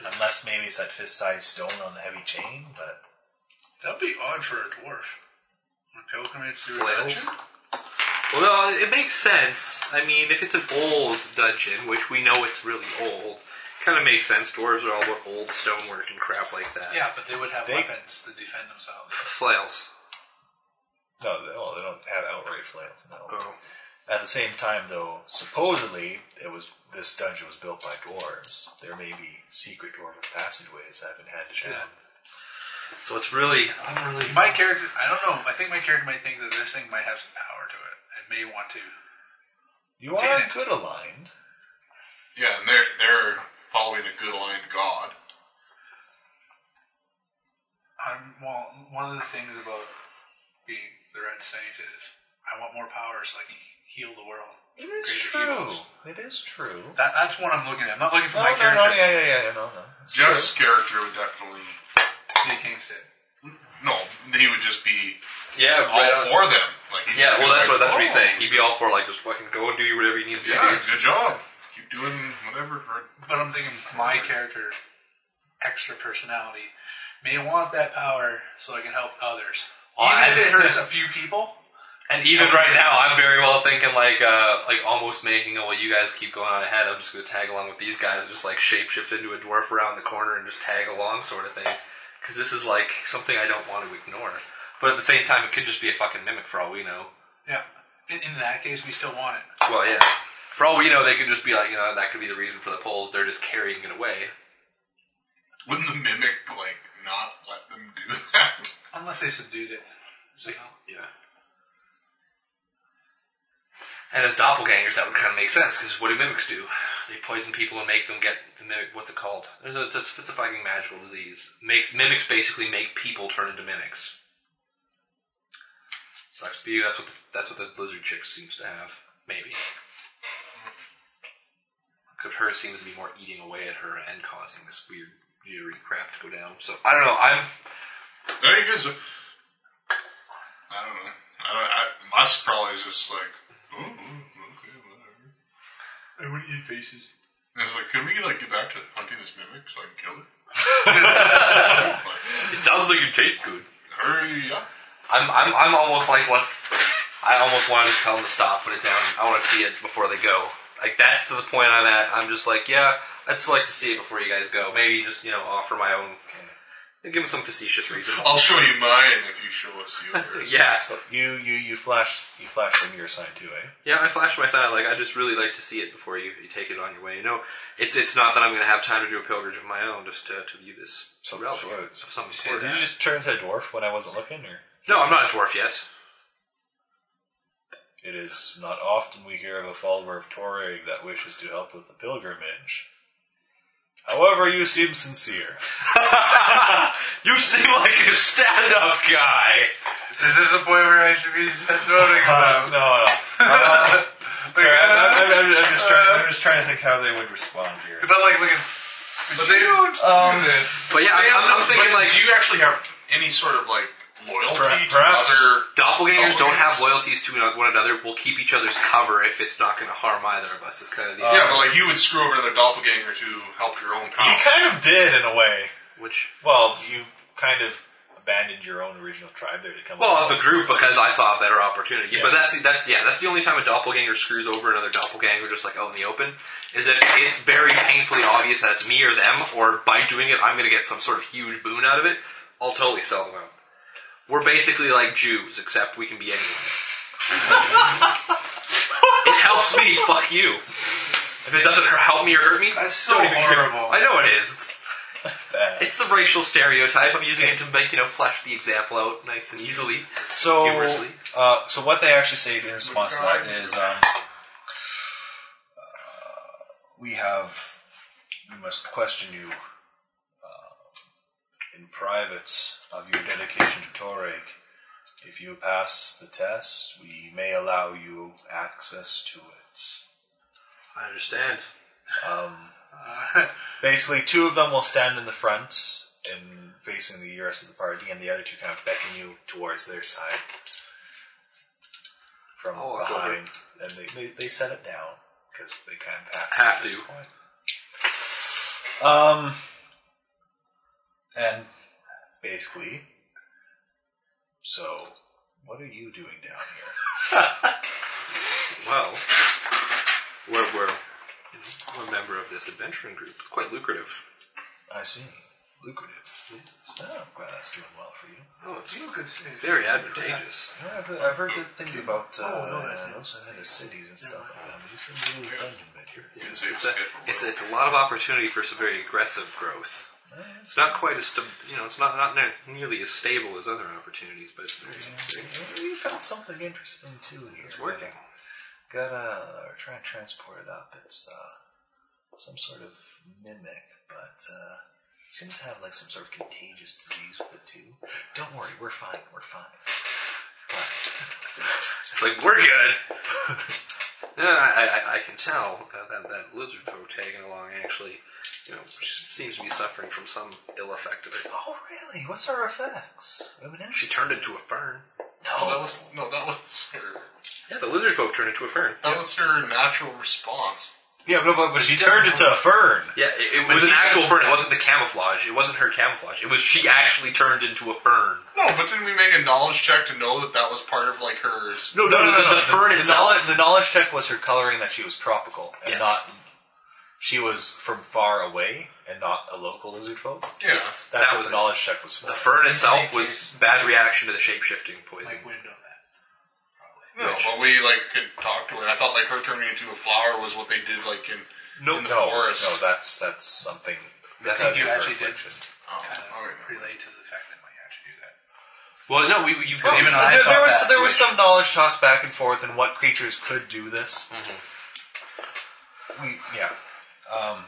Speaker 9: unless maybe it's that fist-sized stone on the heavy chain. But
Speaker 4: That'd be odd for a dwarf. On pilgrimage through a
Speaker 3: Flails?
Speaker 4: dungeon?
Speaker 3: Well, no, it makes sense. I mean, if it's an old dungeon, which we know it's really old, kind of makes sense. Dwarves are all about old stonework and crap like that.
Speaker 4: Yeah, but they would have
Speaker 9: They-
Speaker 4: weapons to defend themselves.
Speaker 3: Flails.
Speaker 9: no, they- well, they don't have outright flails. No.
Speaker 3: Oh.
Speaker 9: At the same time, though, supposedly it was this dungeon was built by dwarves. There may be secret dwarven passageways that have been hand to hand.
Speaker 3: So it's really. I'm really.
Speaker 4: My character, I don't know. I think my character might think that this thing might have some power to it. It may want to.
Speaker 9: You are
Speaker 4: Damn it.
Speaker 9: good aligned.
Speaker 5: Yeah, and they're they're following a good aligned god.
Speaker 4: I'm, well, one of the things about being the Red Saint is want more power so I can heal the world.
Speaker 9: It is
Speaker 4: Greater
Speaker 9: true.
Speaker 4: evils.
Speaker 9: It is true.
Speaker 4: That, that's what I'm looking at. I'm not looking for my
Speaker 9: No, Oh, no, no,
Speaker 4: character.
Speaker 9: yeah, yeah, yeah, yeah, no, no. It's
Speaker 5: Jeff's character would definitely
Speaker 4: Be against it.
Speaker 5: no. He would just be
Speaker 3: Oh, Yeah,
Speaker 5: all
Speaker 3: right on.
Speaker 5: for them. Like he'd
Speaker 3: Yeah,
Speaker 5: just be
Speaker 3: well, that's
Speaker 5: like,
Speaker 3: what that's what
Speaker 5: "Oh,
Speaker 3: he's saying. He'd be all for like just fucking go and do whatever you need to do.
Speaker 5: Yeah,
Speaker 3: dude.
Speaker 5: good job. Keep doing whatever for
Speaker 4: But I'm thinking my character, extra personality, may want that power so I can help others. Even if it hurts a few people,
Speaker 3: And even right now, I'm very well thinking like uh like almost making a well. You guys keep going on ahead. I'm just gonna tag along with these guys, just like shapeshift into a dwarf around the corner and just tag along sort of thing. Because this is like something I don't want to ignore. But at the same time, it could just be a fucking mimic for all we know.
Speaker 4: yeah. In, in that case, we still want it.
Speaker 3: Well, yeah. For all we know, they could just be like you know that could be the reason for the polls. They're just carrying it away.
Speaker 5: Wouldn't the mimic like not let them do that?
Speaker 4: Unless they subdued it. So,
Speaker 3: Yeah. And as doppelgangers, that would kind of make sense because what do mimics do? They poison people and make them get the mimic. What's it called? There's a, it's, it's a fucking magical disease. Makes mimics basically make people turn into mimics. Sucks to be you. That's what the, that's what the lizard chick seems to have. Maybe. Except hers seems to be more eating away at her and causing this weird jittery crap to go down. So I don't know. I'm
Speaker 5: I think it's. a- I don't know. I don't. I, us probably is just like. Oh, okay, whatever.
Speaker 4: I wouldn't eat faces.
Speaker 5: And it's like, can we like get back to hunting this mimic so I can kill it? Like,
Speaker 3: it sounds like you taste good.
Speaker 5: hurry up!
Speaker 3: I'm, I'm, I'm almost like let's. I almost want to just tell them to stop, put it down. I want to see it before they go. Like that's the point I'm at. I'm just like, yeah, I'd still like to see it before you guys go. Maybe just you know offer my own, give them some facetious reason.
Speaker 5: I'll show you mine if you show us yours.
Speaker 3: Yeah,
Speaker 9: You, you, you flash, you flash from your side too, eh?
Speaker 3: yeah. I flashed my side. Like I just really like to see it before you, you take it on your way. You know, it's it's not that I'm going to have time to do a pilgrimage of my own just to, to view this
Speaker 9: So-
Speaker 3: relic
Speaker 9: so-
Speaker 3: of some
Speaker 9: Did
Speaker 3: sort.
Speaker 9: you just turn into a dwarf when I wasn't looking, or?
Speaker 3: No, I'm not a dwarf yet.
Speaker 9: It is not often we hear of a follower of Torag that wishes to help with the pilgrimage. However, you seem sincere.
Speaker 3: You seem like a stand-up guy.
Speaker 4: Is this the point where I should be throwing
Speaker 9: Uh, no, no. Uh, sorry, I'm, I'm- I'm- I'm just trying,
Speaker 3: Uh,
Speaker 9: I'm just trying to think how they would respond here.
Speaker 4: Because I like looking. But they don't
Speaker 9: Um,
Speaker 4: do this.
Speaker 3: But yeah, I'm, I'm, I'm thinking
Speaker 5: But
Speaker 3: like
Speaker 5: do you actually have any sort of like loyalty
Speaker 9: Perha-
Speaker 5: to
Speaker 9: perhaps-
Speaker 5: other?
Speaker 3: Doppelgangers don't
Speaker 5: Doppelgangers.
Speaker 3: have loyalties to one another. We'll keep each other's cover if it's not going to harm either of us. Is kind of the
Speaker 5: yeah, but like you would screw over another doppelganger to help your own
Speaker 9: You
Speaker 5: power.
Speaker 9: kind of did, in a way.
Speaker 3: which
Speaker 9: Well, you kind of abandoned your own original tribe there to come.
Speaker 3: well
Speaker 9: up
Speaker 3: of the
Speaker 9: with-
Speaker 3: group because I saw a better opportunity.
Speaker 9: Yeah.
Speaker 3: But that's the, that's yeah that's the only time a doppelganger screws over another doppelganger just like out in the open is if it's very painfully obvious that it's me or them or by doing it I'm going to get some sort of huge boon out of it. I'll totally sell them out. We're basically like Jews except we can be anyone. it helps me. Fuck you. If it doesn't help me or hurt me,
Speaker 4: That's so
Speaker 3: don't even care.
Speaker 4: horrible.
Speaker 3: I know it is. It's,
Speaker 9: That.
Speaker 3: It's the racial stereotype. I'm using it to make you know flesh the example out nice and easily.
Speaker 9: So,
Speaker 3: Humorously.
Speaker 9: uh, so what they actually say in response to that is, um, uh,
Speaker 13: we have we must question you uh,
Speaker 9: uh,
Speaker 13: in private of your dedication to Toreg. If you pass the test, we may allow you access to it.
Speaker 3: I understand.
Speaker 9: Um, basically, two of them will stand in the front and facing the rest of the party, and the other two kind of beckon you towards their side from
Speaker 3: I'll walk over.
Speaker 9: behind, and they, they they set it down because they kind of have to.
Speaker 3: Have
Speaker 9: at this
Speaker 3: to.
Speaker 9: point. Um, and basically, so what are you doing down here?
Speaker 3: Well, we're we're, you know, we're a member of this adventuring group. It's quite lucrative.
Speaker 9: I see, lucrative. Oh, I'm glad that's doing well for you.
Speaker 3: Oh, it's
Speaker 4: You could say-
Speaker 3: very advantageous.
Speaker 9: Yeah, I've heard, I've heard good things about uh,
Speaker 4: Oh, no, that's it.
Speaker 9: those other cities and stuff like that. But you said you was dungeon bit here.
Speaker 3: It's a, it's, it's a lot of opportunity for some very aggressive growth. It's not quite as sta- you know it's not not ne- nearly as stable as other opportunities, but it's very, very,
Speaker 9: Well, You found something interesting too here.
Speaker 3: it's working.
Speaker 9: Gotta uh, we're trying to transport it up. It's uh, some sort of mimic, but uh, seems to have like some sort of contagious disease with it too. Don't worry, we're fine. We're fine. But
Speaker 3: It's like we're good. Yeah, I, I, I can tell uh, that that lizard folk tagging along actually, you know, she seems to be suffering from some ill effect of it.
Speaker 13: Oh, really? What's our effects? We have an
Speaker 3: She
Speaker 13: interest.
Speaker 3: turned into a fern.
Speaker 5: No, that was no, that was her.
Speaker 3: Yeah, the lizard folk turned into a fern.
Speaker 5: That was her natural response.
Speaker 9: Yeah, but, but, but she turned into a fern.
Speaker 3: Yeah, it, it was an actual fern. It wasn't the camouflage. It wasn't her camouflage. It was she actually turned into a fern.
Speaker 5: No, but didn't we make a knowledge check to know that that was part of like her? s-
Speaker 9: No,
Speaker 3: no, no, the fern
Speaker 9: the,
Speaker 3: itself.
Speaker 9: knowledge, the knowledge check was her coloring that she was tropical and
Speaker 3: Yes.
Speaker 9: not. She was from far away and not a local lizard folk.
Speaker 5: Yeah.
Speaker 9: That's
Speaker 3: That
Speaker 9: what
Speaker 3: was
Speaker 9: the
Speaker 3: it.
Speaker 9: knowledge check was for.
Speaker 3: The fern itself was bad reaction to the shape shifting poison.
Speaker 4: Like window that.
Speaker 5: No, but we like could talk to her. I thought like her turning into a flower was what they did like in in the
Speaker 9: no,
Speaker 5: forest.
Speaker 9: no, that's that's something.
Speaker 3: That's
Speaker 9: because
Speaker 4: you
Speaker 9: of her
Speaker 4: actually did.
Speaker 9: affliction.
Speaker 5: um,
Speaker 3: Oh,
Speaker 5: all right.
Speaker 4: Relate to the fact that I might actually do that.
Speaker 3: Well, no, we you
Speaker 4: Even I
Speaker 9: there,
Speaker 4: thought
Speaker 9: there was
Speaker 4: that.
Speaker 9: there was some knowledge tossed back and forth in what creatures could do this. We yeah. Um,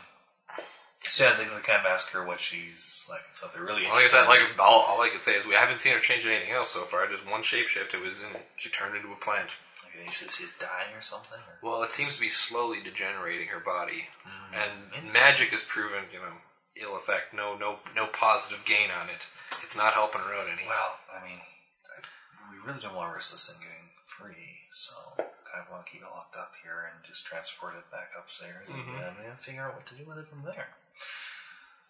Speaker 9: so yeah, they, they kind of ask her what she's like. So they're really
Speaker 3: Like I said, like all, all I can say is we haven't seen her change anything else so far. Just one shapeshift. It was in she turned into a plant.
Speaker 9: Like, you said she's dying or something. Or?
Speaker 3: Well, it seems to be slowly degenerating her body, and magic has proven you know ill effect. No, no, no positive gain on it. It's not helping her out any.
Speaker 9: Well, I mean, I, we really don't want to risk this thing getting free, so kind of want to keep it locked up here and just transport it back upstairs and, uh, and figure out what to do with it from there.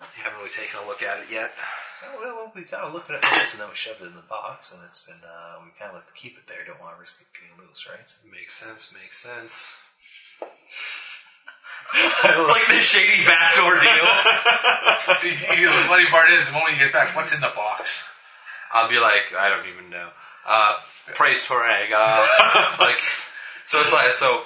Speaker 3: You haven't really taken a look at it yet.
Speaker 9: Well, well, well, we kind of looked at it once and then we shoved it in the box, and it's been uh, we kind of like to keep it there. Don't want to risk it getting loose, right?
Speaker 3: Makes sense. Makes sense.
Speaker 9: like this shady backdoor deal.
Speaker 4: You- the funny part is, the moment he gets back, what's in the box?
Speaker 3: I'll be like, I don't even know. Uh, praise Torag. Uh, like, so it's like so.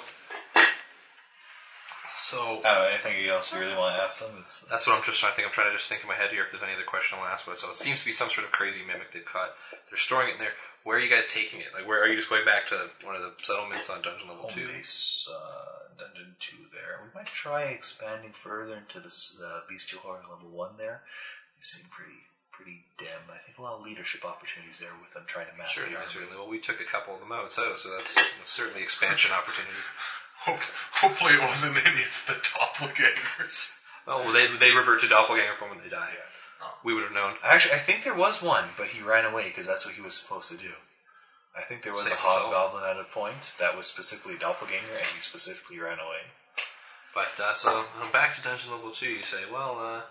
Speaker 3: So
Speaker 9: Uh, anything else you really want
Speaker 3: Uh,
Speaker 9: to ask them? It's,
Speaker 3: That's what I'm just trying to think. I'm trying to just think in my head here if there's any other question I'll ask. But so it seems to be some sort of crazy mimic they've caught. They're storing it in there. Where are you guys taking it? Like, where are you just going back to one of the settlements on dungeon level
Speaker 9: home
Speaker 3: two?
Speaker 9: base uh, dungeon two there. We might try expanding further into this uh, the bestial horror level one there. They seem pretty pretty dim. I think a lot of leadership opportunities there with them trying to master
Speaker 3: Sure,
Speaker 9: the army.
Speaker 3: certainly. Well, we took a couple of them out, so so that's you know, certainly expansion opportunity.
Speaker 5: Hope, hopefully, it wasn't any of the doppelgangers.
Speaker 3: Oh, well, they they revert to doppelganger form when they die. We would have known.
Speaker 9: Actually, I think there was one, but he ran away because that's what he was supposed to do. I think there was
Speaker 3: Save
Speaker 9: a
Speaker 3: himself.
Speaker 9: hobgoblin at a point that was specifically doppelganger, and he specifically ran away.
Speaker 3: But uh, so I'm back to dungeon level two. You say, well, uh,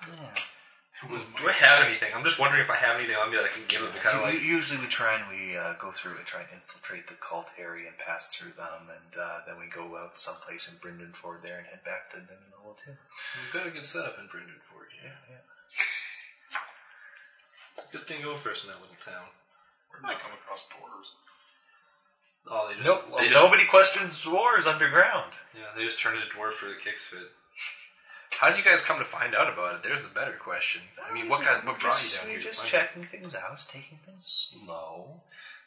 Speaker 3: hmm, do I have anything? I'm just wondering if I have anything on me that I can give them to kind of
Speaker 9: U-
Speaker 3: like.
Speaker 9: Usually we try and we uh, go through and try and infiltrate the cult area and pass through them, and uh, then we go out someplace in Brendan Ford there and head back to Dungeon Level 2.
Speaker 3: We've got a good setup in Brendan Ford. Yeah, It's a good thing over us in that little town.
Speaker 5: Where did I come across doors?
Speaker 3: Oh, they just
Speaker 9: Nope,
Speaker 3: they just,
Speaker 9: nobody questions wars underground.
Speaker 3: yeah, they just turned it dwarf for the kicks fit. How did you guys come to find out about it? There's the better question. I mean, what kind? What brought you
Speaker 9: Just-
Speaker 3: down
Speaker 9: we're
Speaker 3: here? to
Speaker 9: just
Speaker 3: find it?
Speaker 9: checking things out, taking things slow.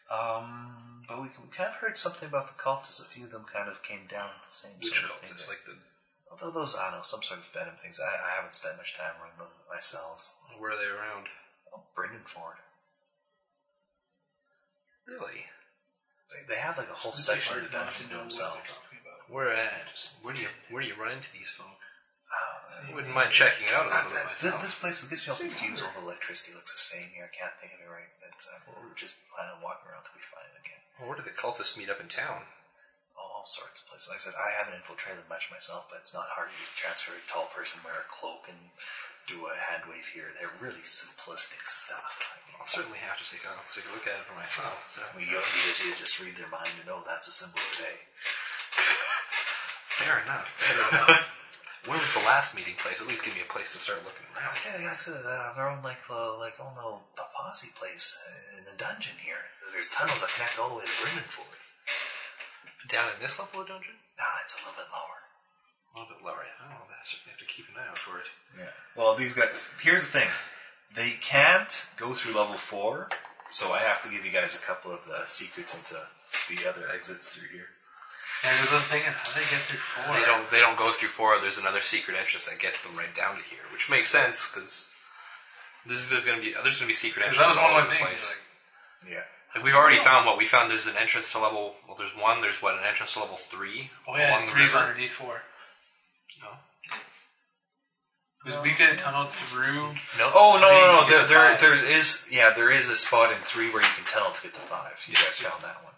Speaker 9: Um, but we, can, we kind of heard something about the cultists. A few of them kind of came down with the same
Speaker 3: Which
Speaker 9: sort of
Speaker 3: cult?
Speaker 9: thing.
Speaker 3: It's like the
Speaker 9: Although those, I don't know, some sort of venom things. I, I haven't spent much time on them myself. So.
Speaker 3: where are they around?
Speaker 9: Oh, Brendan Ford.
Speaker 3: Really?
Speaker 9: They, they have like a whole section of the dungeon to themselves.
Speaker 3: Where at? Where do you where do you run into these folk?
Speaker 9: Oh,
Speaker 3: I wouldn't mind checking it out a
Speaker 9: that-
Speaker 3: little bit
Speaker 9: that- thi-
Speaker 3: myself.
Speaker 9: this place gets me all confused. All the electricity looks the same here. I can't think of it right. That's, uh, we're just planning on walking around till we find it again.
Speaker 3: Well, where do the cultists meet up in town?
Speaker 9: All sorts of places. Like I said, I haven't infiltrated much myself, but it's not hard to just transfer a tall person, wear a cloak, and do a hand wave here. They're really simplistic stuff. I mean,
Speaker 3: I'll certainly have to take, I'll take a look at it for myself. So,
Speaker 9: we you usually just read their mind and oh, that's a symbol today.
Speaker 3: fair enough. Fair enough. Where was the last meeting place? At least give me a place to start looking around.
Speaker 9: Yeah, they got to uh, their own like uh, like oh no, a posse place uh, in the dungeon here. There's tunnels that connect all the way to Brendanford.
Speaker 3: Down in this level of dungeon?
Speaker 9: No, it's a little bit lower.
Speaker 3: A little bit lower. Oh, well, that's you have to keep an eye out for it.
Speaker 9: Yeah. Well, these guys. Here's the thing: they can't go through level four, so I have to give you guys a couple of the secrets into the other exits through here.
Speaker 4: And I was thinking, how do they get through four?
Speaker 3: They don't. They don't go through four. There's another secret entrance that gets them right down to here, which makes sense because there's, there's going to be there's going to be secret
Speaker 4: Because
Speaker 3: entrances
Speaker 4: that was
Speaker 3: all
Speaker 4: one of
Speaker 3: over
Speaker 4: my
Speaker 3: the
Speaker 4: things. Like,
Speaker 3: place.
Speaker 9: Yeah.
Speaker 3: Like we've already found what we found. There's an entrance to level. Well, there's one. There's what an entrance to level three
Speaker 4: Oh yeah,
Speaker 3: along the
Speaker 4: three's
Speaker 3: river.
Speaker 4: underneath four.
Speaker 3: No.
Speaker 4: Because we could have tunneled through.
Speaker 3: No.
Speaker 9: Oh no
Speaker 4: Three,
Speaker 9: no no!
Speaker 4: you
Speaker 9: There
Speaker 4: get
Speaker 9: there,
Speaker 4: five.
Speaker 9: there is yeah there is a spot in three where you can tunnel to get to five. You guys found that one.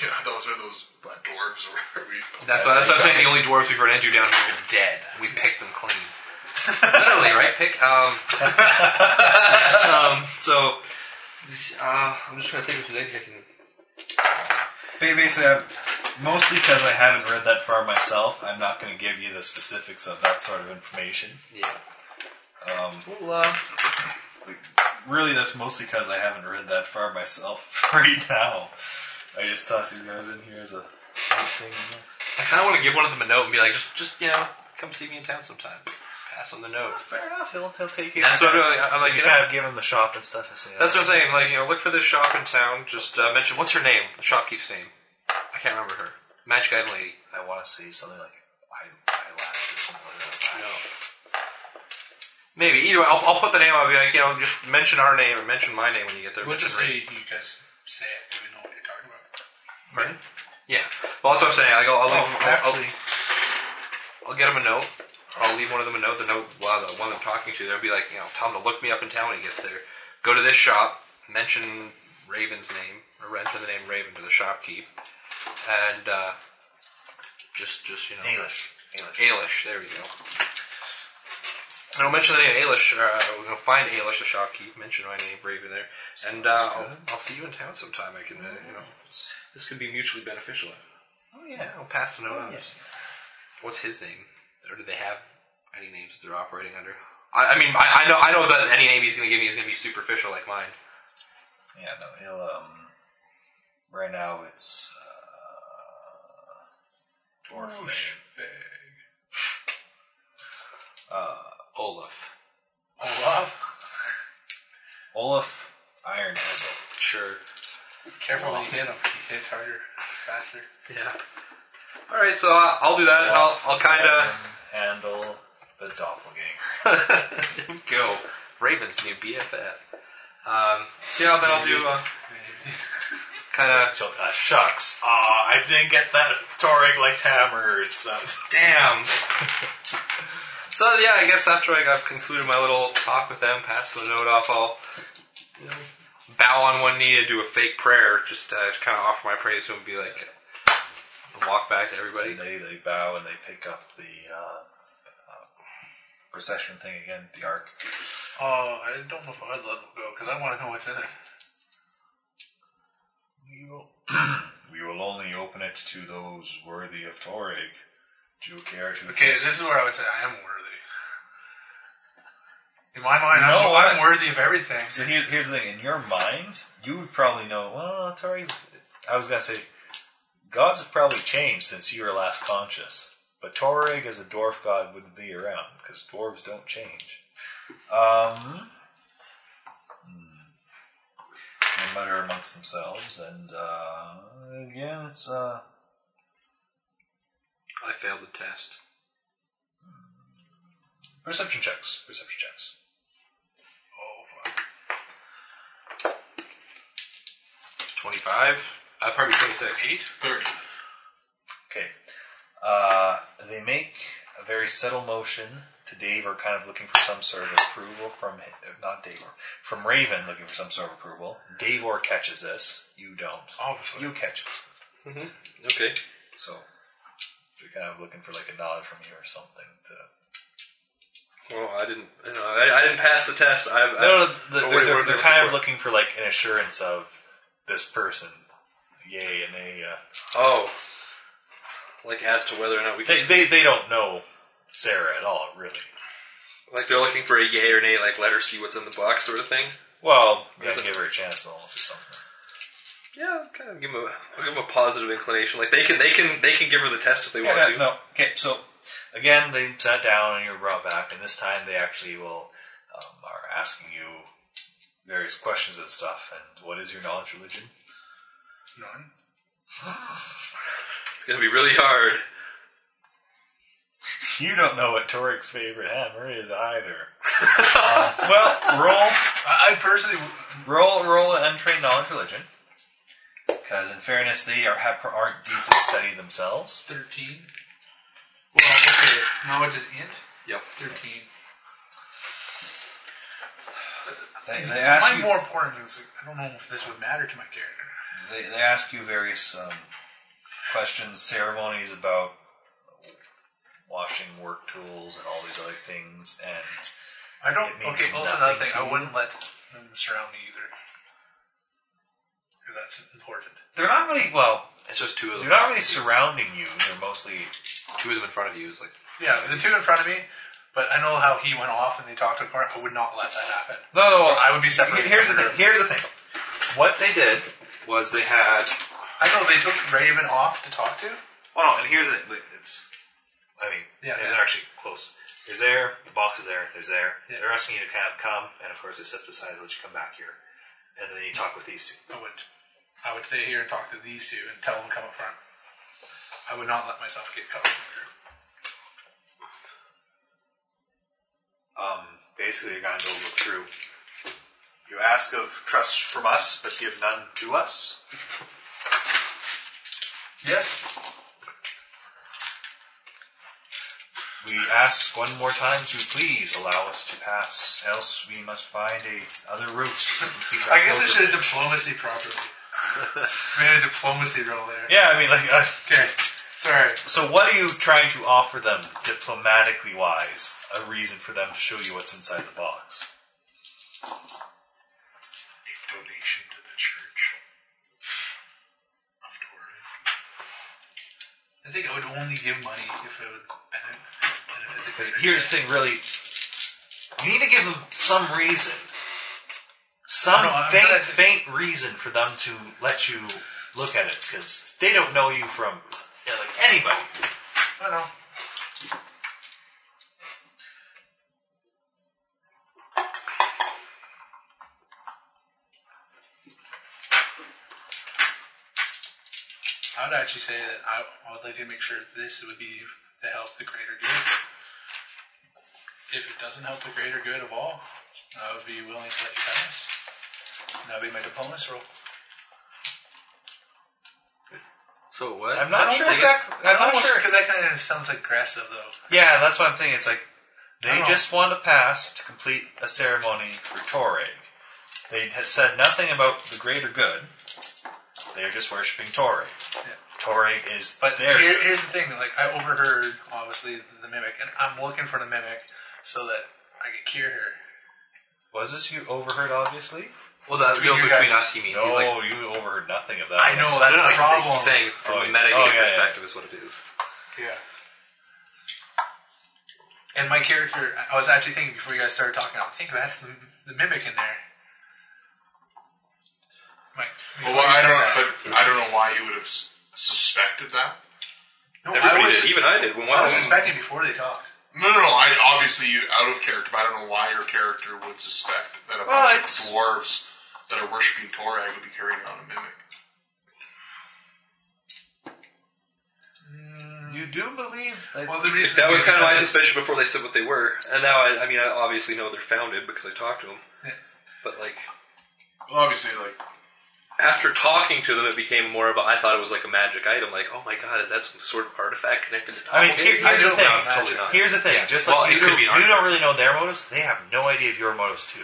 Speaker 5: Yeah, those are those dwarves where we.
Speaker 3: That's, what, that's what I'm saying. The only dwarfs we've run into down here are dead. We picked them clean. Literally, right? Pick. Um, um, so, uh, I'm just trying to think of today. I can.
Speaker 9: Ba- Basically, I'm, mostly because I haven't read that far myself, I'm not going to give you the specifics of that sort of information.
Speaker 3: Yeah.
Speaker 9: Um,
Speaker 3: Well, uh,
Speaker 9: really, that's mostly because I haven't read that far myself right now. I just tossed these guys in here as a thing.
Speaker 3: I kind of want to give one of them a note and be like, just, just you know, come see me in town sometime. Pass on the note.
Speaker 9: Fair enough. He'll, he'll take it.
Speaker 3: That's what I'm, I'm like.
Speaker 9: you
Speaker 3: You know,
Speaker 9: kind of give him the shop and stuff. And say,
Speaker 3: that's what I'm saying. Like, you know, look for this shop in town. Just uh, mention what's her name. The shopkeep's name. I can't remember her. Magic item lady.
Speaker 9: I want to say something like I, I laughed or something like that.
Speaker 3: No. Maybe either way, I'll, I'll put the name. I'll be like, you know, just mention our name or mention my name when you get there.
Speaker 4: We'll
Speaker 3: Mention
Speaker 4: just
Speaker 3: Ray-
Speaker 4: say you guys say it. Do we know what you're talking about?
Speaker 3: Pardon? Yeah. Well, that's what I'm saying. Like, I'll, I'll, leave, I'll-
Speaker 9: Oh,
Speaker 3: I'll,
Speaker 9: actually,
Speaker 3: I'll get him a note. I'll leave one of them a note. The note, well, the one I'm talking to, they'll be like, you know, tell him to look me up in town when he gets there. Go to this shop. Mention Raven's name or rent the name Raven to the shopkeep, and uh, just, just you know,
Speaker 9: English. English.
Speaker 3: Ailish, there we go. And I'll mention the name Ailish. Uh, we're gonna find Ailish, the shopkeep. Mention my name, Raven there, and uh, I'll, I'll see you in town sometime. I can, uh, you know, it's, this could be mutually beneficial.
Speaker 9: Mm-hmm. Oh yeah.
Speaker 3: I'll pass the note on. What's his name, or do they have any names that they're operating under? I, I mean, I, I know, I know that any name he's gonna give me is gonna be superficial, like mine.
Speaker 9: Yeah, no, he'll um. Right now it's uh, dwarf name.
Speaker 3: Olaf.
Speaker 9: uh, Olaf Iron Hazel.
Speaker 3: Sure.
Speaker 4: Careful when you hit him. He hits harder, faster.
Speaker 3: Yeah. All right, so uh, I'll do that. and I'll, I'll kind of.
Speaker 9: handle the doppelganger.
Speaker 3: Go. Ravens new BFF. Um, so yeah, then I'll do uh, kind of.
Speaker 9: So, uh, shucks. Ah, I didn't get that Toreg like hammers. Uh,
Speaker 3: Damn. So yeah, I guess after I got concluded my little talk with them, pass the note off, I'll you know, bow on one knee and do a fake prayer, just uh, to kind of offer my praise to him, and be like, and walk back to everybody.
Speaker 9: they they bow and they pick up the uh, uh, procession thing again. The arc.
Speaker 4: Oh, I don't know if I'd let him go because I want to know what's in there.
Speaker 9: We will, we will only open it to those worthy of Toreg. Do you care to?
Speaker 4: Okay,
Speaker 9: attest-
Speaker 4: this is where I would say I am worthy. In my mind,
Speaker 9: You know
Speaker 4: I'm, I'm
Speaker 9: what?
Speaker 4: worthy of everything.
Speaker 9: So here, here's the thing: in your mind, you would probably know. Well, Tori's. I was gonna say, gods have probably changed since you were last conscious. But Toreg as a dwarf god wouldn't be around because dwarves don't change. Um, hmm. they mutter amongst themselves, and uh, again, it's uh,
Speaker 3: I failed the test.
Speaker 9: perception checks. Perception checks.
Speaker 3: Twenty-five. Uh, probably twenty-six. Eight.
Speaker 5: Thirty.
Speaker 9: Okay. Uh, they make a very subtle motion to Dave, or kind of looking for some sort of approval from not Dave, or from Raven, looking for some sort of approval. Dave or catches this. You don't.
Speaker 4: Obviously.
Speaker 9: You catch it.
Speaker 3: Okay.
Speaker 9: So they're kind of looking for like a nod from you or something. To
Speaker 3: Well, I didn't. You know, I, I didn't pass the test. I, I
Speaker 9: no, no,
Speaker 3: what-
Speaker 9: they're,
Speaker 3: what are
Speaker 9: they're,
Speaker 3: they
Speaker 9: they're kind of
Speaker 3: for?
Speaker 9: looking for like an assurance of this person. Yay, and they uh,
Speaker 3: Oh. Like as to whether or not we can.
Speaker 9: they, they they don't know Sarah at all, really.
Speaker 3: like they're looking for a yay or nay, like let her see what's in the box sort of thing.
Speaker 9: Well, you
Speaker 3: There's
Speaker 9: gotta
Speaker 3: a-
Speaker 9: give her a chance almost or something.
Speaker 3: Yeah, I'll kind of give them a, I'll give them a positive inclination. Like they can, they can, they can give her the test if they
Speaker 9: Yeah,
Speaker 3: want
Speaker 9: yeah,
Speaker 3: to.
Speaker 9: no. Okay, so again, they sat down and you were brought back, and this time they actually will um, are asking you various questions and stuff. And what is your knowledge of religion?
Speaker 4: None.
Speaker 3: It's gonna be really hard.
Speaker 9: You don't know what Torik's favorite hammer is either. Uh, well, roll,
Speaker 4: I, I personally, w-
Speaker 9: roll, roll an untrained knowledge religion. Because in fairness, they are have aren't deeply studied themselves.
Speaker 4: 13. Well, okay. Knowledge is int?
Speaker 3: Yep.
Speaker 4: 13.
Speaker 13: They, they ask
Speaker 4: Mine
Speaker 13: you
Speaker 4: more important is, like, I don't know if this would matter to my character.
Speaker 9: They, they ask you various um, questions, ceremonies about washing work tools and all these other things, and
Speaker 4: I don't.
Speaker 9: It means
Speaker 4: Okay, also
Speaker 9: nothing
Speaker 4: another thing,
Speaker 9: to
Speaker 4: I
Speaker 9: you.
Speaker 4: wouldn't let them surround me either. If that's important.
Speaker 9: they're not really well.
Speaker 3: It's just two of them.
Speaker 9: They're not really surrounding you. They're mostly
Speaker 3: two of them in front of you is like
Speaker 4: Yeah, the two in front of me, but I know how he went off and they talked to Corinth. I would not let that happen.
Speaker 9: no, no.
Speaker 4: I would be separated.
Speaker 9: Here's the
Speaker 4: from
Speaker 9: thing. Here's the thing. What they did was they had
Speaker 4: I know they took Raven off to talk to.
Speaker 9: Well, and here's it. It's, I mean,
Speaker 4: Yeah.
Speaker 9: they're actually close. There's there, the box is there, there's there.
Speaker 4: Yeah.
Speaker 9: They're asking you to kind of come, and of course they set aside and let you come back here. And then you talk with these two.
Speaker 4: I would, I would stay here and talk to these two and tell them to come up front. I would not let myself get caught.
Speaker 9: Um, basically, you're going to go look through. You ask of trust from us, but give none to us.
Speaker 4: Yes.
Speaker 9: We ask one more time to please allow us to pass, else we must find a other route. to complete our
Speaker 4: I guess I should
Speaker 9: pilgrimage.
Speaker 4: have diplomacy properly. Made a diplomacy roll there.
Speaker 9: Yeah, I mean, like, uh,
Speaker 4: Okay. Sorry.
Speaker 9: So, what are you trying to offer them, diplomatically wise? A reason for them to show you what's inside the box?
Speaker 13: a donation to the church of Doran.
Speaker 4: I think I would only give money if it would benefit. benefit the
Speaker 9: Because
Speaker 4: character.
Speaker 9: here's the thing, really, you need to give them some reason, some
Speaker 4: No, I'm
Speaker 9: faint,
Speaker 4: trying to-
Speaker 9: faint reason for them to let you look at it. Because they don't know you from you know, like anybody.
Speaker 4: I know. I would actually say that I, I would like to make sure that this would be to help the greater good. If it doesn't help the greater good of all, I would be willing to let you pass. And that would be my diplomacy role.
Speaker 3: so what?
Speaker 9: I'm not sure exactly. I'm not sure.
Speaker 4: because that kind of sounds aggressive, though.
Speaker 9: Yeah, that's what I'm thinking. It's like
Speaker 4: I
Speaker 9: they
Speaker 4: don't
Speaker 9: just want to pass to complete a ceremony for Toreg. They had said nothing about the greater good. They are just worshiping Toreg. Toreg is
Speaker 4: But
Speaker 9: their
Speaker 4: here,
Speaker 9: good.
Speaker 4: here's the thing: like I overheard, obviously, the mimic, and I'm looking for the mimic so that I could cure her.
Speaker 9: Was this you overheard? Obviously,
Speaker 3: Well, that,
Speaker 4: Between
Speaker 3: no,
Speaker 4: you
Speaker 3: between
Speaker 4: guys.
Speaker 3: us, he means.
Speaker 9: no,
Speaker 3: He's like,
Speaker 9: you overheard nothing of that.
Speaker 4: I know that's
Speaker 3: no, no,
Speaker 4: the
Speaker 3: he's-
Speaker 4: problem.
Speaker 3: He's saying from
Speaker 9: Oh,
Speaker 3: a
Speaker 9: yeah.
Speaker 3: metagame
Speaker 9: Oh, yeah, yeah.
Speaker 3: perspective is what it is.
Speaker 4: yeah. And my character, I was actually thinking before you guys started talking, I think that's the, the mimic in there. My,
Speaker 5: Well,
Speaker 4: before you
Speaker 5: I
Speaker 4: said
Speaker 5: don't.
Speaker 4: that-
Speaker 5: But I don't know why you would have s- suspected that.
Speaker 4: no, I
Speaker 3: Everybody
Speaker 4: was,
Speaker 3: did. Even I did. When one
Speaker 4: I
Speaker 3: of
Speaker 4: was
Speaker 3: them
Speaker 4: suspecting before they talked.
Speaker 5: No, no, no. I obviously you out of character, but I don't know why your character would suspect that a
Speaker 9: Well,
Speaker 5: bunch
Speaker 9: it's-
Speaker 5: of dwarves that are worshiping Torag would be carrying around a mimic.
Speaker 9: You do believe that
Speaker 4: Well, the reason
Speaker 3: That was kind of my suspicion before they said what they were, and now I, I mean, I obviously know they're founded because I talked to them.
Speaker 4: Yeah.
Speaker 3: But like
Speaker 5: Well, obviously, like
Speaker 3: after talking to them, it became more of a, I thought it was like a magic item. Like, oh my god, is that some sort of artifact connected to?
Speaker 9: I mean, here-
Speaker 3: Doppelganger?
Speaker 9: here's
Speaker 3: No,
Speaker 9: the thing.
Speaker 3: it's totally not.
Speaker 9: Here's the thing.
Speaker 3: Yeah.
Speaker 9: Just like
Speaker 3: Well,
Speaker 9: you,
Speaker 3: it could
Speaker 9: do,
Speaker 3: be an
Speaker 9: you don't
Speaker 3: artifact.
Speaker 9: really know their motives, they have no idea of your motives too.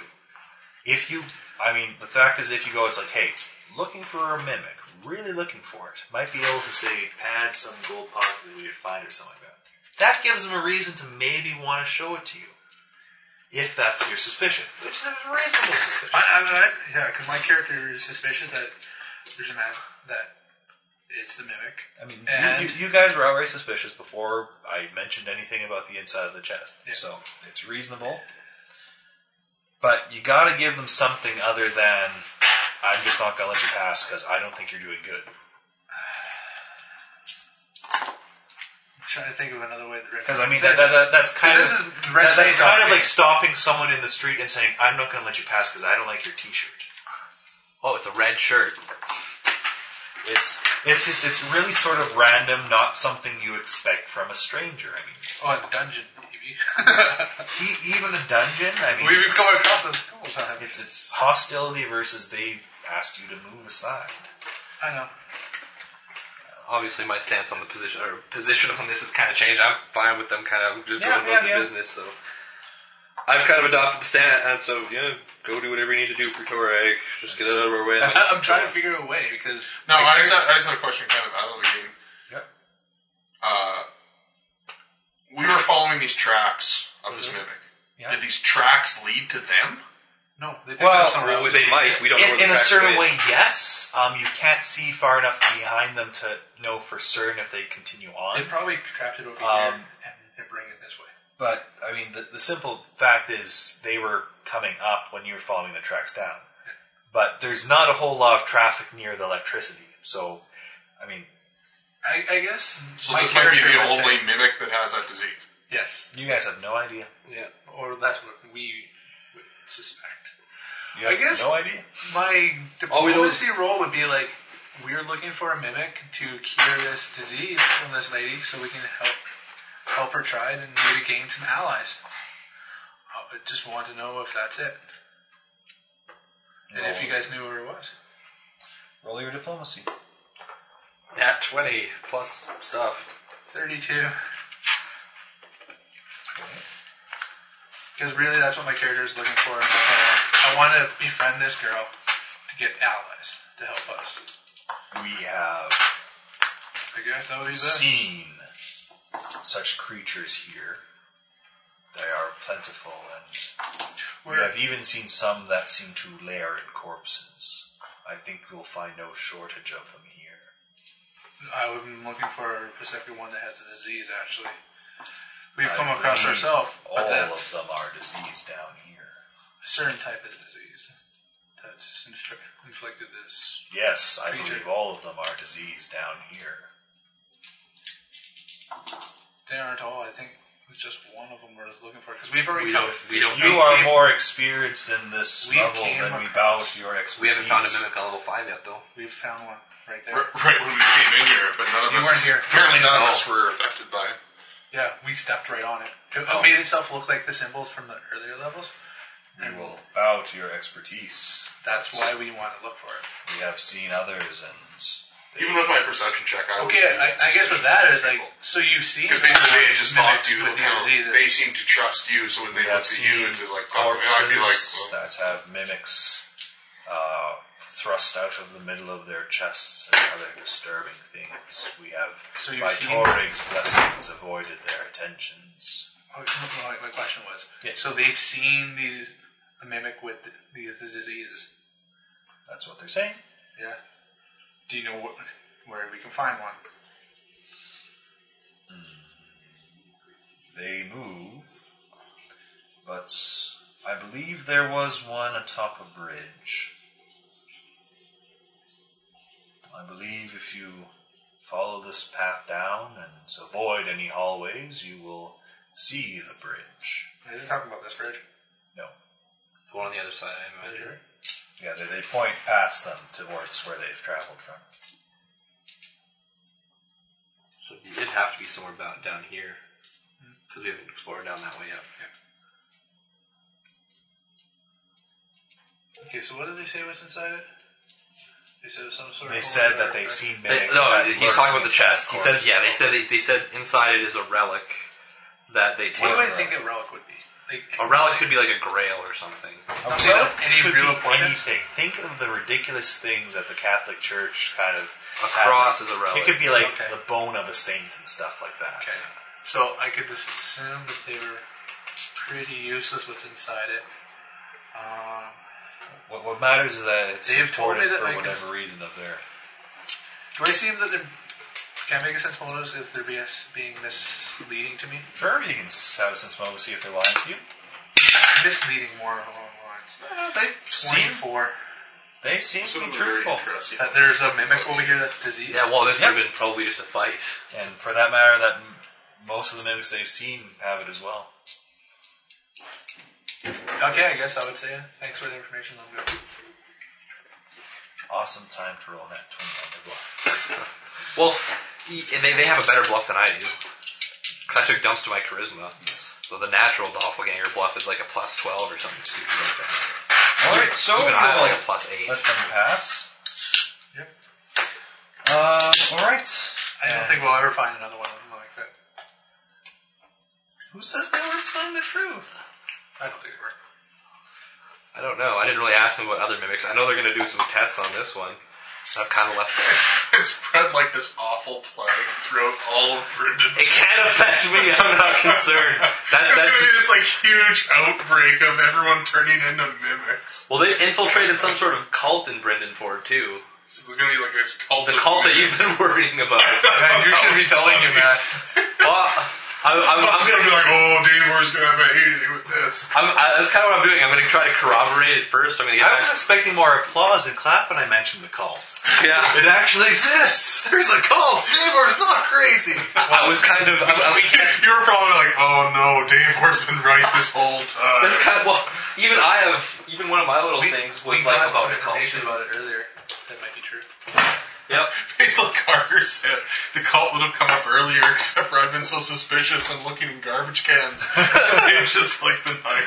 Speaker 9: If you, I mean, the fact is, if you go, it's like, hey, looking for a mimic, really looking for it, might be able to say pad some gold pocket that we could find or something like that. That gives them a reason to maybe want to show it to you, if that's your suspicion, which is a reasonable suspicion.
Speaker 4: I, I, I, yeah, because my character is suspicious that there's a man that it's the mimic.
Speaker 9: I mean,
Speaker 4: And-
Speaker 9: you, you, you guys were outright suspicious before I mentioned anything about the inside of the chest,
Speaker 4: Yeah.
Speaker 9: so it's reasonable. But you got to give them something other than "I'm just not gonna let you pass" because I don't think you're doing good.
Speaker 4: I'm trying to think of another way that
Speaker 9: Because I mean, that, that, that- that's kind of
Speaker 4: This is red
Speaker 9: that- that's
Speaker 4: state
Speaker 9: kind of
Speaker 4: doctrine.
Speaker 9: like stopping someone in the street and saying, "I'm not gonna let you pass because I don't like your T-shirt."
Speaker 3: Oh, it's a red shirt.
Speaker 9: It's it's just it's really sort of random, not something you expect from a stranger. I mean,
Speaker 4: oh, a dungeon, maybe.
Speaker 9: e- even a dungeon. I mean,
Speaker 4: We've
Speaker 9: it's-
Speaker 4: come across this a couple times.
Speaker 9: It's it's hostility versus they've asked you to move aside.
Speaker 4: I know.
Speaker 3: Obviously, my stance on the position or position on this has kind of changed. I'm fine with them kind of just
Speaker 4: Yeah,
Speaker 3: going
Speaker 4: yeah,
Speaker 3: about their
Speaker 4: yeah.
Speaker 3: business. So I've kind of adopted the stance of yeah, go do whatever you need to do for Torag. Just get it out of our way.
Speaker 4: I, am
Speaker 9: uh,
Speaker 4: trying to figure a way because
Speaker 5: No, I just, had, I just had a question kind of out of the game.
Speaker 3: Yep.
Speaker 5: Uh, we were following these tracks of this mimic. Did these tracks lead to them?
Speaker 4: no, they picked
Speaker 9: Well,
Speaker 4: up somewhere else.
Speaker 3: they might. We don't know. Where
Speaker 9: In,
Speaker 3: the
Speaker 9: in a
Speaker 3: tracks
Speaker 9: certain
Speaker 3: lead.
Speaker 9: way, yes. Um, you can't see far enough behind them to know for certain if they continue
Speaker 4: They
Speaker 9: on.
Speaker 4: probably trapped it over here
Speaker 9: Um,
Speaker 4: and they're bringing it this way.
Speaker 9: But I mean, the, the simple fact is they were coming up when you were following the tracks down. But there's not a whole lot of traffic near the electricity, so I mean,
Speaker 4: I, I guess.
Speaker 5: So
Speaker 4: my
Speaker 5: this might be
Speaker 4: character
Speaker 5: the
Speaker 4: would say-
Speaker 5: only mimic that has that disease.
Speaker 4: Yes.
Speaker 9: you guys have no idea.
Speaker 4: Yeah. Or that's what we would suspect.
Speaker 9: You
Speaker 4: I
Speaker 9: have
Speaker 4: guess-
Speaker 9: no idea.
Speaker 4: My
Speaker 3: All we know is-
Speaker 4: diplomacy role would be like, we're looking for a mimic to cure this disease from this lady, so we can help help her tribe and maybe gain some allies. I just want to know if that's it, and if you guys knew where it was.
Speaker 9: Roll your diplomacy.
Speaker 3: At twenty plus stuff.
Speaker 4: Thirty-two. Because really, that's what my character is looking for. and I want to befriend this girl to get allies to help us.
Speaker 9: We have
Speaker 4: I guess that would be the.
Speaker 9: seen such creatures here. They are plentiful, and we
Speaker 4: Where-
Speaker 9: have even seen some that seem to lair in corpses. I think you'll find no shortage of them here.
Speaker 4: I was looking for a specific one that has a disease, actually. We've
Speaker 9: I
Speaker 4: come across
Speaker 9: believe
Speaker 4: ourselves, but
Speaker 9: All
Speaker 4: that's
Speaker 9: of them are diseased down here.
Speaker 4: a certain type of disease that's inf- inflicted this.
Speaker 9: Yes, I
Speaker 4: Creature.
Speaker 9: believe all of them are diseased down here.
Speaker 4: They aren't all, I think it was just one of them we're looking for, because we've already
Speaker 3: We
Speaker 4: come-
Speaker 3: don't. We don't.
Speaker 9: You
Speaker 3: know.
Speaker 9: are
Speaker 4: came-
Speaker 9: more experienced in this
Speaker 4: We
Speaker 9: level
Speaker 4: came
Speaker 9: than we bow
Speaker 4: across-
Speaker 9: to your expertise.
Speaker 3: We haven't found a mimic on level five yet, though.
Speaker 4: We've found one right there.
Speaker 5: R- right when we came in here, but none of
Speaker 4: You
Speaker 5: us
Speaker 4: weren't here. Oh.
Speaker 5: Apparently, none of
Speaker 3: No.
Speaker 5: us were affected by it.
Speaker 4: Yeah, we stepped right on it. It
Speaker 5: Oh.
Speaker 4: made itself look like the symbols from the earlier levels.
Speaker 9: We will bow to your expertise.
Speaker 4: That's why we want to look for it.
Speaker 9: We have seen others, and
Speaker 5: Even with my perception check, I
Speaker 4: Okay, I, I guess what that is like. So you've seen
Speaker 5: Because basically, they just thought
Speaker 4: mimics
Speaker 5: you.
Speaker 4: with
Speaker 5: you
Speaker 4: these
Speaker 5: know,
Speaker 4: diseases.
Speaker 5: They seem to trust you, so when they
Speaker 9: We have
Speaker 5: look at you
Speaker 9: seen
Speaker 5: and to like, talk,
Speaker 9: corpses
Speaker 5: I'd be like, well,
Speaker 9: that have mimics uh, thrust out of the middle of their chests and other disturbing things. We have,
Speaker 4: So you've
Speaker 9: by
Speaker 4: seen-
Speaker 9: Torig's blessings, avoided their attentions.
Speaker 4: Oh, no, no, my, my question was.
Speaker 9: Yeah.
Speaker 4: So they've seen these a mimic with the, these the diseases.
Speaker 9: That's what they're saying.
Speaker 4: Yeah. Do you know what, where we can find one?
Speaker 9: They move, but I believe there was one atop a bridge. I believe if you follow this path down and avoid any hallways, you will see the bridge.
Speaker 4: Are they talking about this bridge?
Speaker 9: No.
Speaker 3: The one on the other side, I imagine.
Speaker 9: Yeah, they, they point past them towards where they've traveled from.
Speaker 3: So it'd have to be somewhere about down here because we haven't explored down that way yet.
Speaker 4: Okay, so what did they say was inside it? They said it was some sort
Speaker 9: They
Speaker 4: of.
Speaker 9: said that they've seen
Speaker 3: They-
Speaker 9: mimics.
Speaker 3: no,
Speaker 9: that
Speaker 3: he's
Speaker 9: lurk
Speaker 3: talking about the
Speaker 9: inside
Speaker 3: chest. He said,
Speaker 9: corpses.
Speaker 3: yeah, they said they said inside it is a relic that they take.
Speaker 4: What do I think a relic would be? Like,
Speaker 3: A relic could be like a grail or something.
Speaker 9: A
Speaker 4: Okay.
Speaker 9: relic
Speaker 4: Any
Speaker 9: could
Speaker 4: real
Speaker 9: be
Speaker 4: appointments?
Speaker 9: anything. Think of the ridiculous things that the Catholic Church kind of
Speaker 3: A cross
Speaker 9: has.
Speaker 3: is a relic.
Speaker 9: It could be like
Speaker 4: Okay.
Speaker 9: the bone of a saint and stuff like that.
Speaker 4: Okay. So I could just assume that they were pretty useless what's inside it. Um,
Speaker 9: What, what matters is that it's
Speaker 4: They've told me
Speaker 9: important
Speaker 4: that I
Speaker 9: for
Speaker 4: can-
Speaker 9: whatever reason of their.
Speaker 4: do I assume that they're. Can I make a sense of those if they're being being misleading to me?
Speaker 9: Sure, you can s- have a sense moment to see if they're lying to you.
Speaker 4: misleading more along the lines. Uh, they
Speaker 9: Seem-
Speaker 4: twenty-four.
Speaker 9: They seem
Speaker 5: so
Speaker 9: to be
Speaker 5: they're very
Speaker 9: truthful.
Speaker 5: interesting.
Speaker 4: That there's a mimic over here that's diseased.
Speaker 3: Yeah, well, this
Speaker 9: Yeah.
Speaker 3: would have been probably just a fight.
Speaker 9: And for that matter, that m- most of the mimics they've seen have it as well.
Speaker 4: Okay, I guess I would say thanks for the information. I'm good.
Speaker 9: Awesome time to roll that 29 to bluff.
Speaker 3: Well, y- and they, they have a better bluff than I do. 'Cause I took dumps to my charisma. So the natural doppelganger bluff is like a plus 12 or something stupid like that.
Speaker 9: All right, so
Speaker 3: Even I have like a
Speaker 9: we'll
Speaker 3: plus 8.
Speaker 9: let them pass.
Speaker 4: Yep.
Speaker 9: Uh,
Speaker 13: Um, all right.
Speaker 4: I don't think we'll ever find another one of them like that.
Speaker 13: Who says they were telling the truth?
Speaker 4: I don't think they were.
Speaker 3: I don't know. I didn't really ask them about other mimics. I know they're going to do some tests on this one. I've kind of left.
Speaker 5: It spread like this awful plague throughout all of Britain.
Speaker 3: It can affect me. I'm not concerned. That,
Speaker 5: There's gonna
Speaker 3: that,
Speaker 5: be this like huge outbreak of everyone turning into mimics.
Speaker 3: well, they've infiltrated some sort of cult in Brendanford too.
Speaker 5: So there's gonna be like this cult.
Speaker 3: The
Speaker 5: of
Speaker 3: cult that you've
Speaker 5: mimics.
Speaker 3: been worrying about.
Speaker 5: Man, you should be telling him that.
Speaker 3: Well, I, I'm,
Speaker 5: I'm
Speaker 3: I'm
Speaker 5: just
Speaker 3: gonna
Speaker 5: gonna be like, oh, Davor's gonna have a heyday with this.
Speaker 3: I'm, I, that's kind of what I'm doing. I'm going to try to corroborate it first. I'm going to get
Speaker 9: I was
Speaker 3: back.
Speaker 9: expecting more applause and clap when I mentioned the cult.
Speaker 3: Yeah,
Speaker 13: It actually exists. There's a
Speaker 4: Oh,
Speaker 13: cult. Davor's not crazy.
Speaker 3: I was kind of. I'm, I'm,
Speaker 5: You were probably like, oh no, Davor's been right this whole time.
Speaker 3: that's kind of. Well, even I have. Even one of my little things was like
Speaker 4: got
Speaker 3: about
Speaker 4: some
Speaker 3: a cult.
Speaker 4: information about it earlier. That might be true.
Speaker 3: Yep.
Speaker 5: It's like Carter said, the cult would have come up earlier, except for I've been so suspicious and looking in garbage cans. it's just like the night.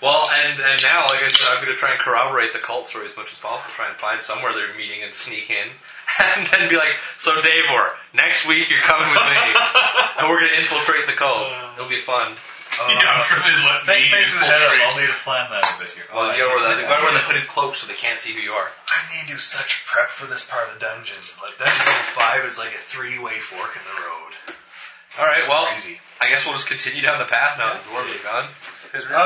Speaker 3: Well, and and now, like I said, I'm going to try and corroborate the cult story as much as possible. Try and find somewhere they're meeting and sneak in, and then be like, "So, Davor, next week you're coming with me, and we're going to infiltrate the cult. It'll be fun."
Speaker 5: yeah, I'm sure they'd let me
Speaker 9: Thanks, thanks for the head up. I'll
Speaker 5: infiltrate.
Speaker 9: need to plan that a bit here.
Speaker 3: Well, you gotta wear the, you gotta wear the hooded cloak so they can't see who you are.
Speaker 9: I need to do such prep for this part of the dungeon. Like that level five is like a three-way fork in the road.
Speaker 3: All right. Well,
Speaker 9: Crazy.
Speaker 3: I guess we'll just continue down the path now. that The dwarves are gone.
Speaker 4: Because
Speaker 13: Uh,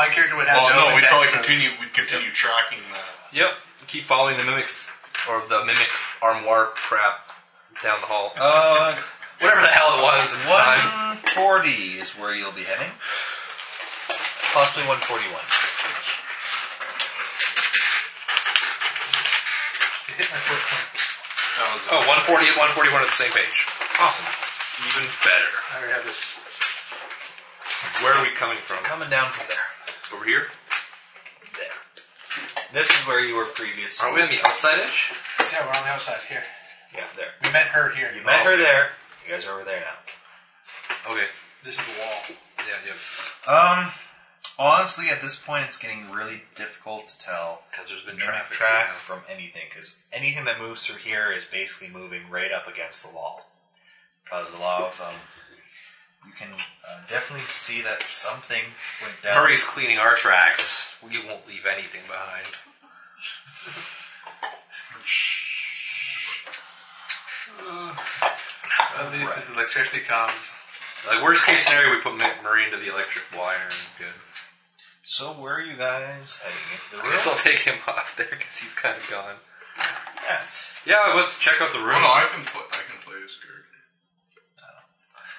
Speaker 4: my character would have
Speaker 5: Well, no, we'd
Speaker 4: effect,
Speaker 5: probably
Speaker 4: so-
Speaker 5: continue. We'd continue tracking that.
Speaker 3: Yep. Keep following the mimic f- or the mimic armoire crap down the hall.
Speaker 13: uh,
Speaker 3: Whatever the hell it was at the time.
Speaker 13: 140 is where you'll be heading.
Speaker 9: Possibly 141.
Speaker 5: That was.
Speaker 3: Oh, 140 and 141 are the same page. Awesome. Even better.
Speaker 4: I already have this.
Speaker 3: Where are we coming from?
Speaker 9: Coming down from there.
Speaker 3: Over here?
Speaker 9: There. This is where you were previously.
Speaker 3: Aren't we on the outside edge?
Speaker 4: Yeah, we're on the outside here.
Speaker 9: Yeah, there.
Speaker 4: We met her here.
Speaker 9: You met her there. You guys are over there now.
Speaker 3: Okay.
Speaker 4: This is the wall.
Speaker 3: Yeah, yeah.
Speaker 13: Um, honestly, at this point, it's getting really difficult to tell
Speaker 3: Because there's been
Speaker 13: mimic
Speaker 3: traffic.
Speaker 13: track
Speaker 3: so
Speaker 13: from anything because anything that moves through here is basically moving right up against the wall. Because a lot of um, you can uh, definitely see that something went
Speaker 3: now-
Speaker 13: down.
Speaker 3: Murray's cleaning our tracks. We won't leave anything behind.
Speaker 4: At least the electricity comes.
Speaker 3: Like, worst case scenario, we put Ma- Murray into the electric wire and good.
Speaker 9: So where are you guys heading into the
Speaker 3: I guess
Speaker 9: room?
Speaker 3: I'll take him off there because he's kind of gone.
Speaker 9: Yes.
Speaker 3: Yeah, let's check out the
Speaker 5: Oh,
Speaker 3: room.
Speaker 5: no, I can play. I can play this character.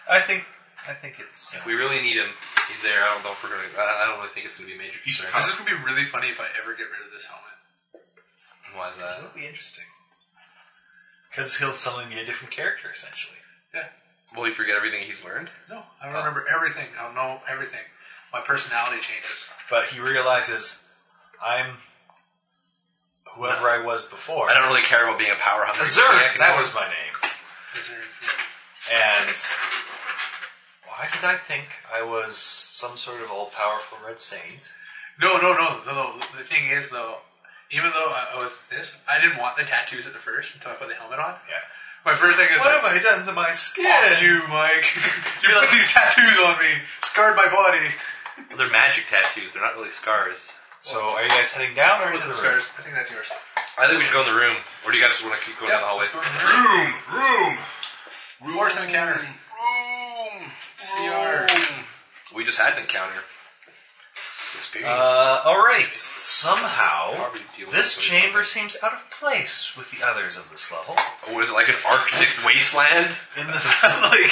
Speaker 9: I think. I think it's.
Speaker 3: We really need him. He's there. I don't know if we're gonna. I I don't really think it's gonna be a major
Speaker 5: He's
Speaker 3: concern.
Speaker 4: This is gonna be really funny if I ever get rid of this helmet.
Speaker 3: Why is that?
Speaker 9: It'll be interesting. Because he'll suddenly be a different character, essentially.
Speaker 3: Will he forget everything he's learned?
Speaker 4: No, I remember everything. I'll know everything. My personality changes.
Speaker 9: But he realizes, I'm whoever I was before.
Speaker 3: I don't really care about being a power hungry.
Speaker 9: Azur,
Speaker 3: maniac
Speaker 9: that
Speaker 3: anymore.
Speaker 9: was my name.
Speaker 4: Is there,
Speaker 9: And why did I think I was some sort of all powerful red saint?
Speaker 4: no, no, no, no, no. The thing is, though, even though I I was this, I didn't want the tattoos at the first until I put the helmet on.
Speaker 9: Yeah.
Speaker 4: My first thing is
Speaker 9: What
Speaker 4: like,
Speaker 9: have I done to my skin?
Speaker 4: "Fuck you, Mike. you put these tattoos on me, scarred my body.
Speaker 3: They're magic tattoos. They're not really scars.
Speaker 9: So are you guys heading down or
Speaker 4: With
Speaker 9: into the
Speaker 4: the
Speaker 9: room?
Speaker 4: scars. Oh, I think that's yours.
Speaker 3: I think we should go in the room. Or do you guys just want to keep going down the
Speaker 4: let's
Speaker 3: hallway?
Speaker 4: go in the room.
Speaker 5: Room, room.
Speaker 4: Force an encounter.
Speaker 3: Room.
Speaker 4: CR.
Speaker 3: We just had an encounter. Experience.
Speaker 9: Uh, all right. Somehow,
Speaker 3: Probably deal with
Speaker 9: this
Speaker 3: this or
Speaker 9: chamber seems out of place with the others of this level.
Speaker 3: oh, is it like an Arctic wasteland?
Speaker 9: In the like,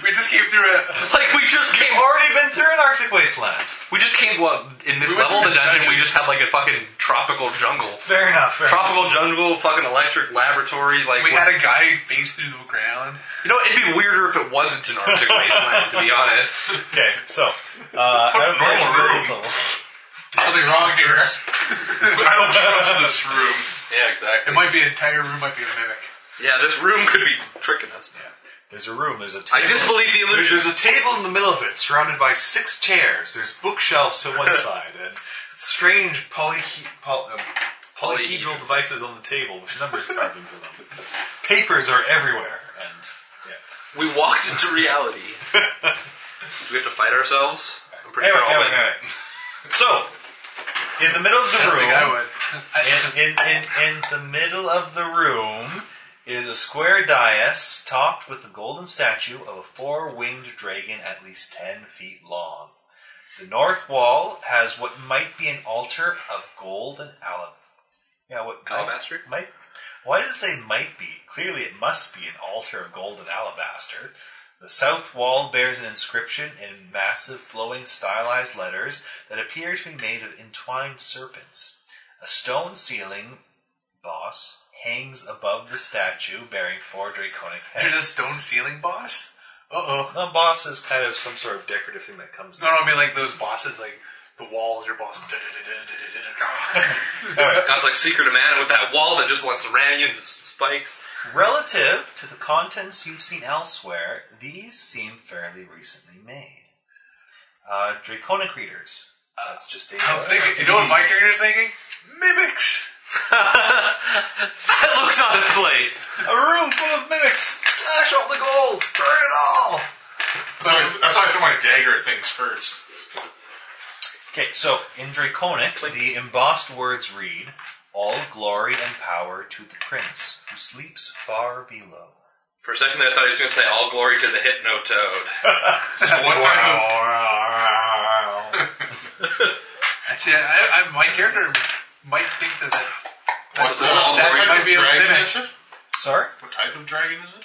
Speaker 4: We just came through it.
Speaker 3: Like we just came.
Speaker 9: already been through an Arctic wasteland.
Speaker 3: We just came. Well, in this level of the dungeon, we just had like a fucking tropical jungle.
Speaker 9: Fair enough. Fair enough.
Speaker 3: Tropical jungle, fucking electric laboratory. Like
Speaker 4: We
Speaker 3: we're-
Speaker 4: had a guy face through the ground.
Speaker 3: You know, it'd be weirder if it wasn't an Arctic wasteland, to be honest.
Speaker 9: Okay, so uh, out of place
Speaker 5: Normal
Speaker 9: with
Speaker 5: room.
Speaker 9: this level.
Speaker 4: Something's wrong here.
Speaker 5: I don't trust this room.
Speaker 3: Yeah, exactly.
Speaker 4: It might be an entire room. Might be a mimic.
Speaker 3: yeah, this room could be tricking us.
Speaker 9: There's a room. There's a
Speaker 3: I
Speaker 9: table.
Speaker 3: disbelieve the
Speaker 9: there's,
Speaker 3: illusion.
Speaker 9: there's a table in the middle of it, surrounded by six chairs. There's bookshelves to one side and strange poly, poly, uh, Polyhedral devices on the table with numbers carved into them. Papers are everywhere, and yeah.
Speaker 3: We walked into reality. Do we have to fight ourselves? I'm pretty
Speaker 9: Anyway,
Speaker 3: sure I'll
Speaker 9: anyway,
Speaker 3: win.
Speaker 9: anyway. So, in the middle of the room,
Speaker 4: I would.
Speaker 9: in, in, in, in the middle of the room is a square dais topped with a golden statue of a four winged dragon at least 10 feet long. The north wall has what might be an altar of gold and alab. Yeah, what might-
Speaker 3: Alabaster?
Speaker 9: Might, why does it say might be? Clearly, it must be an altar of gold and alabaster. The south wall bears an inscription in massive, flowing, stylized letters that appear to be made of entwined serpents. A stone ceiling boss hangs above the statue bearing four draconic
Speaker 4: There's
Speaker 9: heads.
Speaker 4: a stone ceiling boss? Uh oh.
Speaker 9: The boss is kind of some sort of decorative thing that comes
Speaker 4: No, no, I mean like those bosses, like the walls, your boss.
Speaker 3: God's like Secret of Man with that wall that just wants to ram you into s- spikes.
Speaker 9: Relative to the contents you've seen elsewhere, these seem fairly recently made. Uh, draconic readers. That's just a.
Speaker 4: I'm thinking, you know what my character's thinking? Mimics!
Speaker 3: that looks out of place.
Speaker 13: A room full of mimics! Slash all the gold! Burn it all!
Speaker 5: That's why, that's why I throw my dagger at things first.
Speaker 9: Okay, so in Draconic, the embossed words read All glory and power to the prince who sleeps far below.
Speaker 3: For a second there, I thought he was going to say, All glory to the Hypno Toad.
Speaker 5: What type of
Speaker 4: Actually, I, I, my character might think that that
Speaker 5: what,
Speaker 3: That's all
Speaker 5: what type
Speaker 4: might
Speaker 5: of
Speaker 4: be a
Speaker 5: dragon
Speaker 4: mimic.
Speaker 5: is it?
Speaker 9: Sorry?
Speaker 5: What type of dragon is it?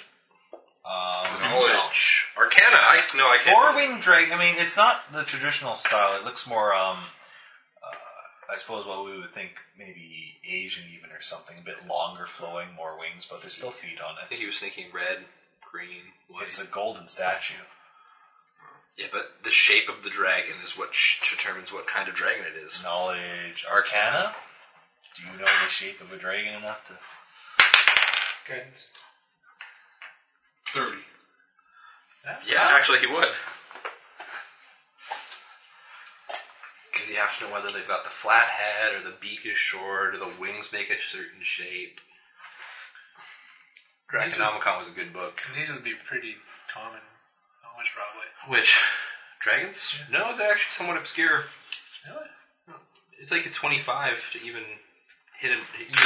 Speaker 3: Knowledge. Arcana. I, no, I can't.
Speaker 9: Four winged dragon, I mean, it's not the traditional style. It looks more, um, uh, I suppose, what we would think maybe Asian even or something. A bit longer flowing, more wings, but there's still feet on
Speaker 3: I think he
Speaker 9: it.
Speaker 3: was thinking red, green, white.
Speaker 9: It's a golden statue.
Speaker 3: yeah, but the shape of the dragon is what sh- determines what kind of dragon it is.
Speaker 9: Knowledge Arcana? Do you know the shape of a dragon enough to.
Speaker 5: Thirty.
Speaker 3: Yeah, actually, he would. Because you have to know whether they've got the flat head, or the beak is short, or the wings make a certain shape. Draconomicon was a good book.
Speaker 4: these would be pretty common. Almost probably.
Speaker 3: Which dragons? No, they're actually somewhat obscure.
Speaker 4: Really?
Speaker 3: It's like a twenty-five to even hit a, even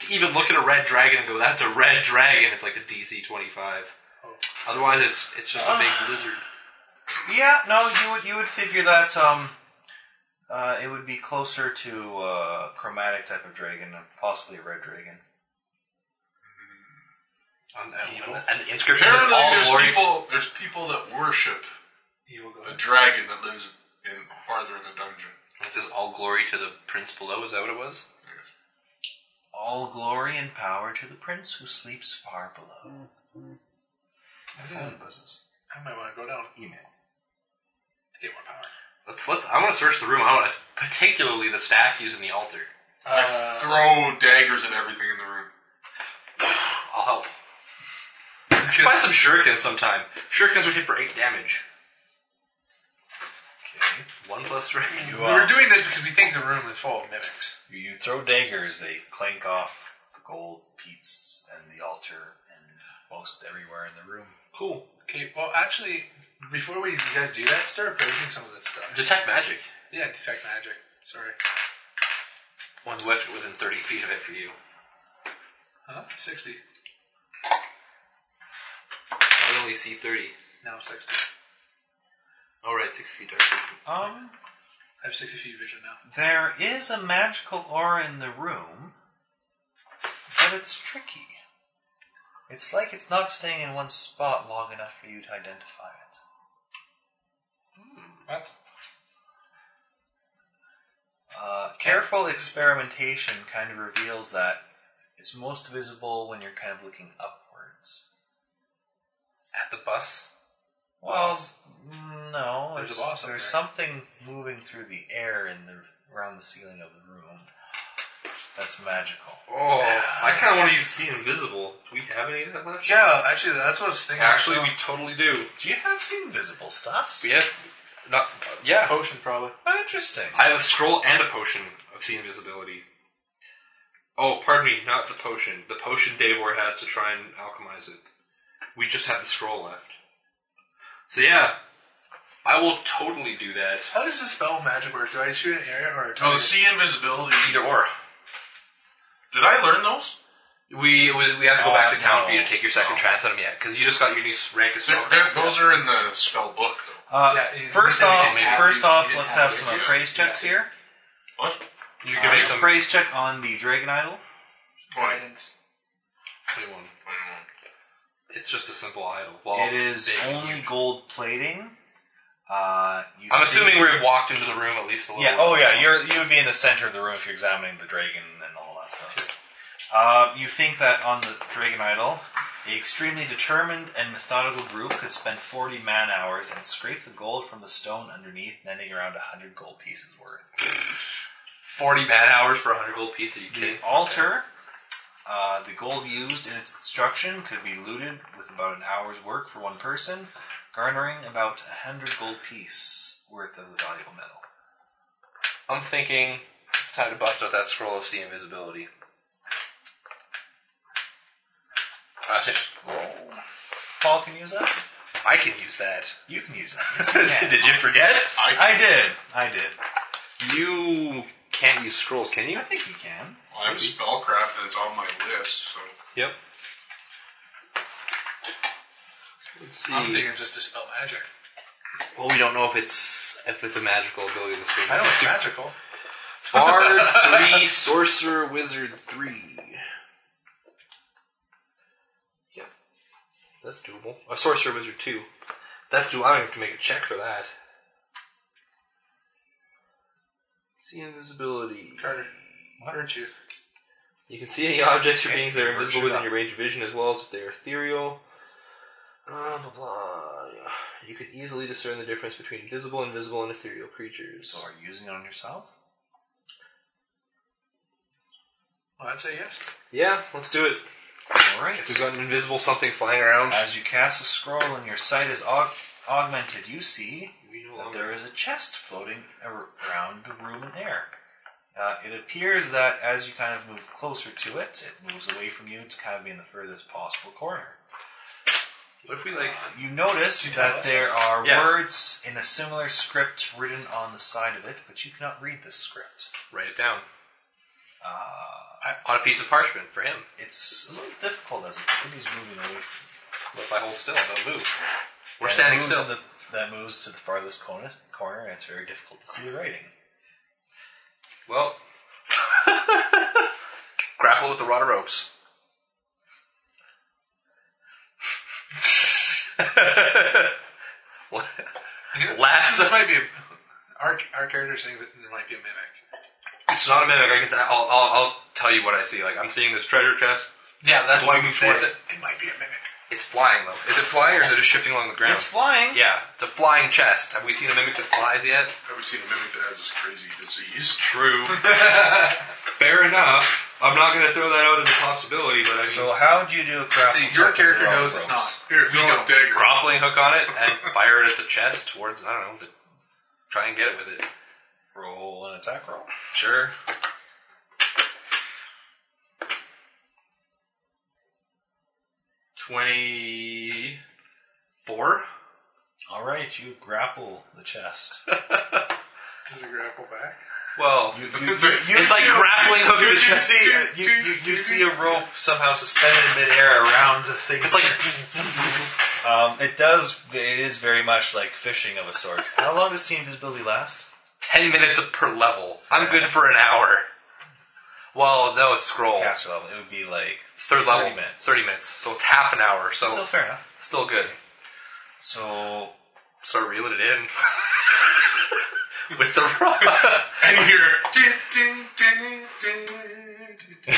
Speaker 3: to even look at a red dragon and go, "That's a red dragon." It's like a DC twenty-five. Otherwise, it's it's just a big lizard.
Speaker 9: Yeah, no, you would you would figure that um, uh, it would be closer to uh, chromatic type of dragon, and possibly a red dragon.
Speaker 3: On, and, and the inscription says
Speaker 5: Apparently,
Speaker 3: all
Speaker 5: there's
Speaker 3: glory.
Speaker 5: people. There's people that worship
Speaker 4: Evil
Speaker 5: a
Speaker 4: god.
Speaker 5: dragon that lives in farther in the dungeon.
Speaker 3: It says all glory to the prince below. Is that what it was?
Speaker 9: All glory and power to the prince who sleeps far below.
Speaker 13: Phone business.
Speaker 4: Hmm, I might want to go down
Speaker 9: Email.
Speaker 4: to get more power.
Speaker 3: Let's let. I want to search the room. I want to particularly the statues and the altar.
Speaker 5: I throw daggers at everything in the room.
Speaker 3: I'll help. Should buy some shurikens sometime. Shurikens would hit for eight damage.
Speaker 9: Okay.
Speaker 3: One plus three.
Speaker 9: You,
Speaker 4: We were
Speaker 9: uh,
Speaker 4: doing this because we think the room is full of mimics.
Speaker 9: you you throw daggers. They clank off the gold peats and the altar and most everywhere in the room.
Speaker 4: Cool. Okay, well, actually, before we you guys do that, start breaking some of this stuff.
Speaker 3: Detect magic.
Speaker 4: Yeah, detect magic. Sorry.
Speaker 3: One's left within 30 feet of it for you.
Speaker 4: Huh? 60.
Speaker 3: I only see 30.
Speaker 4: Now I'm 60.
Speaker 3: All right, six feet dark.
Speaker 9: Um,
Speaker 4: I have 60 feet vision now.
Speaker 9: there is a magical aura in the room, but it's tricky. It's like it's not staying in one spot long enough for you to identify it.
Speaker 4: What?
Speaker 9: Uh, careful experimentation kind of reveals that it's most visible when you're kind of looking upwards.
Speaker 3: At the bus?
Speaker 9: Well, no,
Speaker 4: There's
Speaker 9: there's,
Speaker 4: a boss up
Speaker 9: there's
Speaker 4: there.
Speaker 9: something moving through the air in the around the ceiling of the room. That's magical.
Speaker 3: Oh, I kind of want to use see invisible. Do we have any of that left?
Speaker 4: Yeah, actually, that's what I was thinking.
Speaker 3: Actually, we totally do.
Speaker 9: Do you have some invisible stuffs?
Speaker 3: We have. Not, yeah.
Speaker 4: Potion, probably.
Speaker 9: Not interesting.
Speaker 3: I have a scroll and a potion of see invisibility. Oh, pardon me, not the potion. The potion Davor has to try and alchemize it. We just have the scroll left. So yeah, I will totally do that.
Speaker 4: How does the spell magic work? Do I shoot an area or a
Speaker 5: Oh,
Speaker 4: target?
Speaker 5: the sea invisibility.
Speaker 3: Either or.
Speaker 5: Did I learn those?
Speaker 3: We we, we have to go
Speaker 9: Oh,
Speaker 3: back to town
Speaker 9: no.
Speaker 3: for you to take your second chance on him yet, because you just got your new rank of
Speaker 5: They're,
Speaker 3: spell.
Speaker 5: they're, those are in the spell book, though.
Speaker 9: Uh,
Speaker 4: Yeah, you-
Speaker 9: first
Speaker 4: you said we
Speaker 9: off,
Speaker 4: didn't have-
Speaker 9: first
Speaker 4: you- you
Speaker 9: off,
Speaker 4: didn't
Speaker 9: let's
Speaker 4: have
Speaker 9: have
Speaker 4: it.
Speaker 9: some
Speaker 4: Yeah.
Speaker 9: appraise checks here.
Speaker 5: What?
Speaker 3: You can make
Speaker 9: Uh,
Speaker 3: some
Speaker 9: appraise check on the dragon idol.
Speaker 4: Guidance.
Speaker 3: twenty-one. It's just a simple idol. Well,
Speaker 9: it is
Speaker 3: big.
Speaker 9: only gold plating. Uh, you
Speaker 3: I'm
Speaker 9: see-
Speaker 3: assuming we've walked into the room at least a little.
Speaker 9: Yeah. Oh, yeah. You're you would be in the center of the room if you're examining the dragon and all that stuff. Uh, you think that on the dragon idol, the extremely determined and methodical group could spend 40 man hours and scrape the gold from the stone underneath, netting around 100 gold pieces worth.
Speaker 3: Forty man hours for a hundred gold piece. Are you
Speaker 9: The
Speaker 3: kidding?
Speaker 9: altar, uh, the gold used in its construction could be looted with about an hour's work for one person, garnering about a hundred gold piece worth of the valuable metal.
Speaker 3: I'm thinking it's time to bust out that scroll of sea invisibility. I, think
Speaker 9: Paul can use that.
Speaker 3: I can use that.
Speaker 9: You can use that. Yes, you can.
Speaker 3: Did you forget?
Speaker 9: I did. I did.
Speaker 3: You can't use scrolls, can you?
Speaker 9: I think you can.
Speaker 5: Well, I have spellcraft, and it's on my list, so.
Speaker 3: Yep. Let's see.
Speaker 4: I'm thinking just to spell magic.
Speaker 3: Well, we don't know if it's if it's a magical ability. This
Speaker 4: I know it's magical.
Speaker 3: Bard three, sorcerer, wizard three. Yep, that's doable. A sorcerer, wizard two. That's doable. I don't have to make a check for that. See invisibility.
Speaker 4: Carter, aren't you?
Speaker 3: You can see any objects or beings that are
Speaker 9: Conversion
Speaker 3: invisible within
Speaker 9: up.
Speaker 3: your range of vision, as well as if they are ethereal. Uh, blah, blah. You can easily discern the difference between visible, invisible, and ethereal creatures.
Speaker 9: So are you using it on yourself?
Speaker 4: Well, I'd say yes.
Speaker 3: Yeah, let's do it.
Speaker 9: All right.
Speaker 3: We've got an invisible something flying around.
Speaker 9: As you cast a scroll and your sight is aug- augmented, you see
Speaker 3: We no
Speaker 9: that
Speaker 3: longer-
Speaker 9: there is a chest floating ar- around the room in air. Uh, it appears that as you kind of move closer to it, it moves away from you to kind of be in the furthest possible corner.
Speaker 3: What if we like?
Speaker 9: You notice that there are
Speaker 3: Yeah.
Speaker 9: words in a similar script written on the side of it, but you cannot read this script.
Speaker 3: Write it down
Speaker 9: Uh,
Speaker 3: on a piece of parchment for him.
Speaker 9: it's a little difficult as it continues moving away. From
Speaker 3: What if I hold still, and don't move.
Speaker 9: you.
Speaker 3: We're
Speaker 9: And it
Speaker 3: standing
Speaker 9: moves
Speaker 3: still.
Speaker 9: to The, that moves to the farthest corner, corner, and it's very difficult to see the writing.
Speaker 3: Well, grapple with the rod of ropes. What? Lasso.
Speaker 4: This might be a. Our, our character's saying that there might be a mimic.
Speaker 3: It's not a mimic. I can. T- I'll, I'll. I'll tell you what I see. Like I'm seeing this treasure chest.
Speaker 4: Yeah, that's why
Speaker 3: we
Speaker 4: we
Speaker 3: moved
Speaker 4: said
Speaker 3: towards
Speaker 4: it. It might be a mimic.
Speaker 3: It's flying though. Is it flying or is it just shifting along the ground?
Speaker 9: It's flying.
Speaker 3: yeah, it's a flying chest. Have we seen a mimic that flies yet?
Speaker 5: Have you seen a mimic that has this crazy disease?
Speaker 3: True. Fair enough. I'm not going to throw that out as a possibility, but I mean,
Speaker 9: So uh, how do you do a grapple?
Speaker 4: See, your
Speaker 9: check with
Speaker 4: character
Speaker 9: the
Speaker 4: knows
Speaker 9: rope
Speaker 4: it's
Speaker 9: ropes?
Speaker 4: not.
Speaker 5: Here, throw a dagger.
Speaker 3: grappling hook on it and fire it at the chest towards I don't know. The, try and get it with it.
Speaker 9: Roll an attack roll.
Speaker 3: Sure. Twenty-four.
Speaker 9: All right, you grapple the chest.
Speaker 4: Does it grapple back?
Speaker 3: Well,
Speaker 9: You, you,
Speaker 3: it's like grappling hook
Speaker 9: you
Speaker 3: at the
Speaker 9: do
Speaker 3: chest.
Speaker 9: see uh, you, you, you see a rope somehow suspended in midair around the thing.
Speaker 3: It's like
Speaker 9: um, it does. It is very much like fishing of a sort. How long does the invisibility last?
Speaker 3: ten minutes per level. I'm good for an hour. Well, no, it's scroll.
Speaker 9: Caster level. It would be like
Speaker 3: Third level,
Speaker 9: 30 minutes.
Speaker 3: Thirty minutes. So it's half an hour. So
Speaker 9: still
Speaker 3: still,
Speaker 9: fair enough.
Speaker 3: good.
Speaker 9: So
Speaker 3: Start reeling it in with the rod.
Speaker 5: And you hear, ding, ding, ding, ding, ding.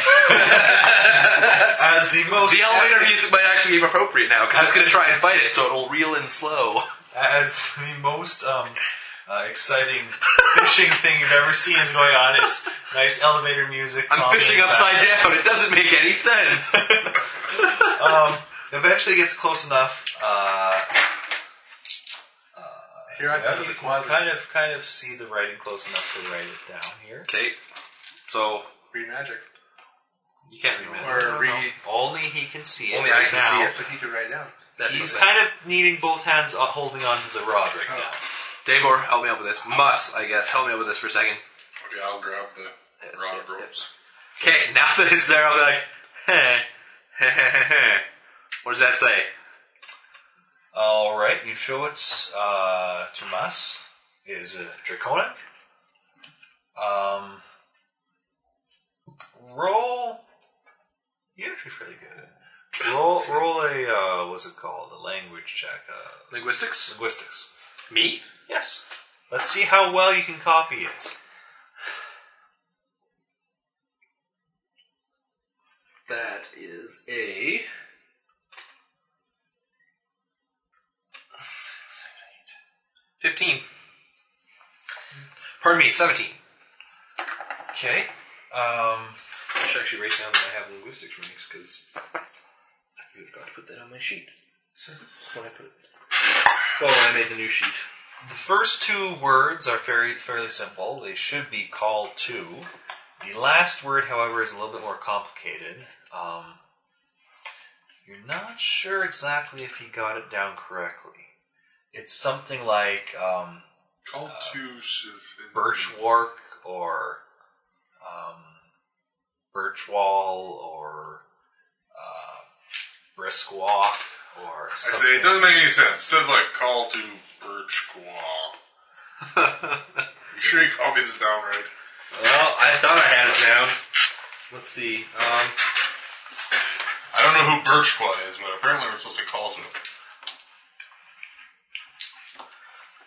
Speaker 9: as the most e-,
Speaker 3: The elevator music might actually be appropriate now because it's going to try and fight it, so it'll reel in slow.
Speaker 9: as the most um, uh, exciting fishing thing you've ever seen is going on. It's nice elevator music.
Speaker 3: I'm
Speaker 9: calming
Speaker 3: fishing
Speaker 9: back.
Speaker 3: upside down. It doesn't make any sense.
Speaker 9: Um, eventually gets close enough. Uh,
Speaker 4: Here, I thought it was a
Speaker 9: you
Speaker 4: quasi.
Speaker 9: kind of, kind of see the writing close enough to write it down here.
Speaker 3: okay, so
Speaker 4: Read magic.
Speaker 3: You can't remember.
Speaker 4: Or read.
Speaker 9: Only he can see it.
Speaker 3: Only
Speaker 9: right
Speaker 3: I can
Speaker 9: now.
Speaker 3: see it.
Speaker 4: But he could write it down.
Speaker 3: That's
Speaker 9: He's
Speaker 3: what
Speaker 9: kind of needing both hands uh, holding onto the rod right now.
Speaker 3: Davor, help me out with this. Muss, I guess, help me out with this for a second.
Speaker 5: Okay, I'll grab the rod of ropes.
Speaker 3: Okay, now that it's there, I'll be like, heh, heh, heh, heh. What does that say?
Speaker 9: All right, you show it uh, to Mas. Is uh, draconic. Um, roll. You're actually fairly good. Roll, roll a uh, what's it called? A language check. Uh,
Speaker 3: Linguistics?
Speaker 9: linguistics.
Speaker 3: Me?
Speaker 9: Yes. Let's see how well you can copy it.
Speaker 3: That is a. Fifteen. Pardon me, seventeen.
Speaker 9: Okay. Um,
Speaker 3: I should actually write down that I have linguistics ranks because I forgot to put that on my sheet. When I put it. Well, when I made the new sheet.
Speaker 9: The first two words are fairly fairly simple. They should be called to. The last word, however, is a little bit more complicated. Um, you're not sure exactly if he got it down correctly. It's something like um,
Speaker 5: Call
Speaker 3: Uh,
Speaker 5: two Siv-
Speaker 9: birchwork or um, birchwall or uh, brisk walk or
Speaker 5: I say
Speaker 9: something.
Speaker 5: it doesn't make any sense. It says like call to birch claw. you sure you copied this down right?
Speaker 3: Well, I thought I had it down. Let's see. Um,
Speaker 5: I don't know who birch claw is, but apparently we're supposed to call to him.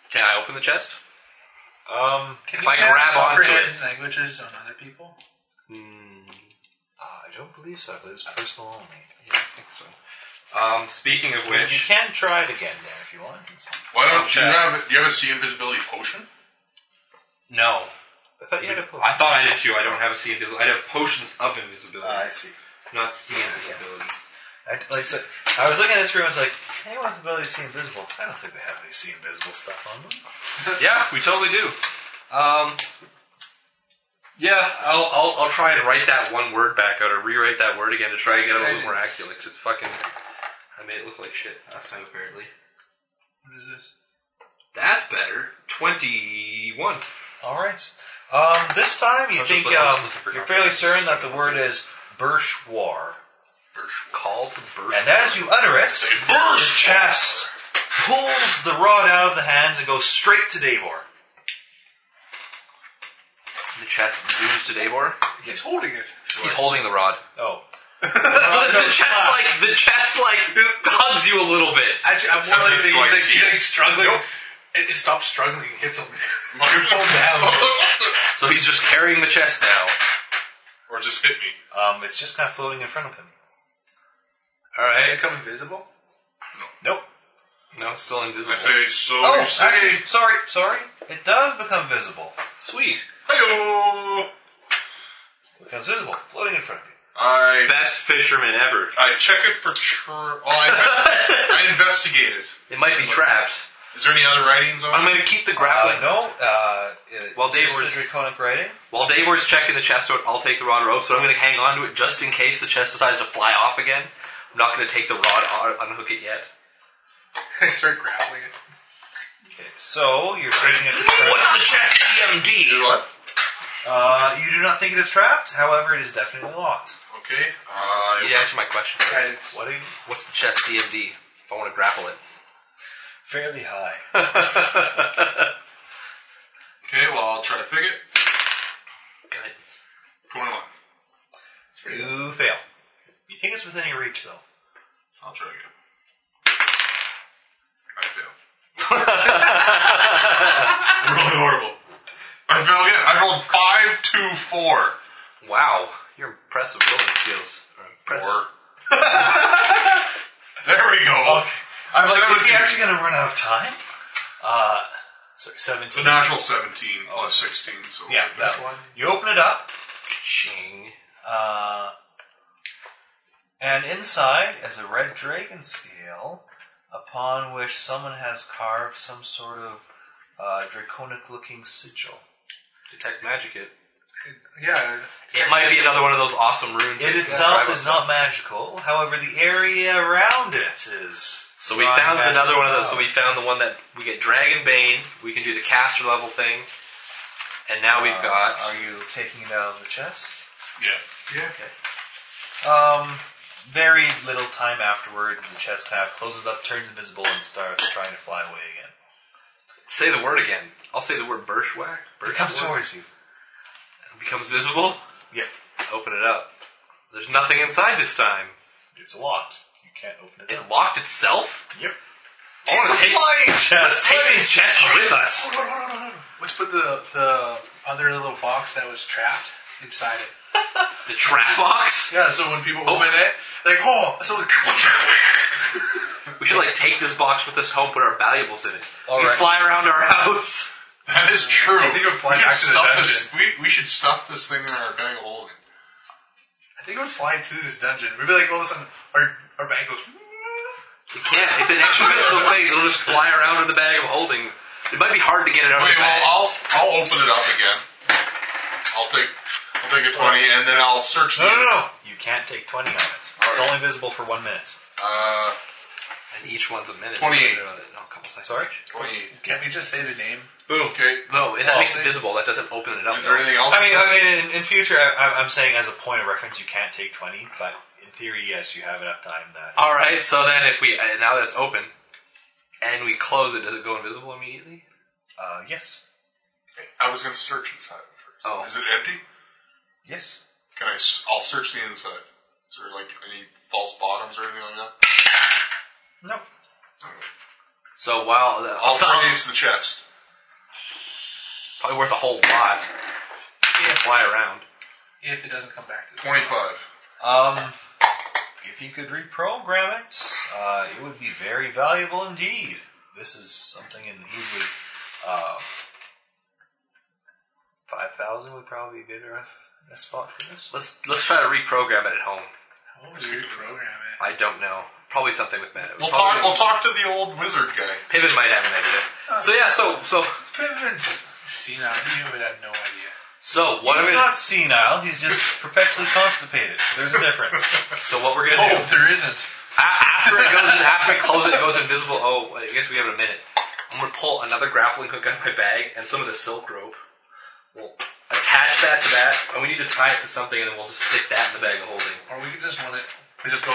Speaker 3: can I open the chest?
Speaker 9: um,
Speaker 4: Can
Speaker 3: If
Speaker 4: you
Speaker 3: I
Speaker 4: cast
Speaker 3: grab onto
Speaker 4: comprehend languages on other people?
Speaker 9: uh, I don't believe so. I believe it's personal only.
Speaker 3: Um, speaking of
Speaker 9: But you
Speaker 3: which,
Speaker 9: can try it again, Dan, if you want.
Speaker 5: Why don't you
Speaker 3: check.
Speaker 5: have? Do you have a sea invisibility potion?
Speaker 3: no.
Speaker 9: I thought you had a potion.
Speaker 3: I thought I did too. I don't have a sea invisibility. I have potions of invisibility,
Speaker 9: see.
Speaker 3: not sea invisibility.
Speaker 9: I, like, so, I was looking at this room. I was like, anyone with the ability to see invisible? I don't think they have any see invisible stuff on them.
Speaker 3: Yeah, we totally do. Um, yeah, I'll, I'll I'll try and write that one word back out or rewrite that word again to try and get it a little more accurate. 'cause it's fucking. I made it look like shit last time apparently.
Speaker 4: What is this?
Speaker 3: That's better. Twenty-one.
Speaker 9: All right. Um, this time, you
Speaker 3: I was just
Speaker 9: think
Speaker 3: looking- I was
Speaker 9: um,
Speaker 3: looking for
Speaker 9: you're fairly certain that the word is Bershwar.
Speaker 3: Call to birth.
Speaker 9: And as you utter it, your chest pulls the rod out of the hands and goes straight to Davor.
Speaker 3: the chest zooms to Davor.
Speaker 4: He's holding it.
Speaker 3: He's holding the rod. Uh,
Speaker 9: Oh.
Speaker 3: So the chest like the chest like hugs you a little bit.
Speaker 4: Actually, I'm more
Speaker 5: That's
Speaker 4: like,
Speaker 5: it,
Speaker 4: he's
Speaker 5: do I
Speaker 4: like,
Speaker 5: see
Speaker 4: he's
Speaker 5: it?
Speaker 4: like struggling. It, it stops struggling. It hits him.
Speaker 5: Oh.
Speaker 3: So he's just carrying the chest now.
Speaker 5: or just hit me?
Speaker 9: Um, it's just kind of floating in front of him.
Speaker 3: All
Speaker 4: Does it
Speaker 3: right.
Speaker 4: come invisible?
Speaker 9: Nope.
Speaker 3: No, it's still invisible.
Speaker 5: I say so.
Speaker 9: Oh,
Speaker 5: you say,
Speaker 9: actually, sorry, sorry. It does become visible.
Speaker 3: Sweet.
Speaker 5: "Heyo."
Speaker 9: Becomes visible, floating in front of you.
Speaker 5: I
Speaker 3: Best fisherman ever.
Speaker 5: I check it for sure. Well, I, I investigate it.
Speaker 3: It might be trapped.
Speaker 5: Is there any other writings on
Speaker 3: I'm
Speaker 5: it?
Speaker 3: gonna keep the
Speaker 9: Uh,
Speaker 3: grappling.
Speaker 9: no, uh, it-
Speaker 3: Well, Dave
Speaker 9: just the
Speaker 3: was-
Speaker 9: draconic writing.
Speaker 3: While Davor's checking the chest out, I'll take the rod rope, so I'm gonna hang on to it just in case the chest decides to fly off again. I'm not gonna take the rod out, unhook it yet.
Speaker 4: I start grappling it.
Speaker 9: Okay, so you're searching at the trap.
Speaker 3: What's the chest EMD?
Speaker 5: What?
Speaker 9: Uh, you do not think it is trapped. However, it is definitely locked.
Speaker 5: Okay. Uh,
Speaker 3: You answer my question.
Speaker 4: Guidance.
Speaker 9: What are you?
Speaker 3: What's the chest CMD? If I want to grapple it.
Speaker 9: Fairly high.
Speaker 5: Okay. Well, I'll try to pick it.
Speaker 3: Guidance.
Speaker 5: Twenty-one.
Speaker 9: you fail. You think it's within your reach, though.
Speaker 5: I'll try again. I failed. really horrible. I failed again. I rolled five, two, four.
Speaker 3: Wow, your impressive rolling skills are impressive.
Speaker 5: Four. there we go.
Speaker 9: I'm like, is he
Speaker 5: 17.
Speaker 9: actually going to run out of time? Uh, sorry,
Speaker 5: The
Speaker 9: seventeen.
Speaker 5: natural 17 plus 16, so
Speaker 9: yeah, that one. You open it up.
Speaker 3: Ching.
Speaker 9: Uh, and inside is a red dragon scale upon which someone has carved some sort of uh, draconic looking sigil.
Speaker 3: Detect magic it.
Speaker 4: Yeah.
Speaker 3: It might be another one of those awesome runes.
Speaker 9: It
Speaker 3: that
Speaker 9: itself
Speaker 3: describe
Speaker 9: is
Speaker 3: us.
Speaker 9: not magical. However, the area around it is.
Speaker 3: So we
Speaker 9: not
Speaker 3: found
Speaker 9: magical
Speaker 3: another one of those.
Speaker 9: at
Speaker 3: So
Speaker 9: all.
Speaker 3: we found the one that we get Dragon Bane. We can do the caster level thing, and now we've
Speaker 9: Uh,
Speaker 3: got.
Speaker 9: Are you taking it out of the chest?
Speaker 5: Yeah.
Speaker 4: Yeah.
Speaker 9: Um, very little time afterwards, the chest half closes up, turns invisible, and starts trying to fly away again.
Speaker 3: Say the word again. I'll say the word Birchwhack.
Speaker 9: It comes towards you.
Speaker 3: Becomes visible.
Speaker 9: Yeah.
Speaker 3: Open it up. There's nothing inside this time.
Speaker 9: It's locked. You can't open it.
Speaker 3: It locked itself.
Speaker 9: Yep.
Speaker 3: I want to take.
Speaker 9: Flying
Speaker 3: Let's
Speaker 9: chest!
Speaker 3: take these chests with us.
Speaker 4: Let's put the the other little box that was trapped inside it.
Speaker 3: The trap box.
Speaker 4: Yeah, so when people open it, like, oh, so
Speaker 3: We should like take this box with us home, put our valuables in it.
Speaker 9: All
Speaker 3: we
Speaker 9: right.
Speaker 3: fly around our house.
Speaker 5: That is true.
Speaker 4: I think I'm flying
Speaker 5: we
Speaker 4: back
Speaker 5: should
Speaker 4: to the
Speaker 5: stuff this. We, we should stuff this thing in our bag of holding.
Speaker 4: I think I'm flying through this dungeon. Maybe like all of a sudden, our our bag goes.
Speaker 3: It can't. It's an extra dimensional space. It'll just fly around in the bag of holding. It might be hard to get it out of
Speaker 5: Wait,
Speaker 3: the bag.
Speaker 5: well, I'll I'll open it up again. I'll take I'll take a twenty, and then I'll search.
Speaker 9: No, no,
Speaker 5: these.
Speaker 9: no. You can't take 20 on it. it's
Speaker 5: Alright.
Speaker 9: only visible for one minute.
Speaker 5: Uh,
Speaker 3: and each one's a minute.
Speaker 5: 28.
Speaker 3: No, a couple seconds.
Speaker 9: Sorry?
Speaker 5: twenty.
Speaker 4: Can't we just say the name?
Speaker 5: Boom. Okay.
Speaker 3: No, and that makes it visible. That doesn't open it up.
Speaker 5: Oh. Is there
Speaker 3: though.
Speaker 5: anything else?
Speaker 9: I mean, I mean, in, in future, I, I'm- I'm saying as a point of reference, you can't take 20, but in theory, yes, you have enough time that.
Speaker 3: All right. So then, if we uh, now that it's open, and we close it, does it go invisible immediately?
Speaker 9: Uh, yes.
Speaker 5: I was gonna search inside first.
Speaker 3: Oh.
Speaker 5: Is it empty?
Speaker 9: Yes.
Speaker 5: Can I? s- I'll search the inside. Is there like any false bottoms or anything like that?
Speaker 9: No.
Speaker 3: So while uh, the,
Speaker 5: I'll
Speaker 3: so-
Speaker 5: raise the chest.
Speaker 3: probably worth a whole lot.
Speaker 4: If,
Speaker 3: Fly around.
Speaker 4: if it doesn't come back to this.
Speaker 5: Twenty-five.
Speaker 9: Um, if you could reprogram it, uh, it would be very valuable indeed. This is something in easily. Uh, 5,000 would probably be a good rough a spot for this.
Speaker 3: Let's let's try to reprogram it at home.
Speaker 4: What would we Oh, program it? Oh,
Speaker 3: I don't know. Probably something with Matt.
Speaker 5: We'll talk. We'll talk to the old wizard guy.
Speaker 3: Pivot might have an idea. So yeah. So so
Speaker 4: Pivot. See now, you would have no idea.
Speaker 3: so what?
Speaker 9: He's
Speaker 3: we-
Speaker 9: not senile, he's just perpetually constipated. There's a difference.
Speaker 3: so what we're
Speaker 5: Oh.
Speaker 3: gonna do?
Speaker 4: there isn't.
Speaker 3: A- after it goes, after I close it, it goes invisible. Oh, I guess we have a minute. I'm gonna pull another grappling hook out of my bag and some of the silk rope. We'll attach that to that, and we need to tie it to something, and then we'll just stick that in the bag of holding.
Speaker 4: Or we could just want it. We just go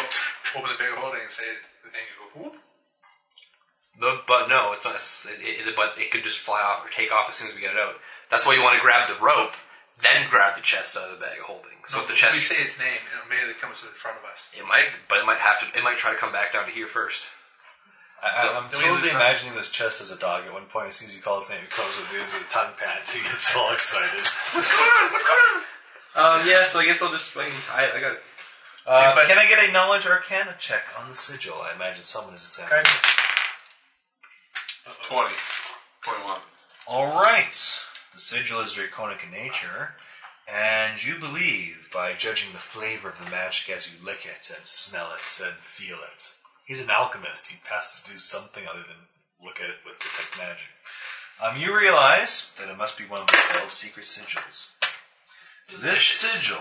Speaker 4: open the bag of holding and say the thing and go. Whoop.
Speaker 3: But, but no, it's not. It, it, but it could just fly off or take off as soon as we get it out. That's why you want to grab the rope, then grab the chest out of the bag of holding. So if the chest,
Speaker 4: We say its name, and immediately comes in front of us.
Speaker 3: it might, but it might have to. It might try to come back down to here first.
Speaker 9: I,
Speaker 3: So,
Speaker 9: Uh, I'm
Speaker 4: do we lose
Speaker 9: totally
Speaker 4: that?
Speaker 9: imagining this chest as a dog. At one point, as soon as you call its name, it comes with his tongue pad. He gets all excited.
Speaker 3: Um, yeah. So I guess I'll just I can tie it. I got.
Speaker 9: Uh,
Speaker 4: but-
Speaker 9: can I get a knowledge arcana check on the sigil? I imagine someone is examining.
Speaker 5: Twenty. Twenty-one.
Speaker 9: All right. The sigil is draconic in nature, and you believe by judging the flavor of the magic as you lick it and smell it and feel it. He's an alchemist. He has to do something other than look at it with detect magic. Um, you realize that it must be one of the twelve secret sigils. This sigil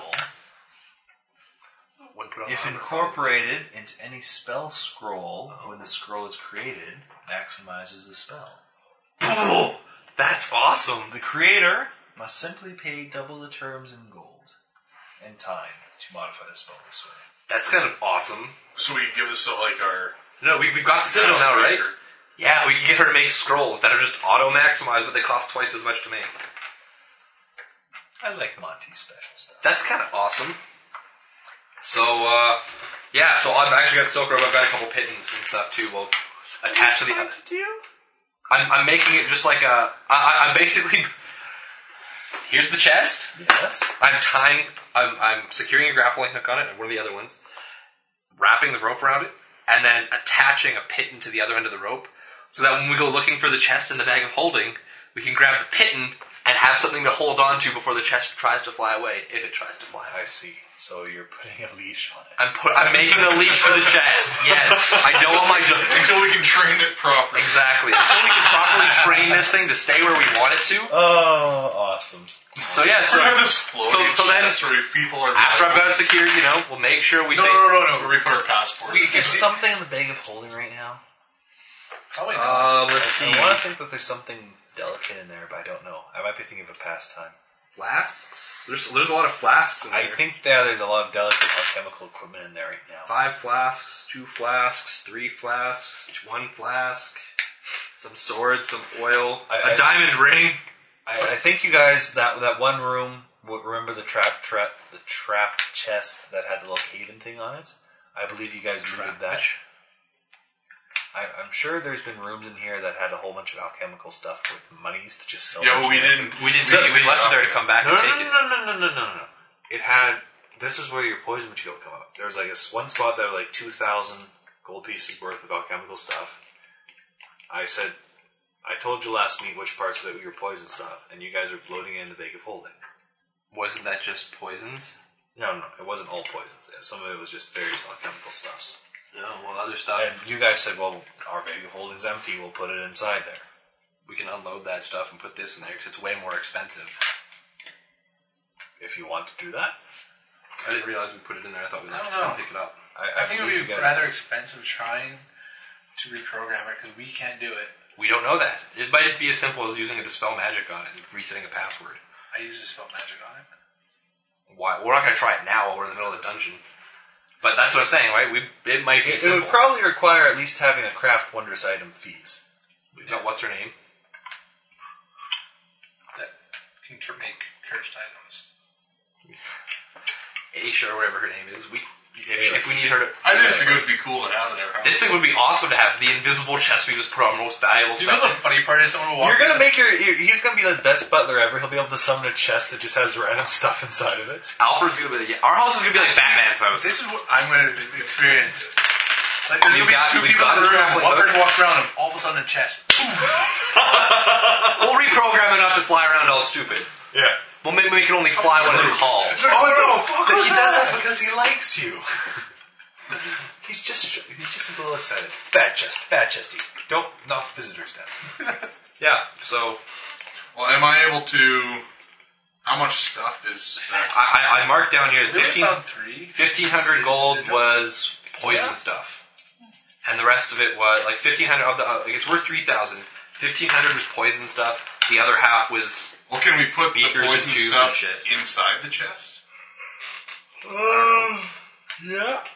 Speaker 3: One put on
Speaker 9: If
Speaker 3: the- Oh.
Speaker 9: incorporated into any spell scroll, when the scroll is created, maximizes the spell.
Speaker 3: Boom! That's awesome.
Speaker 9: The creator must simply pay double the terms in gold and time to modify the spell this way.
Speaker 3: That's kind of awesome.
Speaker 5: So we can give this to like our.
Speaker 3: No, we, we've got the sigil now, right? Yeah, we can get her to make scrolls that are just auto maximized, but they cost twice as much to make.
Speaker 9: I like Monty's special stuff.
Speaker 3: That's kind of awesome. So, uh, yeah, so I've actually got silk rope. I've got a couple pittons and stuff too. We'll attach to the other. I'm, I'm making it just like a. I, I, I'm basically. Here's the chest.
Speaker 9: Yes.
Speaker 3: I'm tying. I'm, I'm securing a grappling hook on it and one of the other ones, wrapping the rope around it, and then attaching a pitten to the other end of the rope, so that when we go looking for the chest and the bag of holding, we can grab the pitten and have something to hold on to before the chest tries to fly away, if it tries to fly away.
Speaker 9: I see. So you're putting a leash on it.
Speaker 3: I'm, put, I'm making a leash for the chest. Yes, I don't want my jo-
Speaker 5: Until we can train it properly.
Speaker 3: Exactly. Until we can properly train this thing to stay where we want it to.
Speaker 9: Oh, awesome.
Speaker 3: So yeah. So
Speaker 5: Remember this floating
Speaker 3: so then-
Speaker 5: chest where people are
Speaker 3: after I've got it secured, you know, we'll make sure we
Speaker 5: no,
Speaker 3: say
Speaker 5: no, no, no, no. We put our passports.
Speaker 14: Is there something in the bag of holding right now?
Speaker 4: Probably not.
Speaker 3: Uh, let's see.
Speaker 9: I want to think that there's something delicate in there, but I don't know. I might be thinking of a pastime.
Speaker 3: Flasks. There's there's a lot of flasks in
Speaker 9: I
Speaker 3: there.
Speaker 9: think there there's a lot of delicate alchemical equipment in there right now.
Speaker 3: Five flasks, two flasks, three flasks, one flask, some swords, some oil, a
Speaker 9: I- I-
Speaker 3: diamond ring.
Speaker 9: I, I think you guys that that one room w- remember the trap trap the trap chest that had the little haven thing on it. I believe you guys needed that. I, I'm sure there's been rooms in here that had a whole bunch of alchemical stuff with monies to just sell.
Speaker 5: Yeah, but
Speaker 9: each
Speaker 5: we
Speaker 9: other.
Speaker 5: didn't.
Speaker 3: We didn't. We, we left it there to come back
Speaker 9: No,
Speaker 3: and
Speaker 9: no,
Speaker 3: take it.
Speaker 9: no, no, no, no, no, no, no. It had. This is where your poison material come up. There was like this one spot that had like two thousand gold pieces worth of alchemical stuff. I said, I told you last meet which parts of it were your poison stuff, and you guys were bloating it in the bag of holding.
Speaker 3: Wasn't that just poisons?
Speaker 9: No, no, it wasn't all poisons. Some of it was just various alchemical stuffs.
Speaker 3: No, well, other stuff.
Speaker 9: And you guys said, well, our bag of holding's empty. We'll put it inside there.
Speaker 3: We can unload that stuff and put this in there because it's way more expensive.
Speaker 9: If you want to do that,
Speaker 3: I didn't realize we put it in there. I thought we
Speaker 4: I
Speaker 3: left it
Speaker 4: don't know.
Speaker 3: to pick it up.
Speaker 9: I,
Speaker 4: I think it would
Speaker 9: believe
Speaker 4: be
Speaker 9: you guys-
Speaker 4: rather expensive trying to reprogram it because we can't do it.
Speaker 3: We don't know that. It might just be as simple as using a dispel magic on it and resetting a password.
Speaker 4: I use a spell magic on it.
Speaker 3: Why? We're not going to try it now while we're in the middle of the dungeon. But that's what I'm saying, right? We it might be
Speaker 9: It, it
Speaker 3: simple.
Speaker 9: would probably require at least having a craft wondrous item feat.
Speaker 3: We've got what's her name?
Speaker 4: That can tr- make cursed items.
Speaker 3: Aisha or whatever her name is. We if, if we need her to.
Speaker 5: I think this would be cool to have in there.
Speaker 3: This thing would be awesome to have the invisible chest we just put our most valuable
Speaker 4: Do you know
Speaker 3: stuff.
Speaker 4: the funny part is someone will walk
Speaker 9: You're gonna make your. you- He's gonna be the best butler ever. He'll be able to summon a chest that just has random stuff inside of it.
Speaker 3: Alfred's gonna be. Yeah, our house is gonna be like Batman's house.
Speaker 4: This is what I'm going to experience. Like there's
Speaker 3: We've
Speaker 4: going to be
Speaker 3: got-
Speaker 4: two
Speaker 3: we've
Speaker 4: people
Speaker 3: got
Speaker 4: in the room.
Speaker 3: his
Speaker 4: One
Speaker 3: grappling hook.
Speaker 4: person walks around and all of a sudden a chest.
Speaker 3: We'll reprogram it not to fly around all stupid.
Speaker 9: Yeah.
Speaker 3: We'll make, make it only fly when it's called.
Speaker 9: Oh no! he does that because he likes you. he's just he's just a little excited. Bad chest, bad chesty. Don't knock visitors down.
Speaker 3: Yeah. So
Speaker 5: Well, am I able to? How much stuff is that?
Speaker 3: I, I, I marked down here
Speaker 4: Really
Speaker 3: 15,
Speaker 4: found three.
Speaker 3: 1500 gold was poison stuff, and the rest of it was like fifteen hundred of the. Uh, like it's worth three thousand. Fifteen hundred was poison stuff. The other half was
Speaker 5: Well, can we put the
Speaker 3: Beakers and
Speaker 5: poison
Speaker 3: tubes and
Speaker 5: stuff
Speaker 3: shit.
Speaker 5: inside the chest?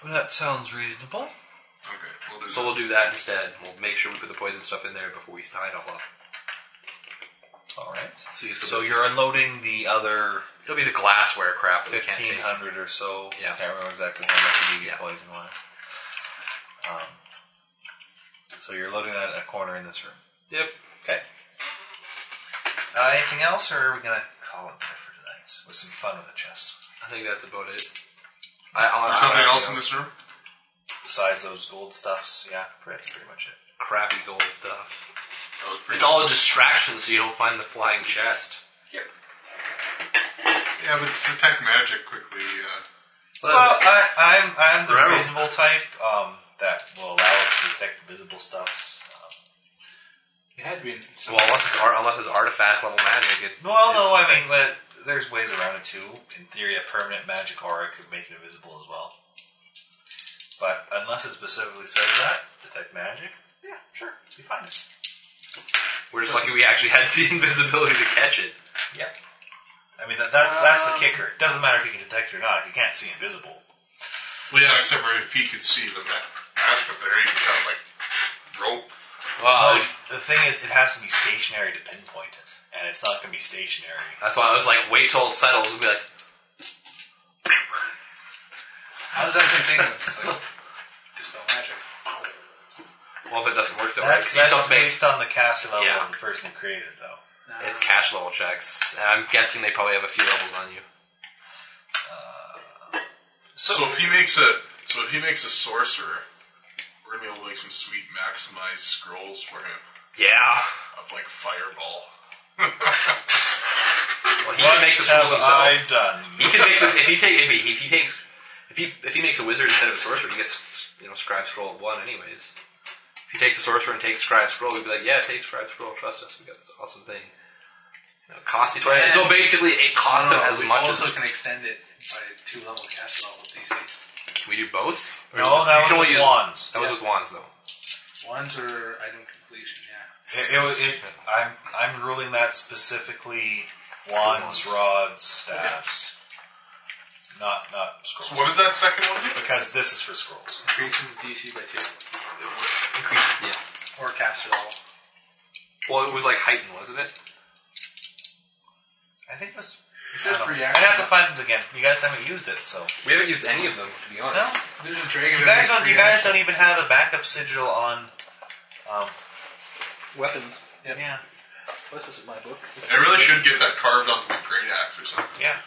Speaker 9: That sounds reasonable.
Speaker 5: Okay, we'll do
Speaker 3: so
Speaker 5: that.
Speaker 3: we'll do that instead. We'll make sure we put the poison stuff in there before we sign it all up.
Speaker 9: All right.
Speaker 3: So, you-
Speaker 9: So you're unloading the other
Speaker 3: it'll be the glassware crap that we can't
Speaker 9: fifteen
Speaker 3: change.
Speaker 9: hundred or so.
Speaker 3: Yeah.
Speaker 9: Can't remember exactly how much you gave
Speaker 3: Yeah.
Speaker 9: your poison was. Um, so you're loading that in a corner in this room.
Speaker 3: Yep.
Speaker 9: Okay. Uh, anything else, or are we gonna call it there for tonight with some fun with the chest?
Speaker 3: I think that's about it. I, I'll
Speaker 5: There's
Speaker 3: I'll-
Speaker 5: something
Speaker 3: I'll-
Speaker 5: else in this room?
Speaker 9: Besides those gold stuffs, yeah, that's pretty much it.
Speaker 3: crappy gold stuff.
Speaker 5: That was pretty.
Speaker 3: It's all a distraction, so you don't find the flying chest.
Speaker 5: Yeah, but to detect magic quickly. Uh,
Speaker 9: Well, I, I'm I'm the
Speaker 3: Remember-
Speaker 9: reasonable type um, that will allow it to detect visible stuffs. Um,
Speaker 4: It had to be. In
Speaker 3: Well, unless it's, ar- unless it's artifact level magic. It,
Speaker 9: well,
Speaker 3: it's-
Speaker 9: no, I mean, but there's ways around it too. In theory, a permanent magic aura could make it invisible as well. But unless it specifically says that, detect magic. Yeah, sure, you find it.
Speaker 3: We're just lucky we actually had the invisibility to catch it.
Speaker 9: Yeah. I mean, that, that's that's the kicker. It doesn't matter if you can detect it or not. If you can't see invisible.
Speaker 5: well, yeah, except for if he could see the ma- magic up there, he could have like rope.
Speaker 3: Wow.
Speaker 9: the thing is, it has to be stationary to pinpoint it, and it's not going to be stationary.
Speaker 3: That's why I was like, wait till it settles and be like,
Speaker 4: How's that the thing? It's like dispel magic.
Speaker 3: well, if it doesn't work though, right?
Speaker 9: That's,
Speaker 3: 'Cause you still have
Speaker 9: that's
Speaker 3: to make-
Speaker 9: based on the caster level
Speaker 3: Yeah.
Speaker 9: of the person who created it, though.
Speaker 3: It's cash level checks. And I'm guessing they probably have a few levels on you.
Speaker 9: So,
Speaker 5: So if he makes a so if he makes a sorcerer, we're gonna be able to make some sweet maximized scrolls for him
Speaker 3: Yeah.
Speaker 5: of like fireball.
Speaker 3: He can make this rules
Speaker 9: have I
Speaker 3: himself.
Speaker 9: done?
Speaker 3: He can make this if he take if he, if he takes if he if he makes a wizard instead of a sorcerer, he gets you know scribe scroll at one anyways. If he takes a sorcerer and takes scribe scroll, we'd be like, yeah, take scribe scroll. Trust us, we got this awesome thing. You know, cost you twenty. So basically, it costs him as
Speaker 4: we
Speaker 3: much as
Speaker 4: also can extend it by two level cash level DC.
Speaker 3: Can we do both. Or is
Speaker 6: No,
Speaker 3: this-
Speaker 6: that
Speaker 3: you
Speaker 6: was
Speaker 3: can only
Speaker 6: with
Speaker 3: use-
Speaker 6: wands.
Speaker 3: That was with wands though.
Speaker 4: Ones are item completion, yeah.
Speaker 6: It, it, was- it, I'm I'm ruling that specifically wands, rods, staffs, not not scrolls.
Speaker 5: So what does that second one do?
Speaker 6: because this is for scrolls.
Speaker 4: Increases the DC by two.
Speaker 3: Increases, yeah.
Speaker 4: Or caster level.
Speaker 3: Well, it was like heightened, wasn't it?
Speaker 6: I think this.
Speaker 4: It
Speaker 6: I
Speaker 4: says
Speaker 6: don't know.
Speaker 4: reaction.
Speaker 6: I'd have to find it again. You guys haven't used it, so
Speaker 3: We haven't used any of them, to be honest.
Speaker 6: no.
Speaker 4: There's a dragon.
Speaker 6: You guys don't. You guys don't even have a backup sigil on. Um,
Speaker 4: Weapons.
Speaker 6: yeah,
Speaker 4: What's this in my book?
Speaker 5: I really should get that carved onto my great axe or something.
Speaker 6: yeah.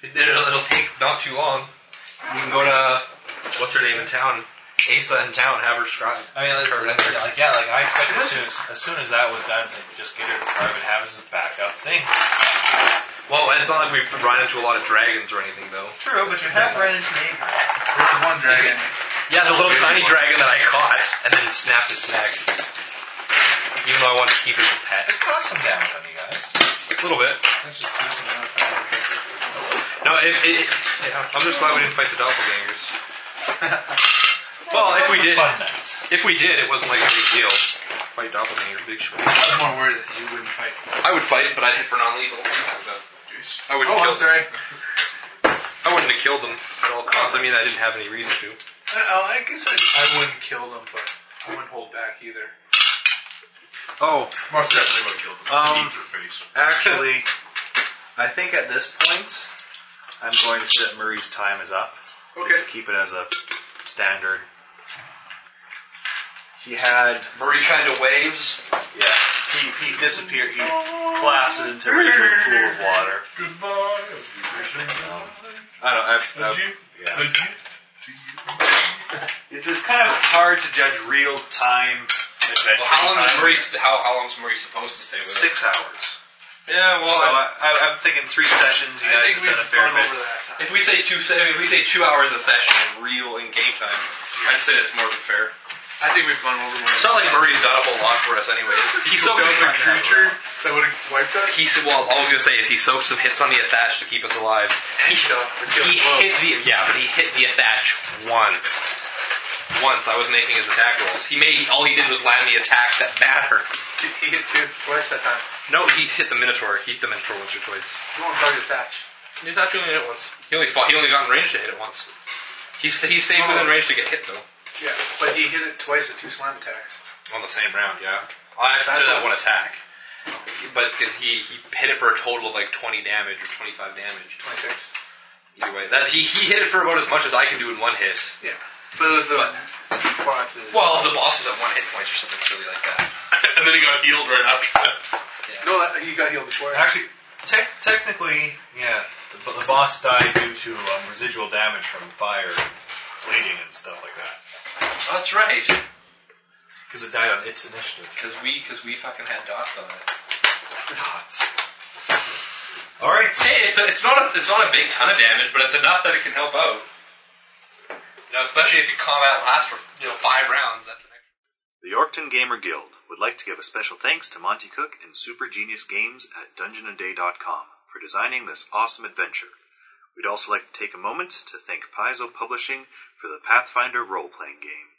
Speaker 3: It'll, it'll take not too long. We can go to what's her name in town, Asa in town, have her scribe.
Speaker 6: I mean, like,
Speaker 3: Curve.
Speaker 6: like, yeah, like, yeah, like I expected as soon as, as soon as that was done, it's like just get her carve and have as a backup thing.
Speaker 3: Well, and it's not like we've run into a lot of dragons or anything, though.
Speaker 6: True, but you have run into neighbors.
Speaker 4: There's one dragon.
Speaker 3: Yeah, the little tiny dragon that I caught and then snapped its neck. Even though I wanted to keep it as a pet,
Speaker 6: It caused some damage on you guys.
Speaker 3: a little bit.
Speaker 4: Let's just keep them out of our-
Speaker 3: No, it, it, it- yeah, I'm just glad we didn't fight the doppelgangers. well, if we did,
Speaker 6: Fun night.
Speaker 3: if we did, it wasn't like a big deal. Fight doppelgangers, big shit.
Speaker 4: I was more worried that you wouldn't fight.
Speaker 3: I would fight, but I'd hit for non-legal. I wouldn't
Speaker 4: Oh,
Speaker 3: kill.
Speaker 4: I'm sorry.
Speaker 3: I wouldn't have killed them at all costs. I mean, I didn't have any reason to.
Speaker 4: Oh, I guess I, I wouldn't kill them, but I wouldn't hold back either.
Speaker 9: Oh,
Speaker 5: Must definitely would kill them.
Speaker 9: Um,
Speaker 5: Eat their face.
Speaker 6: Actually, I think at this point, I'm going to say that Murray's time is up. Just to keep it as a standard. He had,
Speaker 3: Murray kind of waves.
Speaker 6: yeah, he, he disappeared. He collapses into a regular pool of water.
Speaker 5: Goodbye, everybody.
Speaker 6: I don't know. I,
Speaker 5: Did you?
Speaker 6: I, yeah.
Speaker 5: Did you?
Speaker 6: It's, it's kind of hard to judge real time adventure. time.
Speaker 3: How, how long is Murray supposed to stay with
Speaker 6: Six hours.
Speaker 3: Yeah, well,
Speaker 6: So I, I, I'm thinking three sessions. You
Speaker 4: I
Speaker 6: guys
Speaker 4: think
Speaker 6: have
Speaker 4: we've
Speaker 6: done a fair bit.
Speaker 4: gone over that.
Speaker 3: if we say two, if we say two hours a session in real in game time, I'd say that's more than fair.
Speaker 4: I think we've gone over
Speaker 3: It's not like Murray's done a whole lot for us, anyways. He soaks
Speaker 4: There was a
Speaker 3: some-
Speaker 4: creature that would have wiped us.
Speaker 3: He said, well, all I was gonna say is he soaked some hits on the Athatch to keep us alive. He, he hit the yeah, but he hit the Athatch once. Once I was making his attack rolls. He made all he did was land the attack that mattered.
Speaker 4: He hit two twice that time.
Speaker 3: No, he hit the Minotaur. He hit the Minotaur once or twice.
Speaker 4: You won't target thatch.
Speaker 3: He thought you only hit it once. He only fought, he only got in range to hit it once. He sta he stayed within range to get hit though.
Speaker 4: Yeah, but he hit it twice with two slam attacks.
Speaker 3: On the same round, yeah. I consider that one attack. But because he, he hit it for a total of like 20 damage or 25 damage.
Speaker 4: 26.
Speaker 3: Either way, that he, he hit it for about as much as I can do in one hit.
Speaker 4: Yeah. But it was the boxes.
Speaker 3: Well, the boss was at one hit points or something silly like that.
Speaker 5: And then he got healed right after that.
Speaker 4: No, that, he got healed before.
Speaker 6: Actually, tec- technically, yeah, the, the boss died due to um, residual damage from fire, bleeding, and stuff like that.
Speaker 3: That's right,
Speaker 6: Because it died on its initiative.
Speaker 3: because we because we fucking had dots on it.
Speaker 6: Dots. All right. so-
Speaker 3: Hey, it's, a, it's not a, it's not a big ton of damage, but it's enough that it can help out. You know, especially if your combat lasts for you know five rounds. That's an extra.
Speaker 15: The Yorkton Gamer Guild would like to give a special thanks to Monty Cook and Super Genius Games at DungeonandDay.com for designing this awesome adventure. We'd also like to take a moment to thank Paizo Publishing for the Pathfinder role playing game.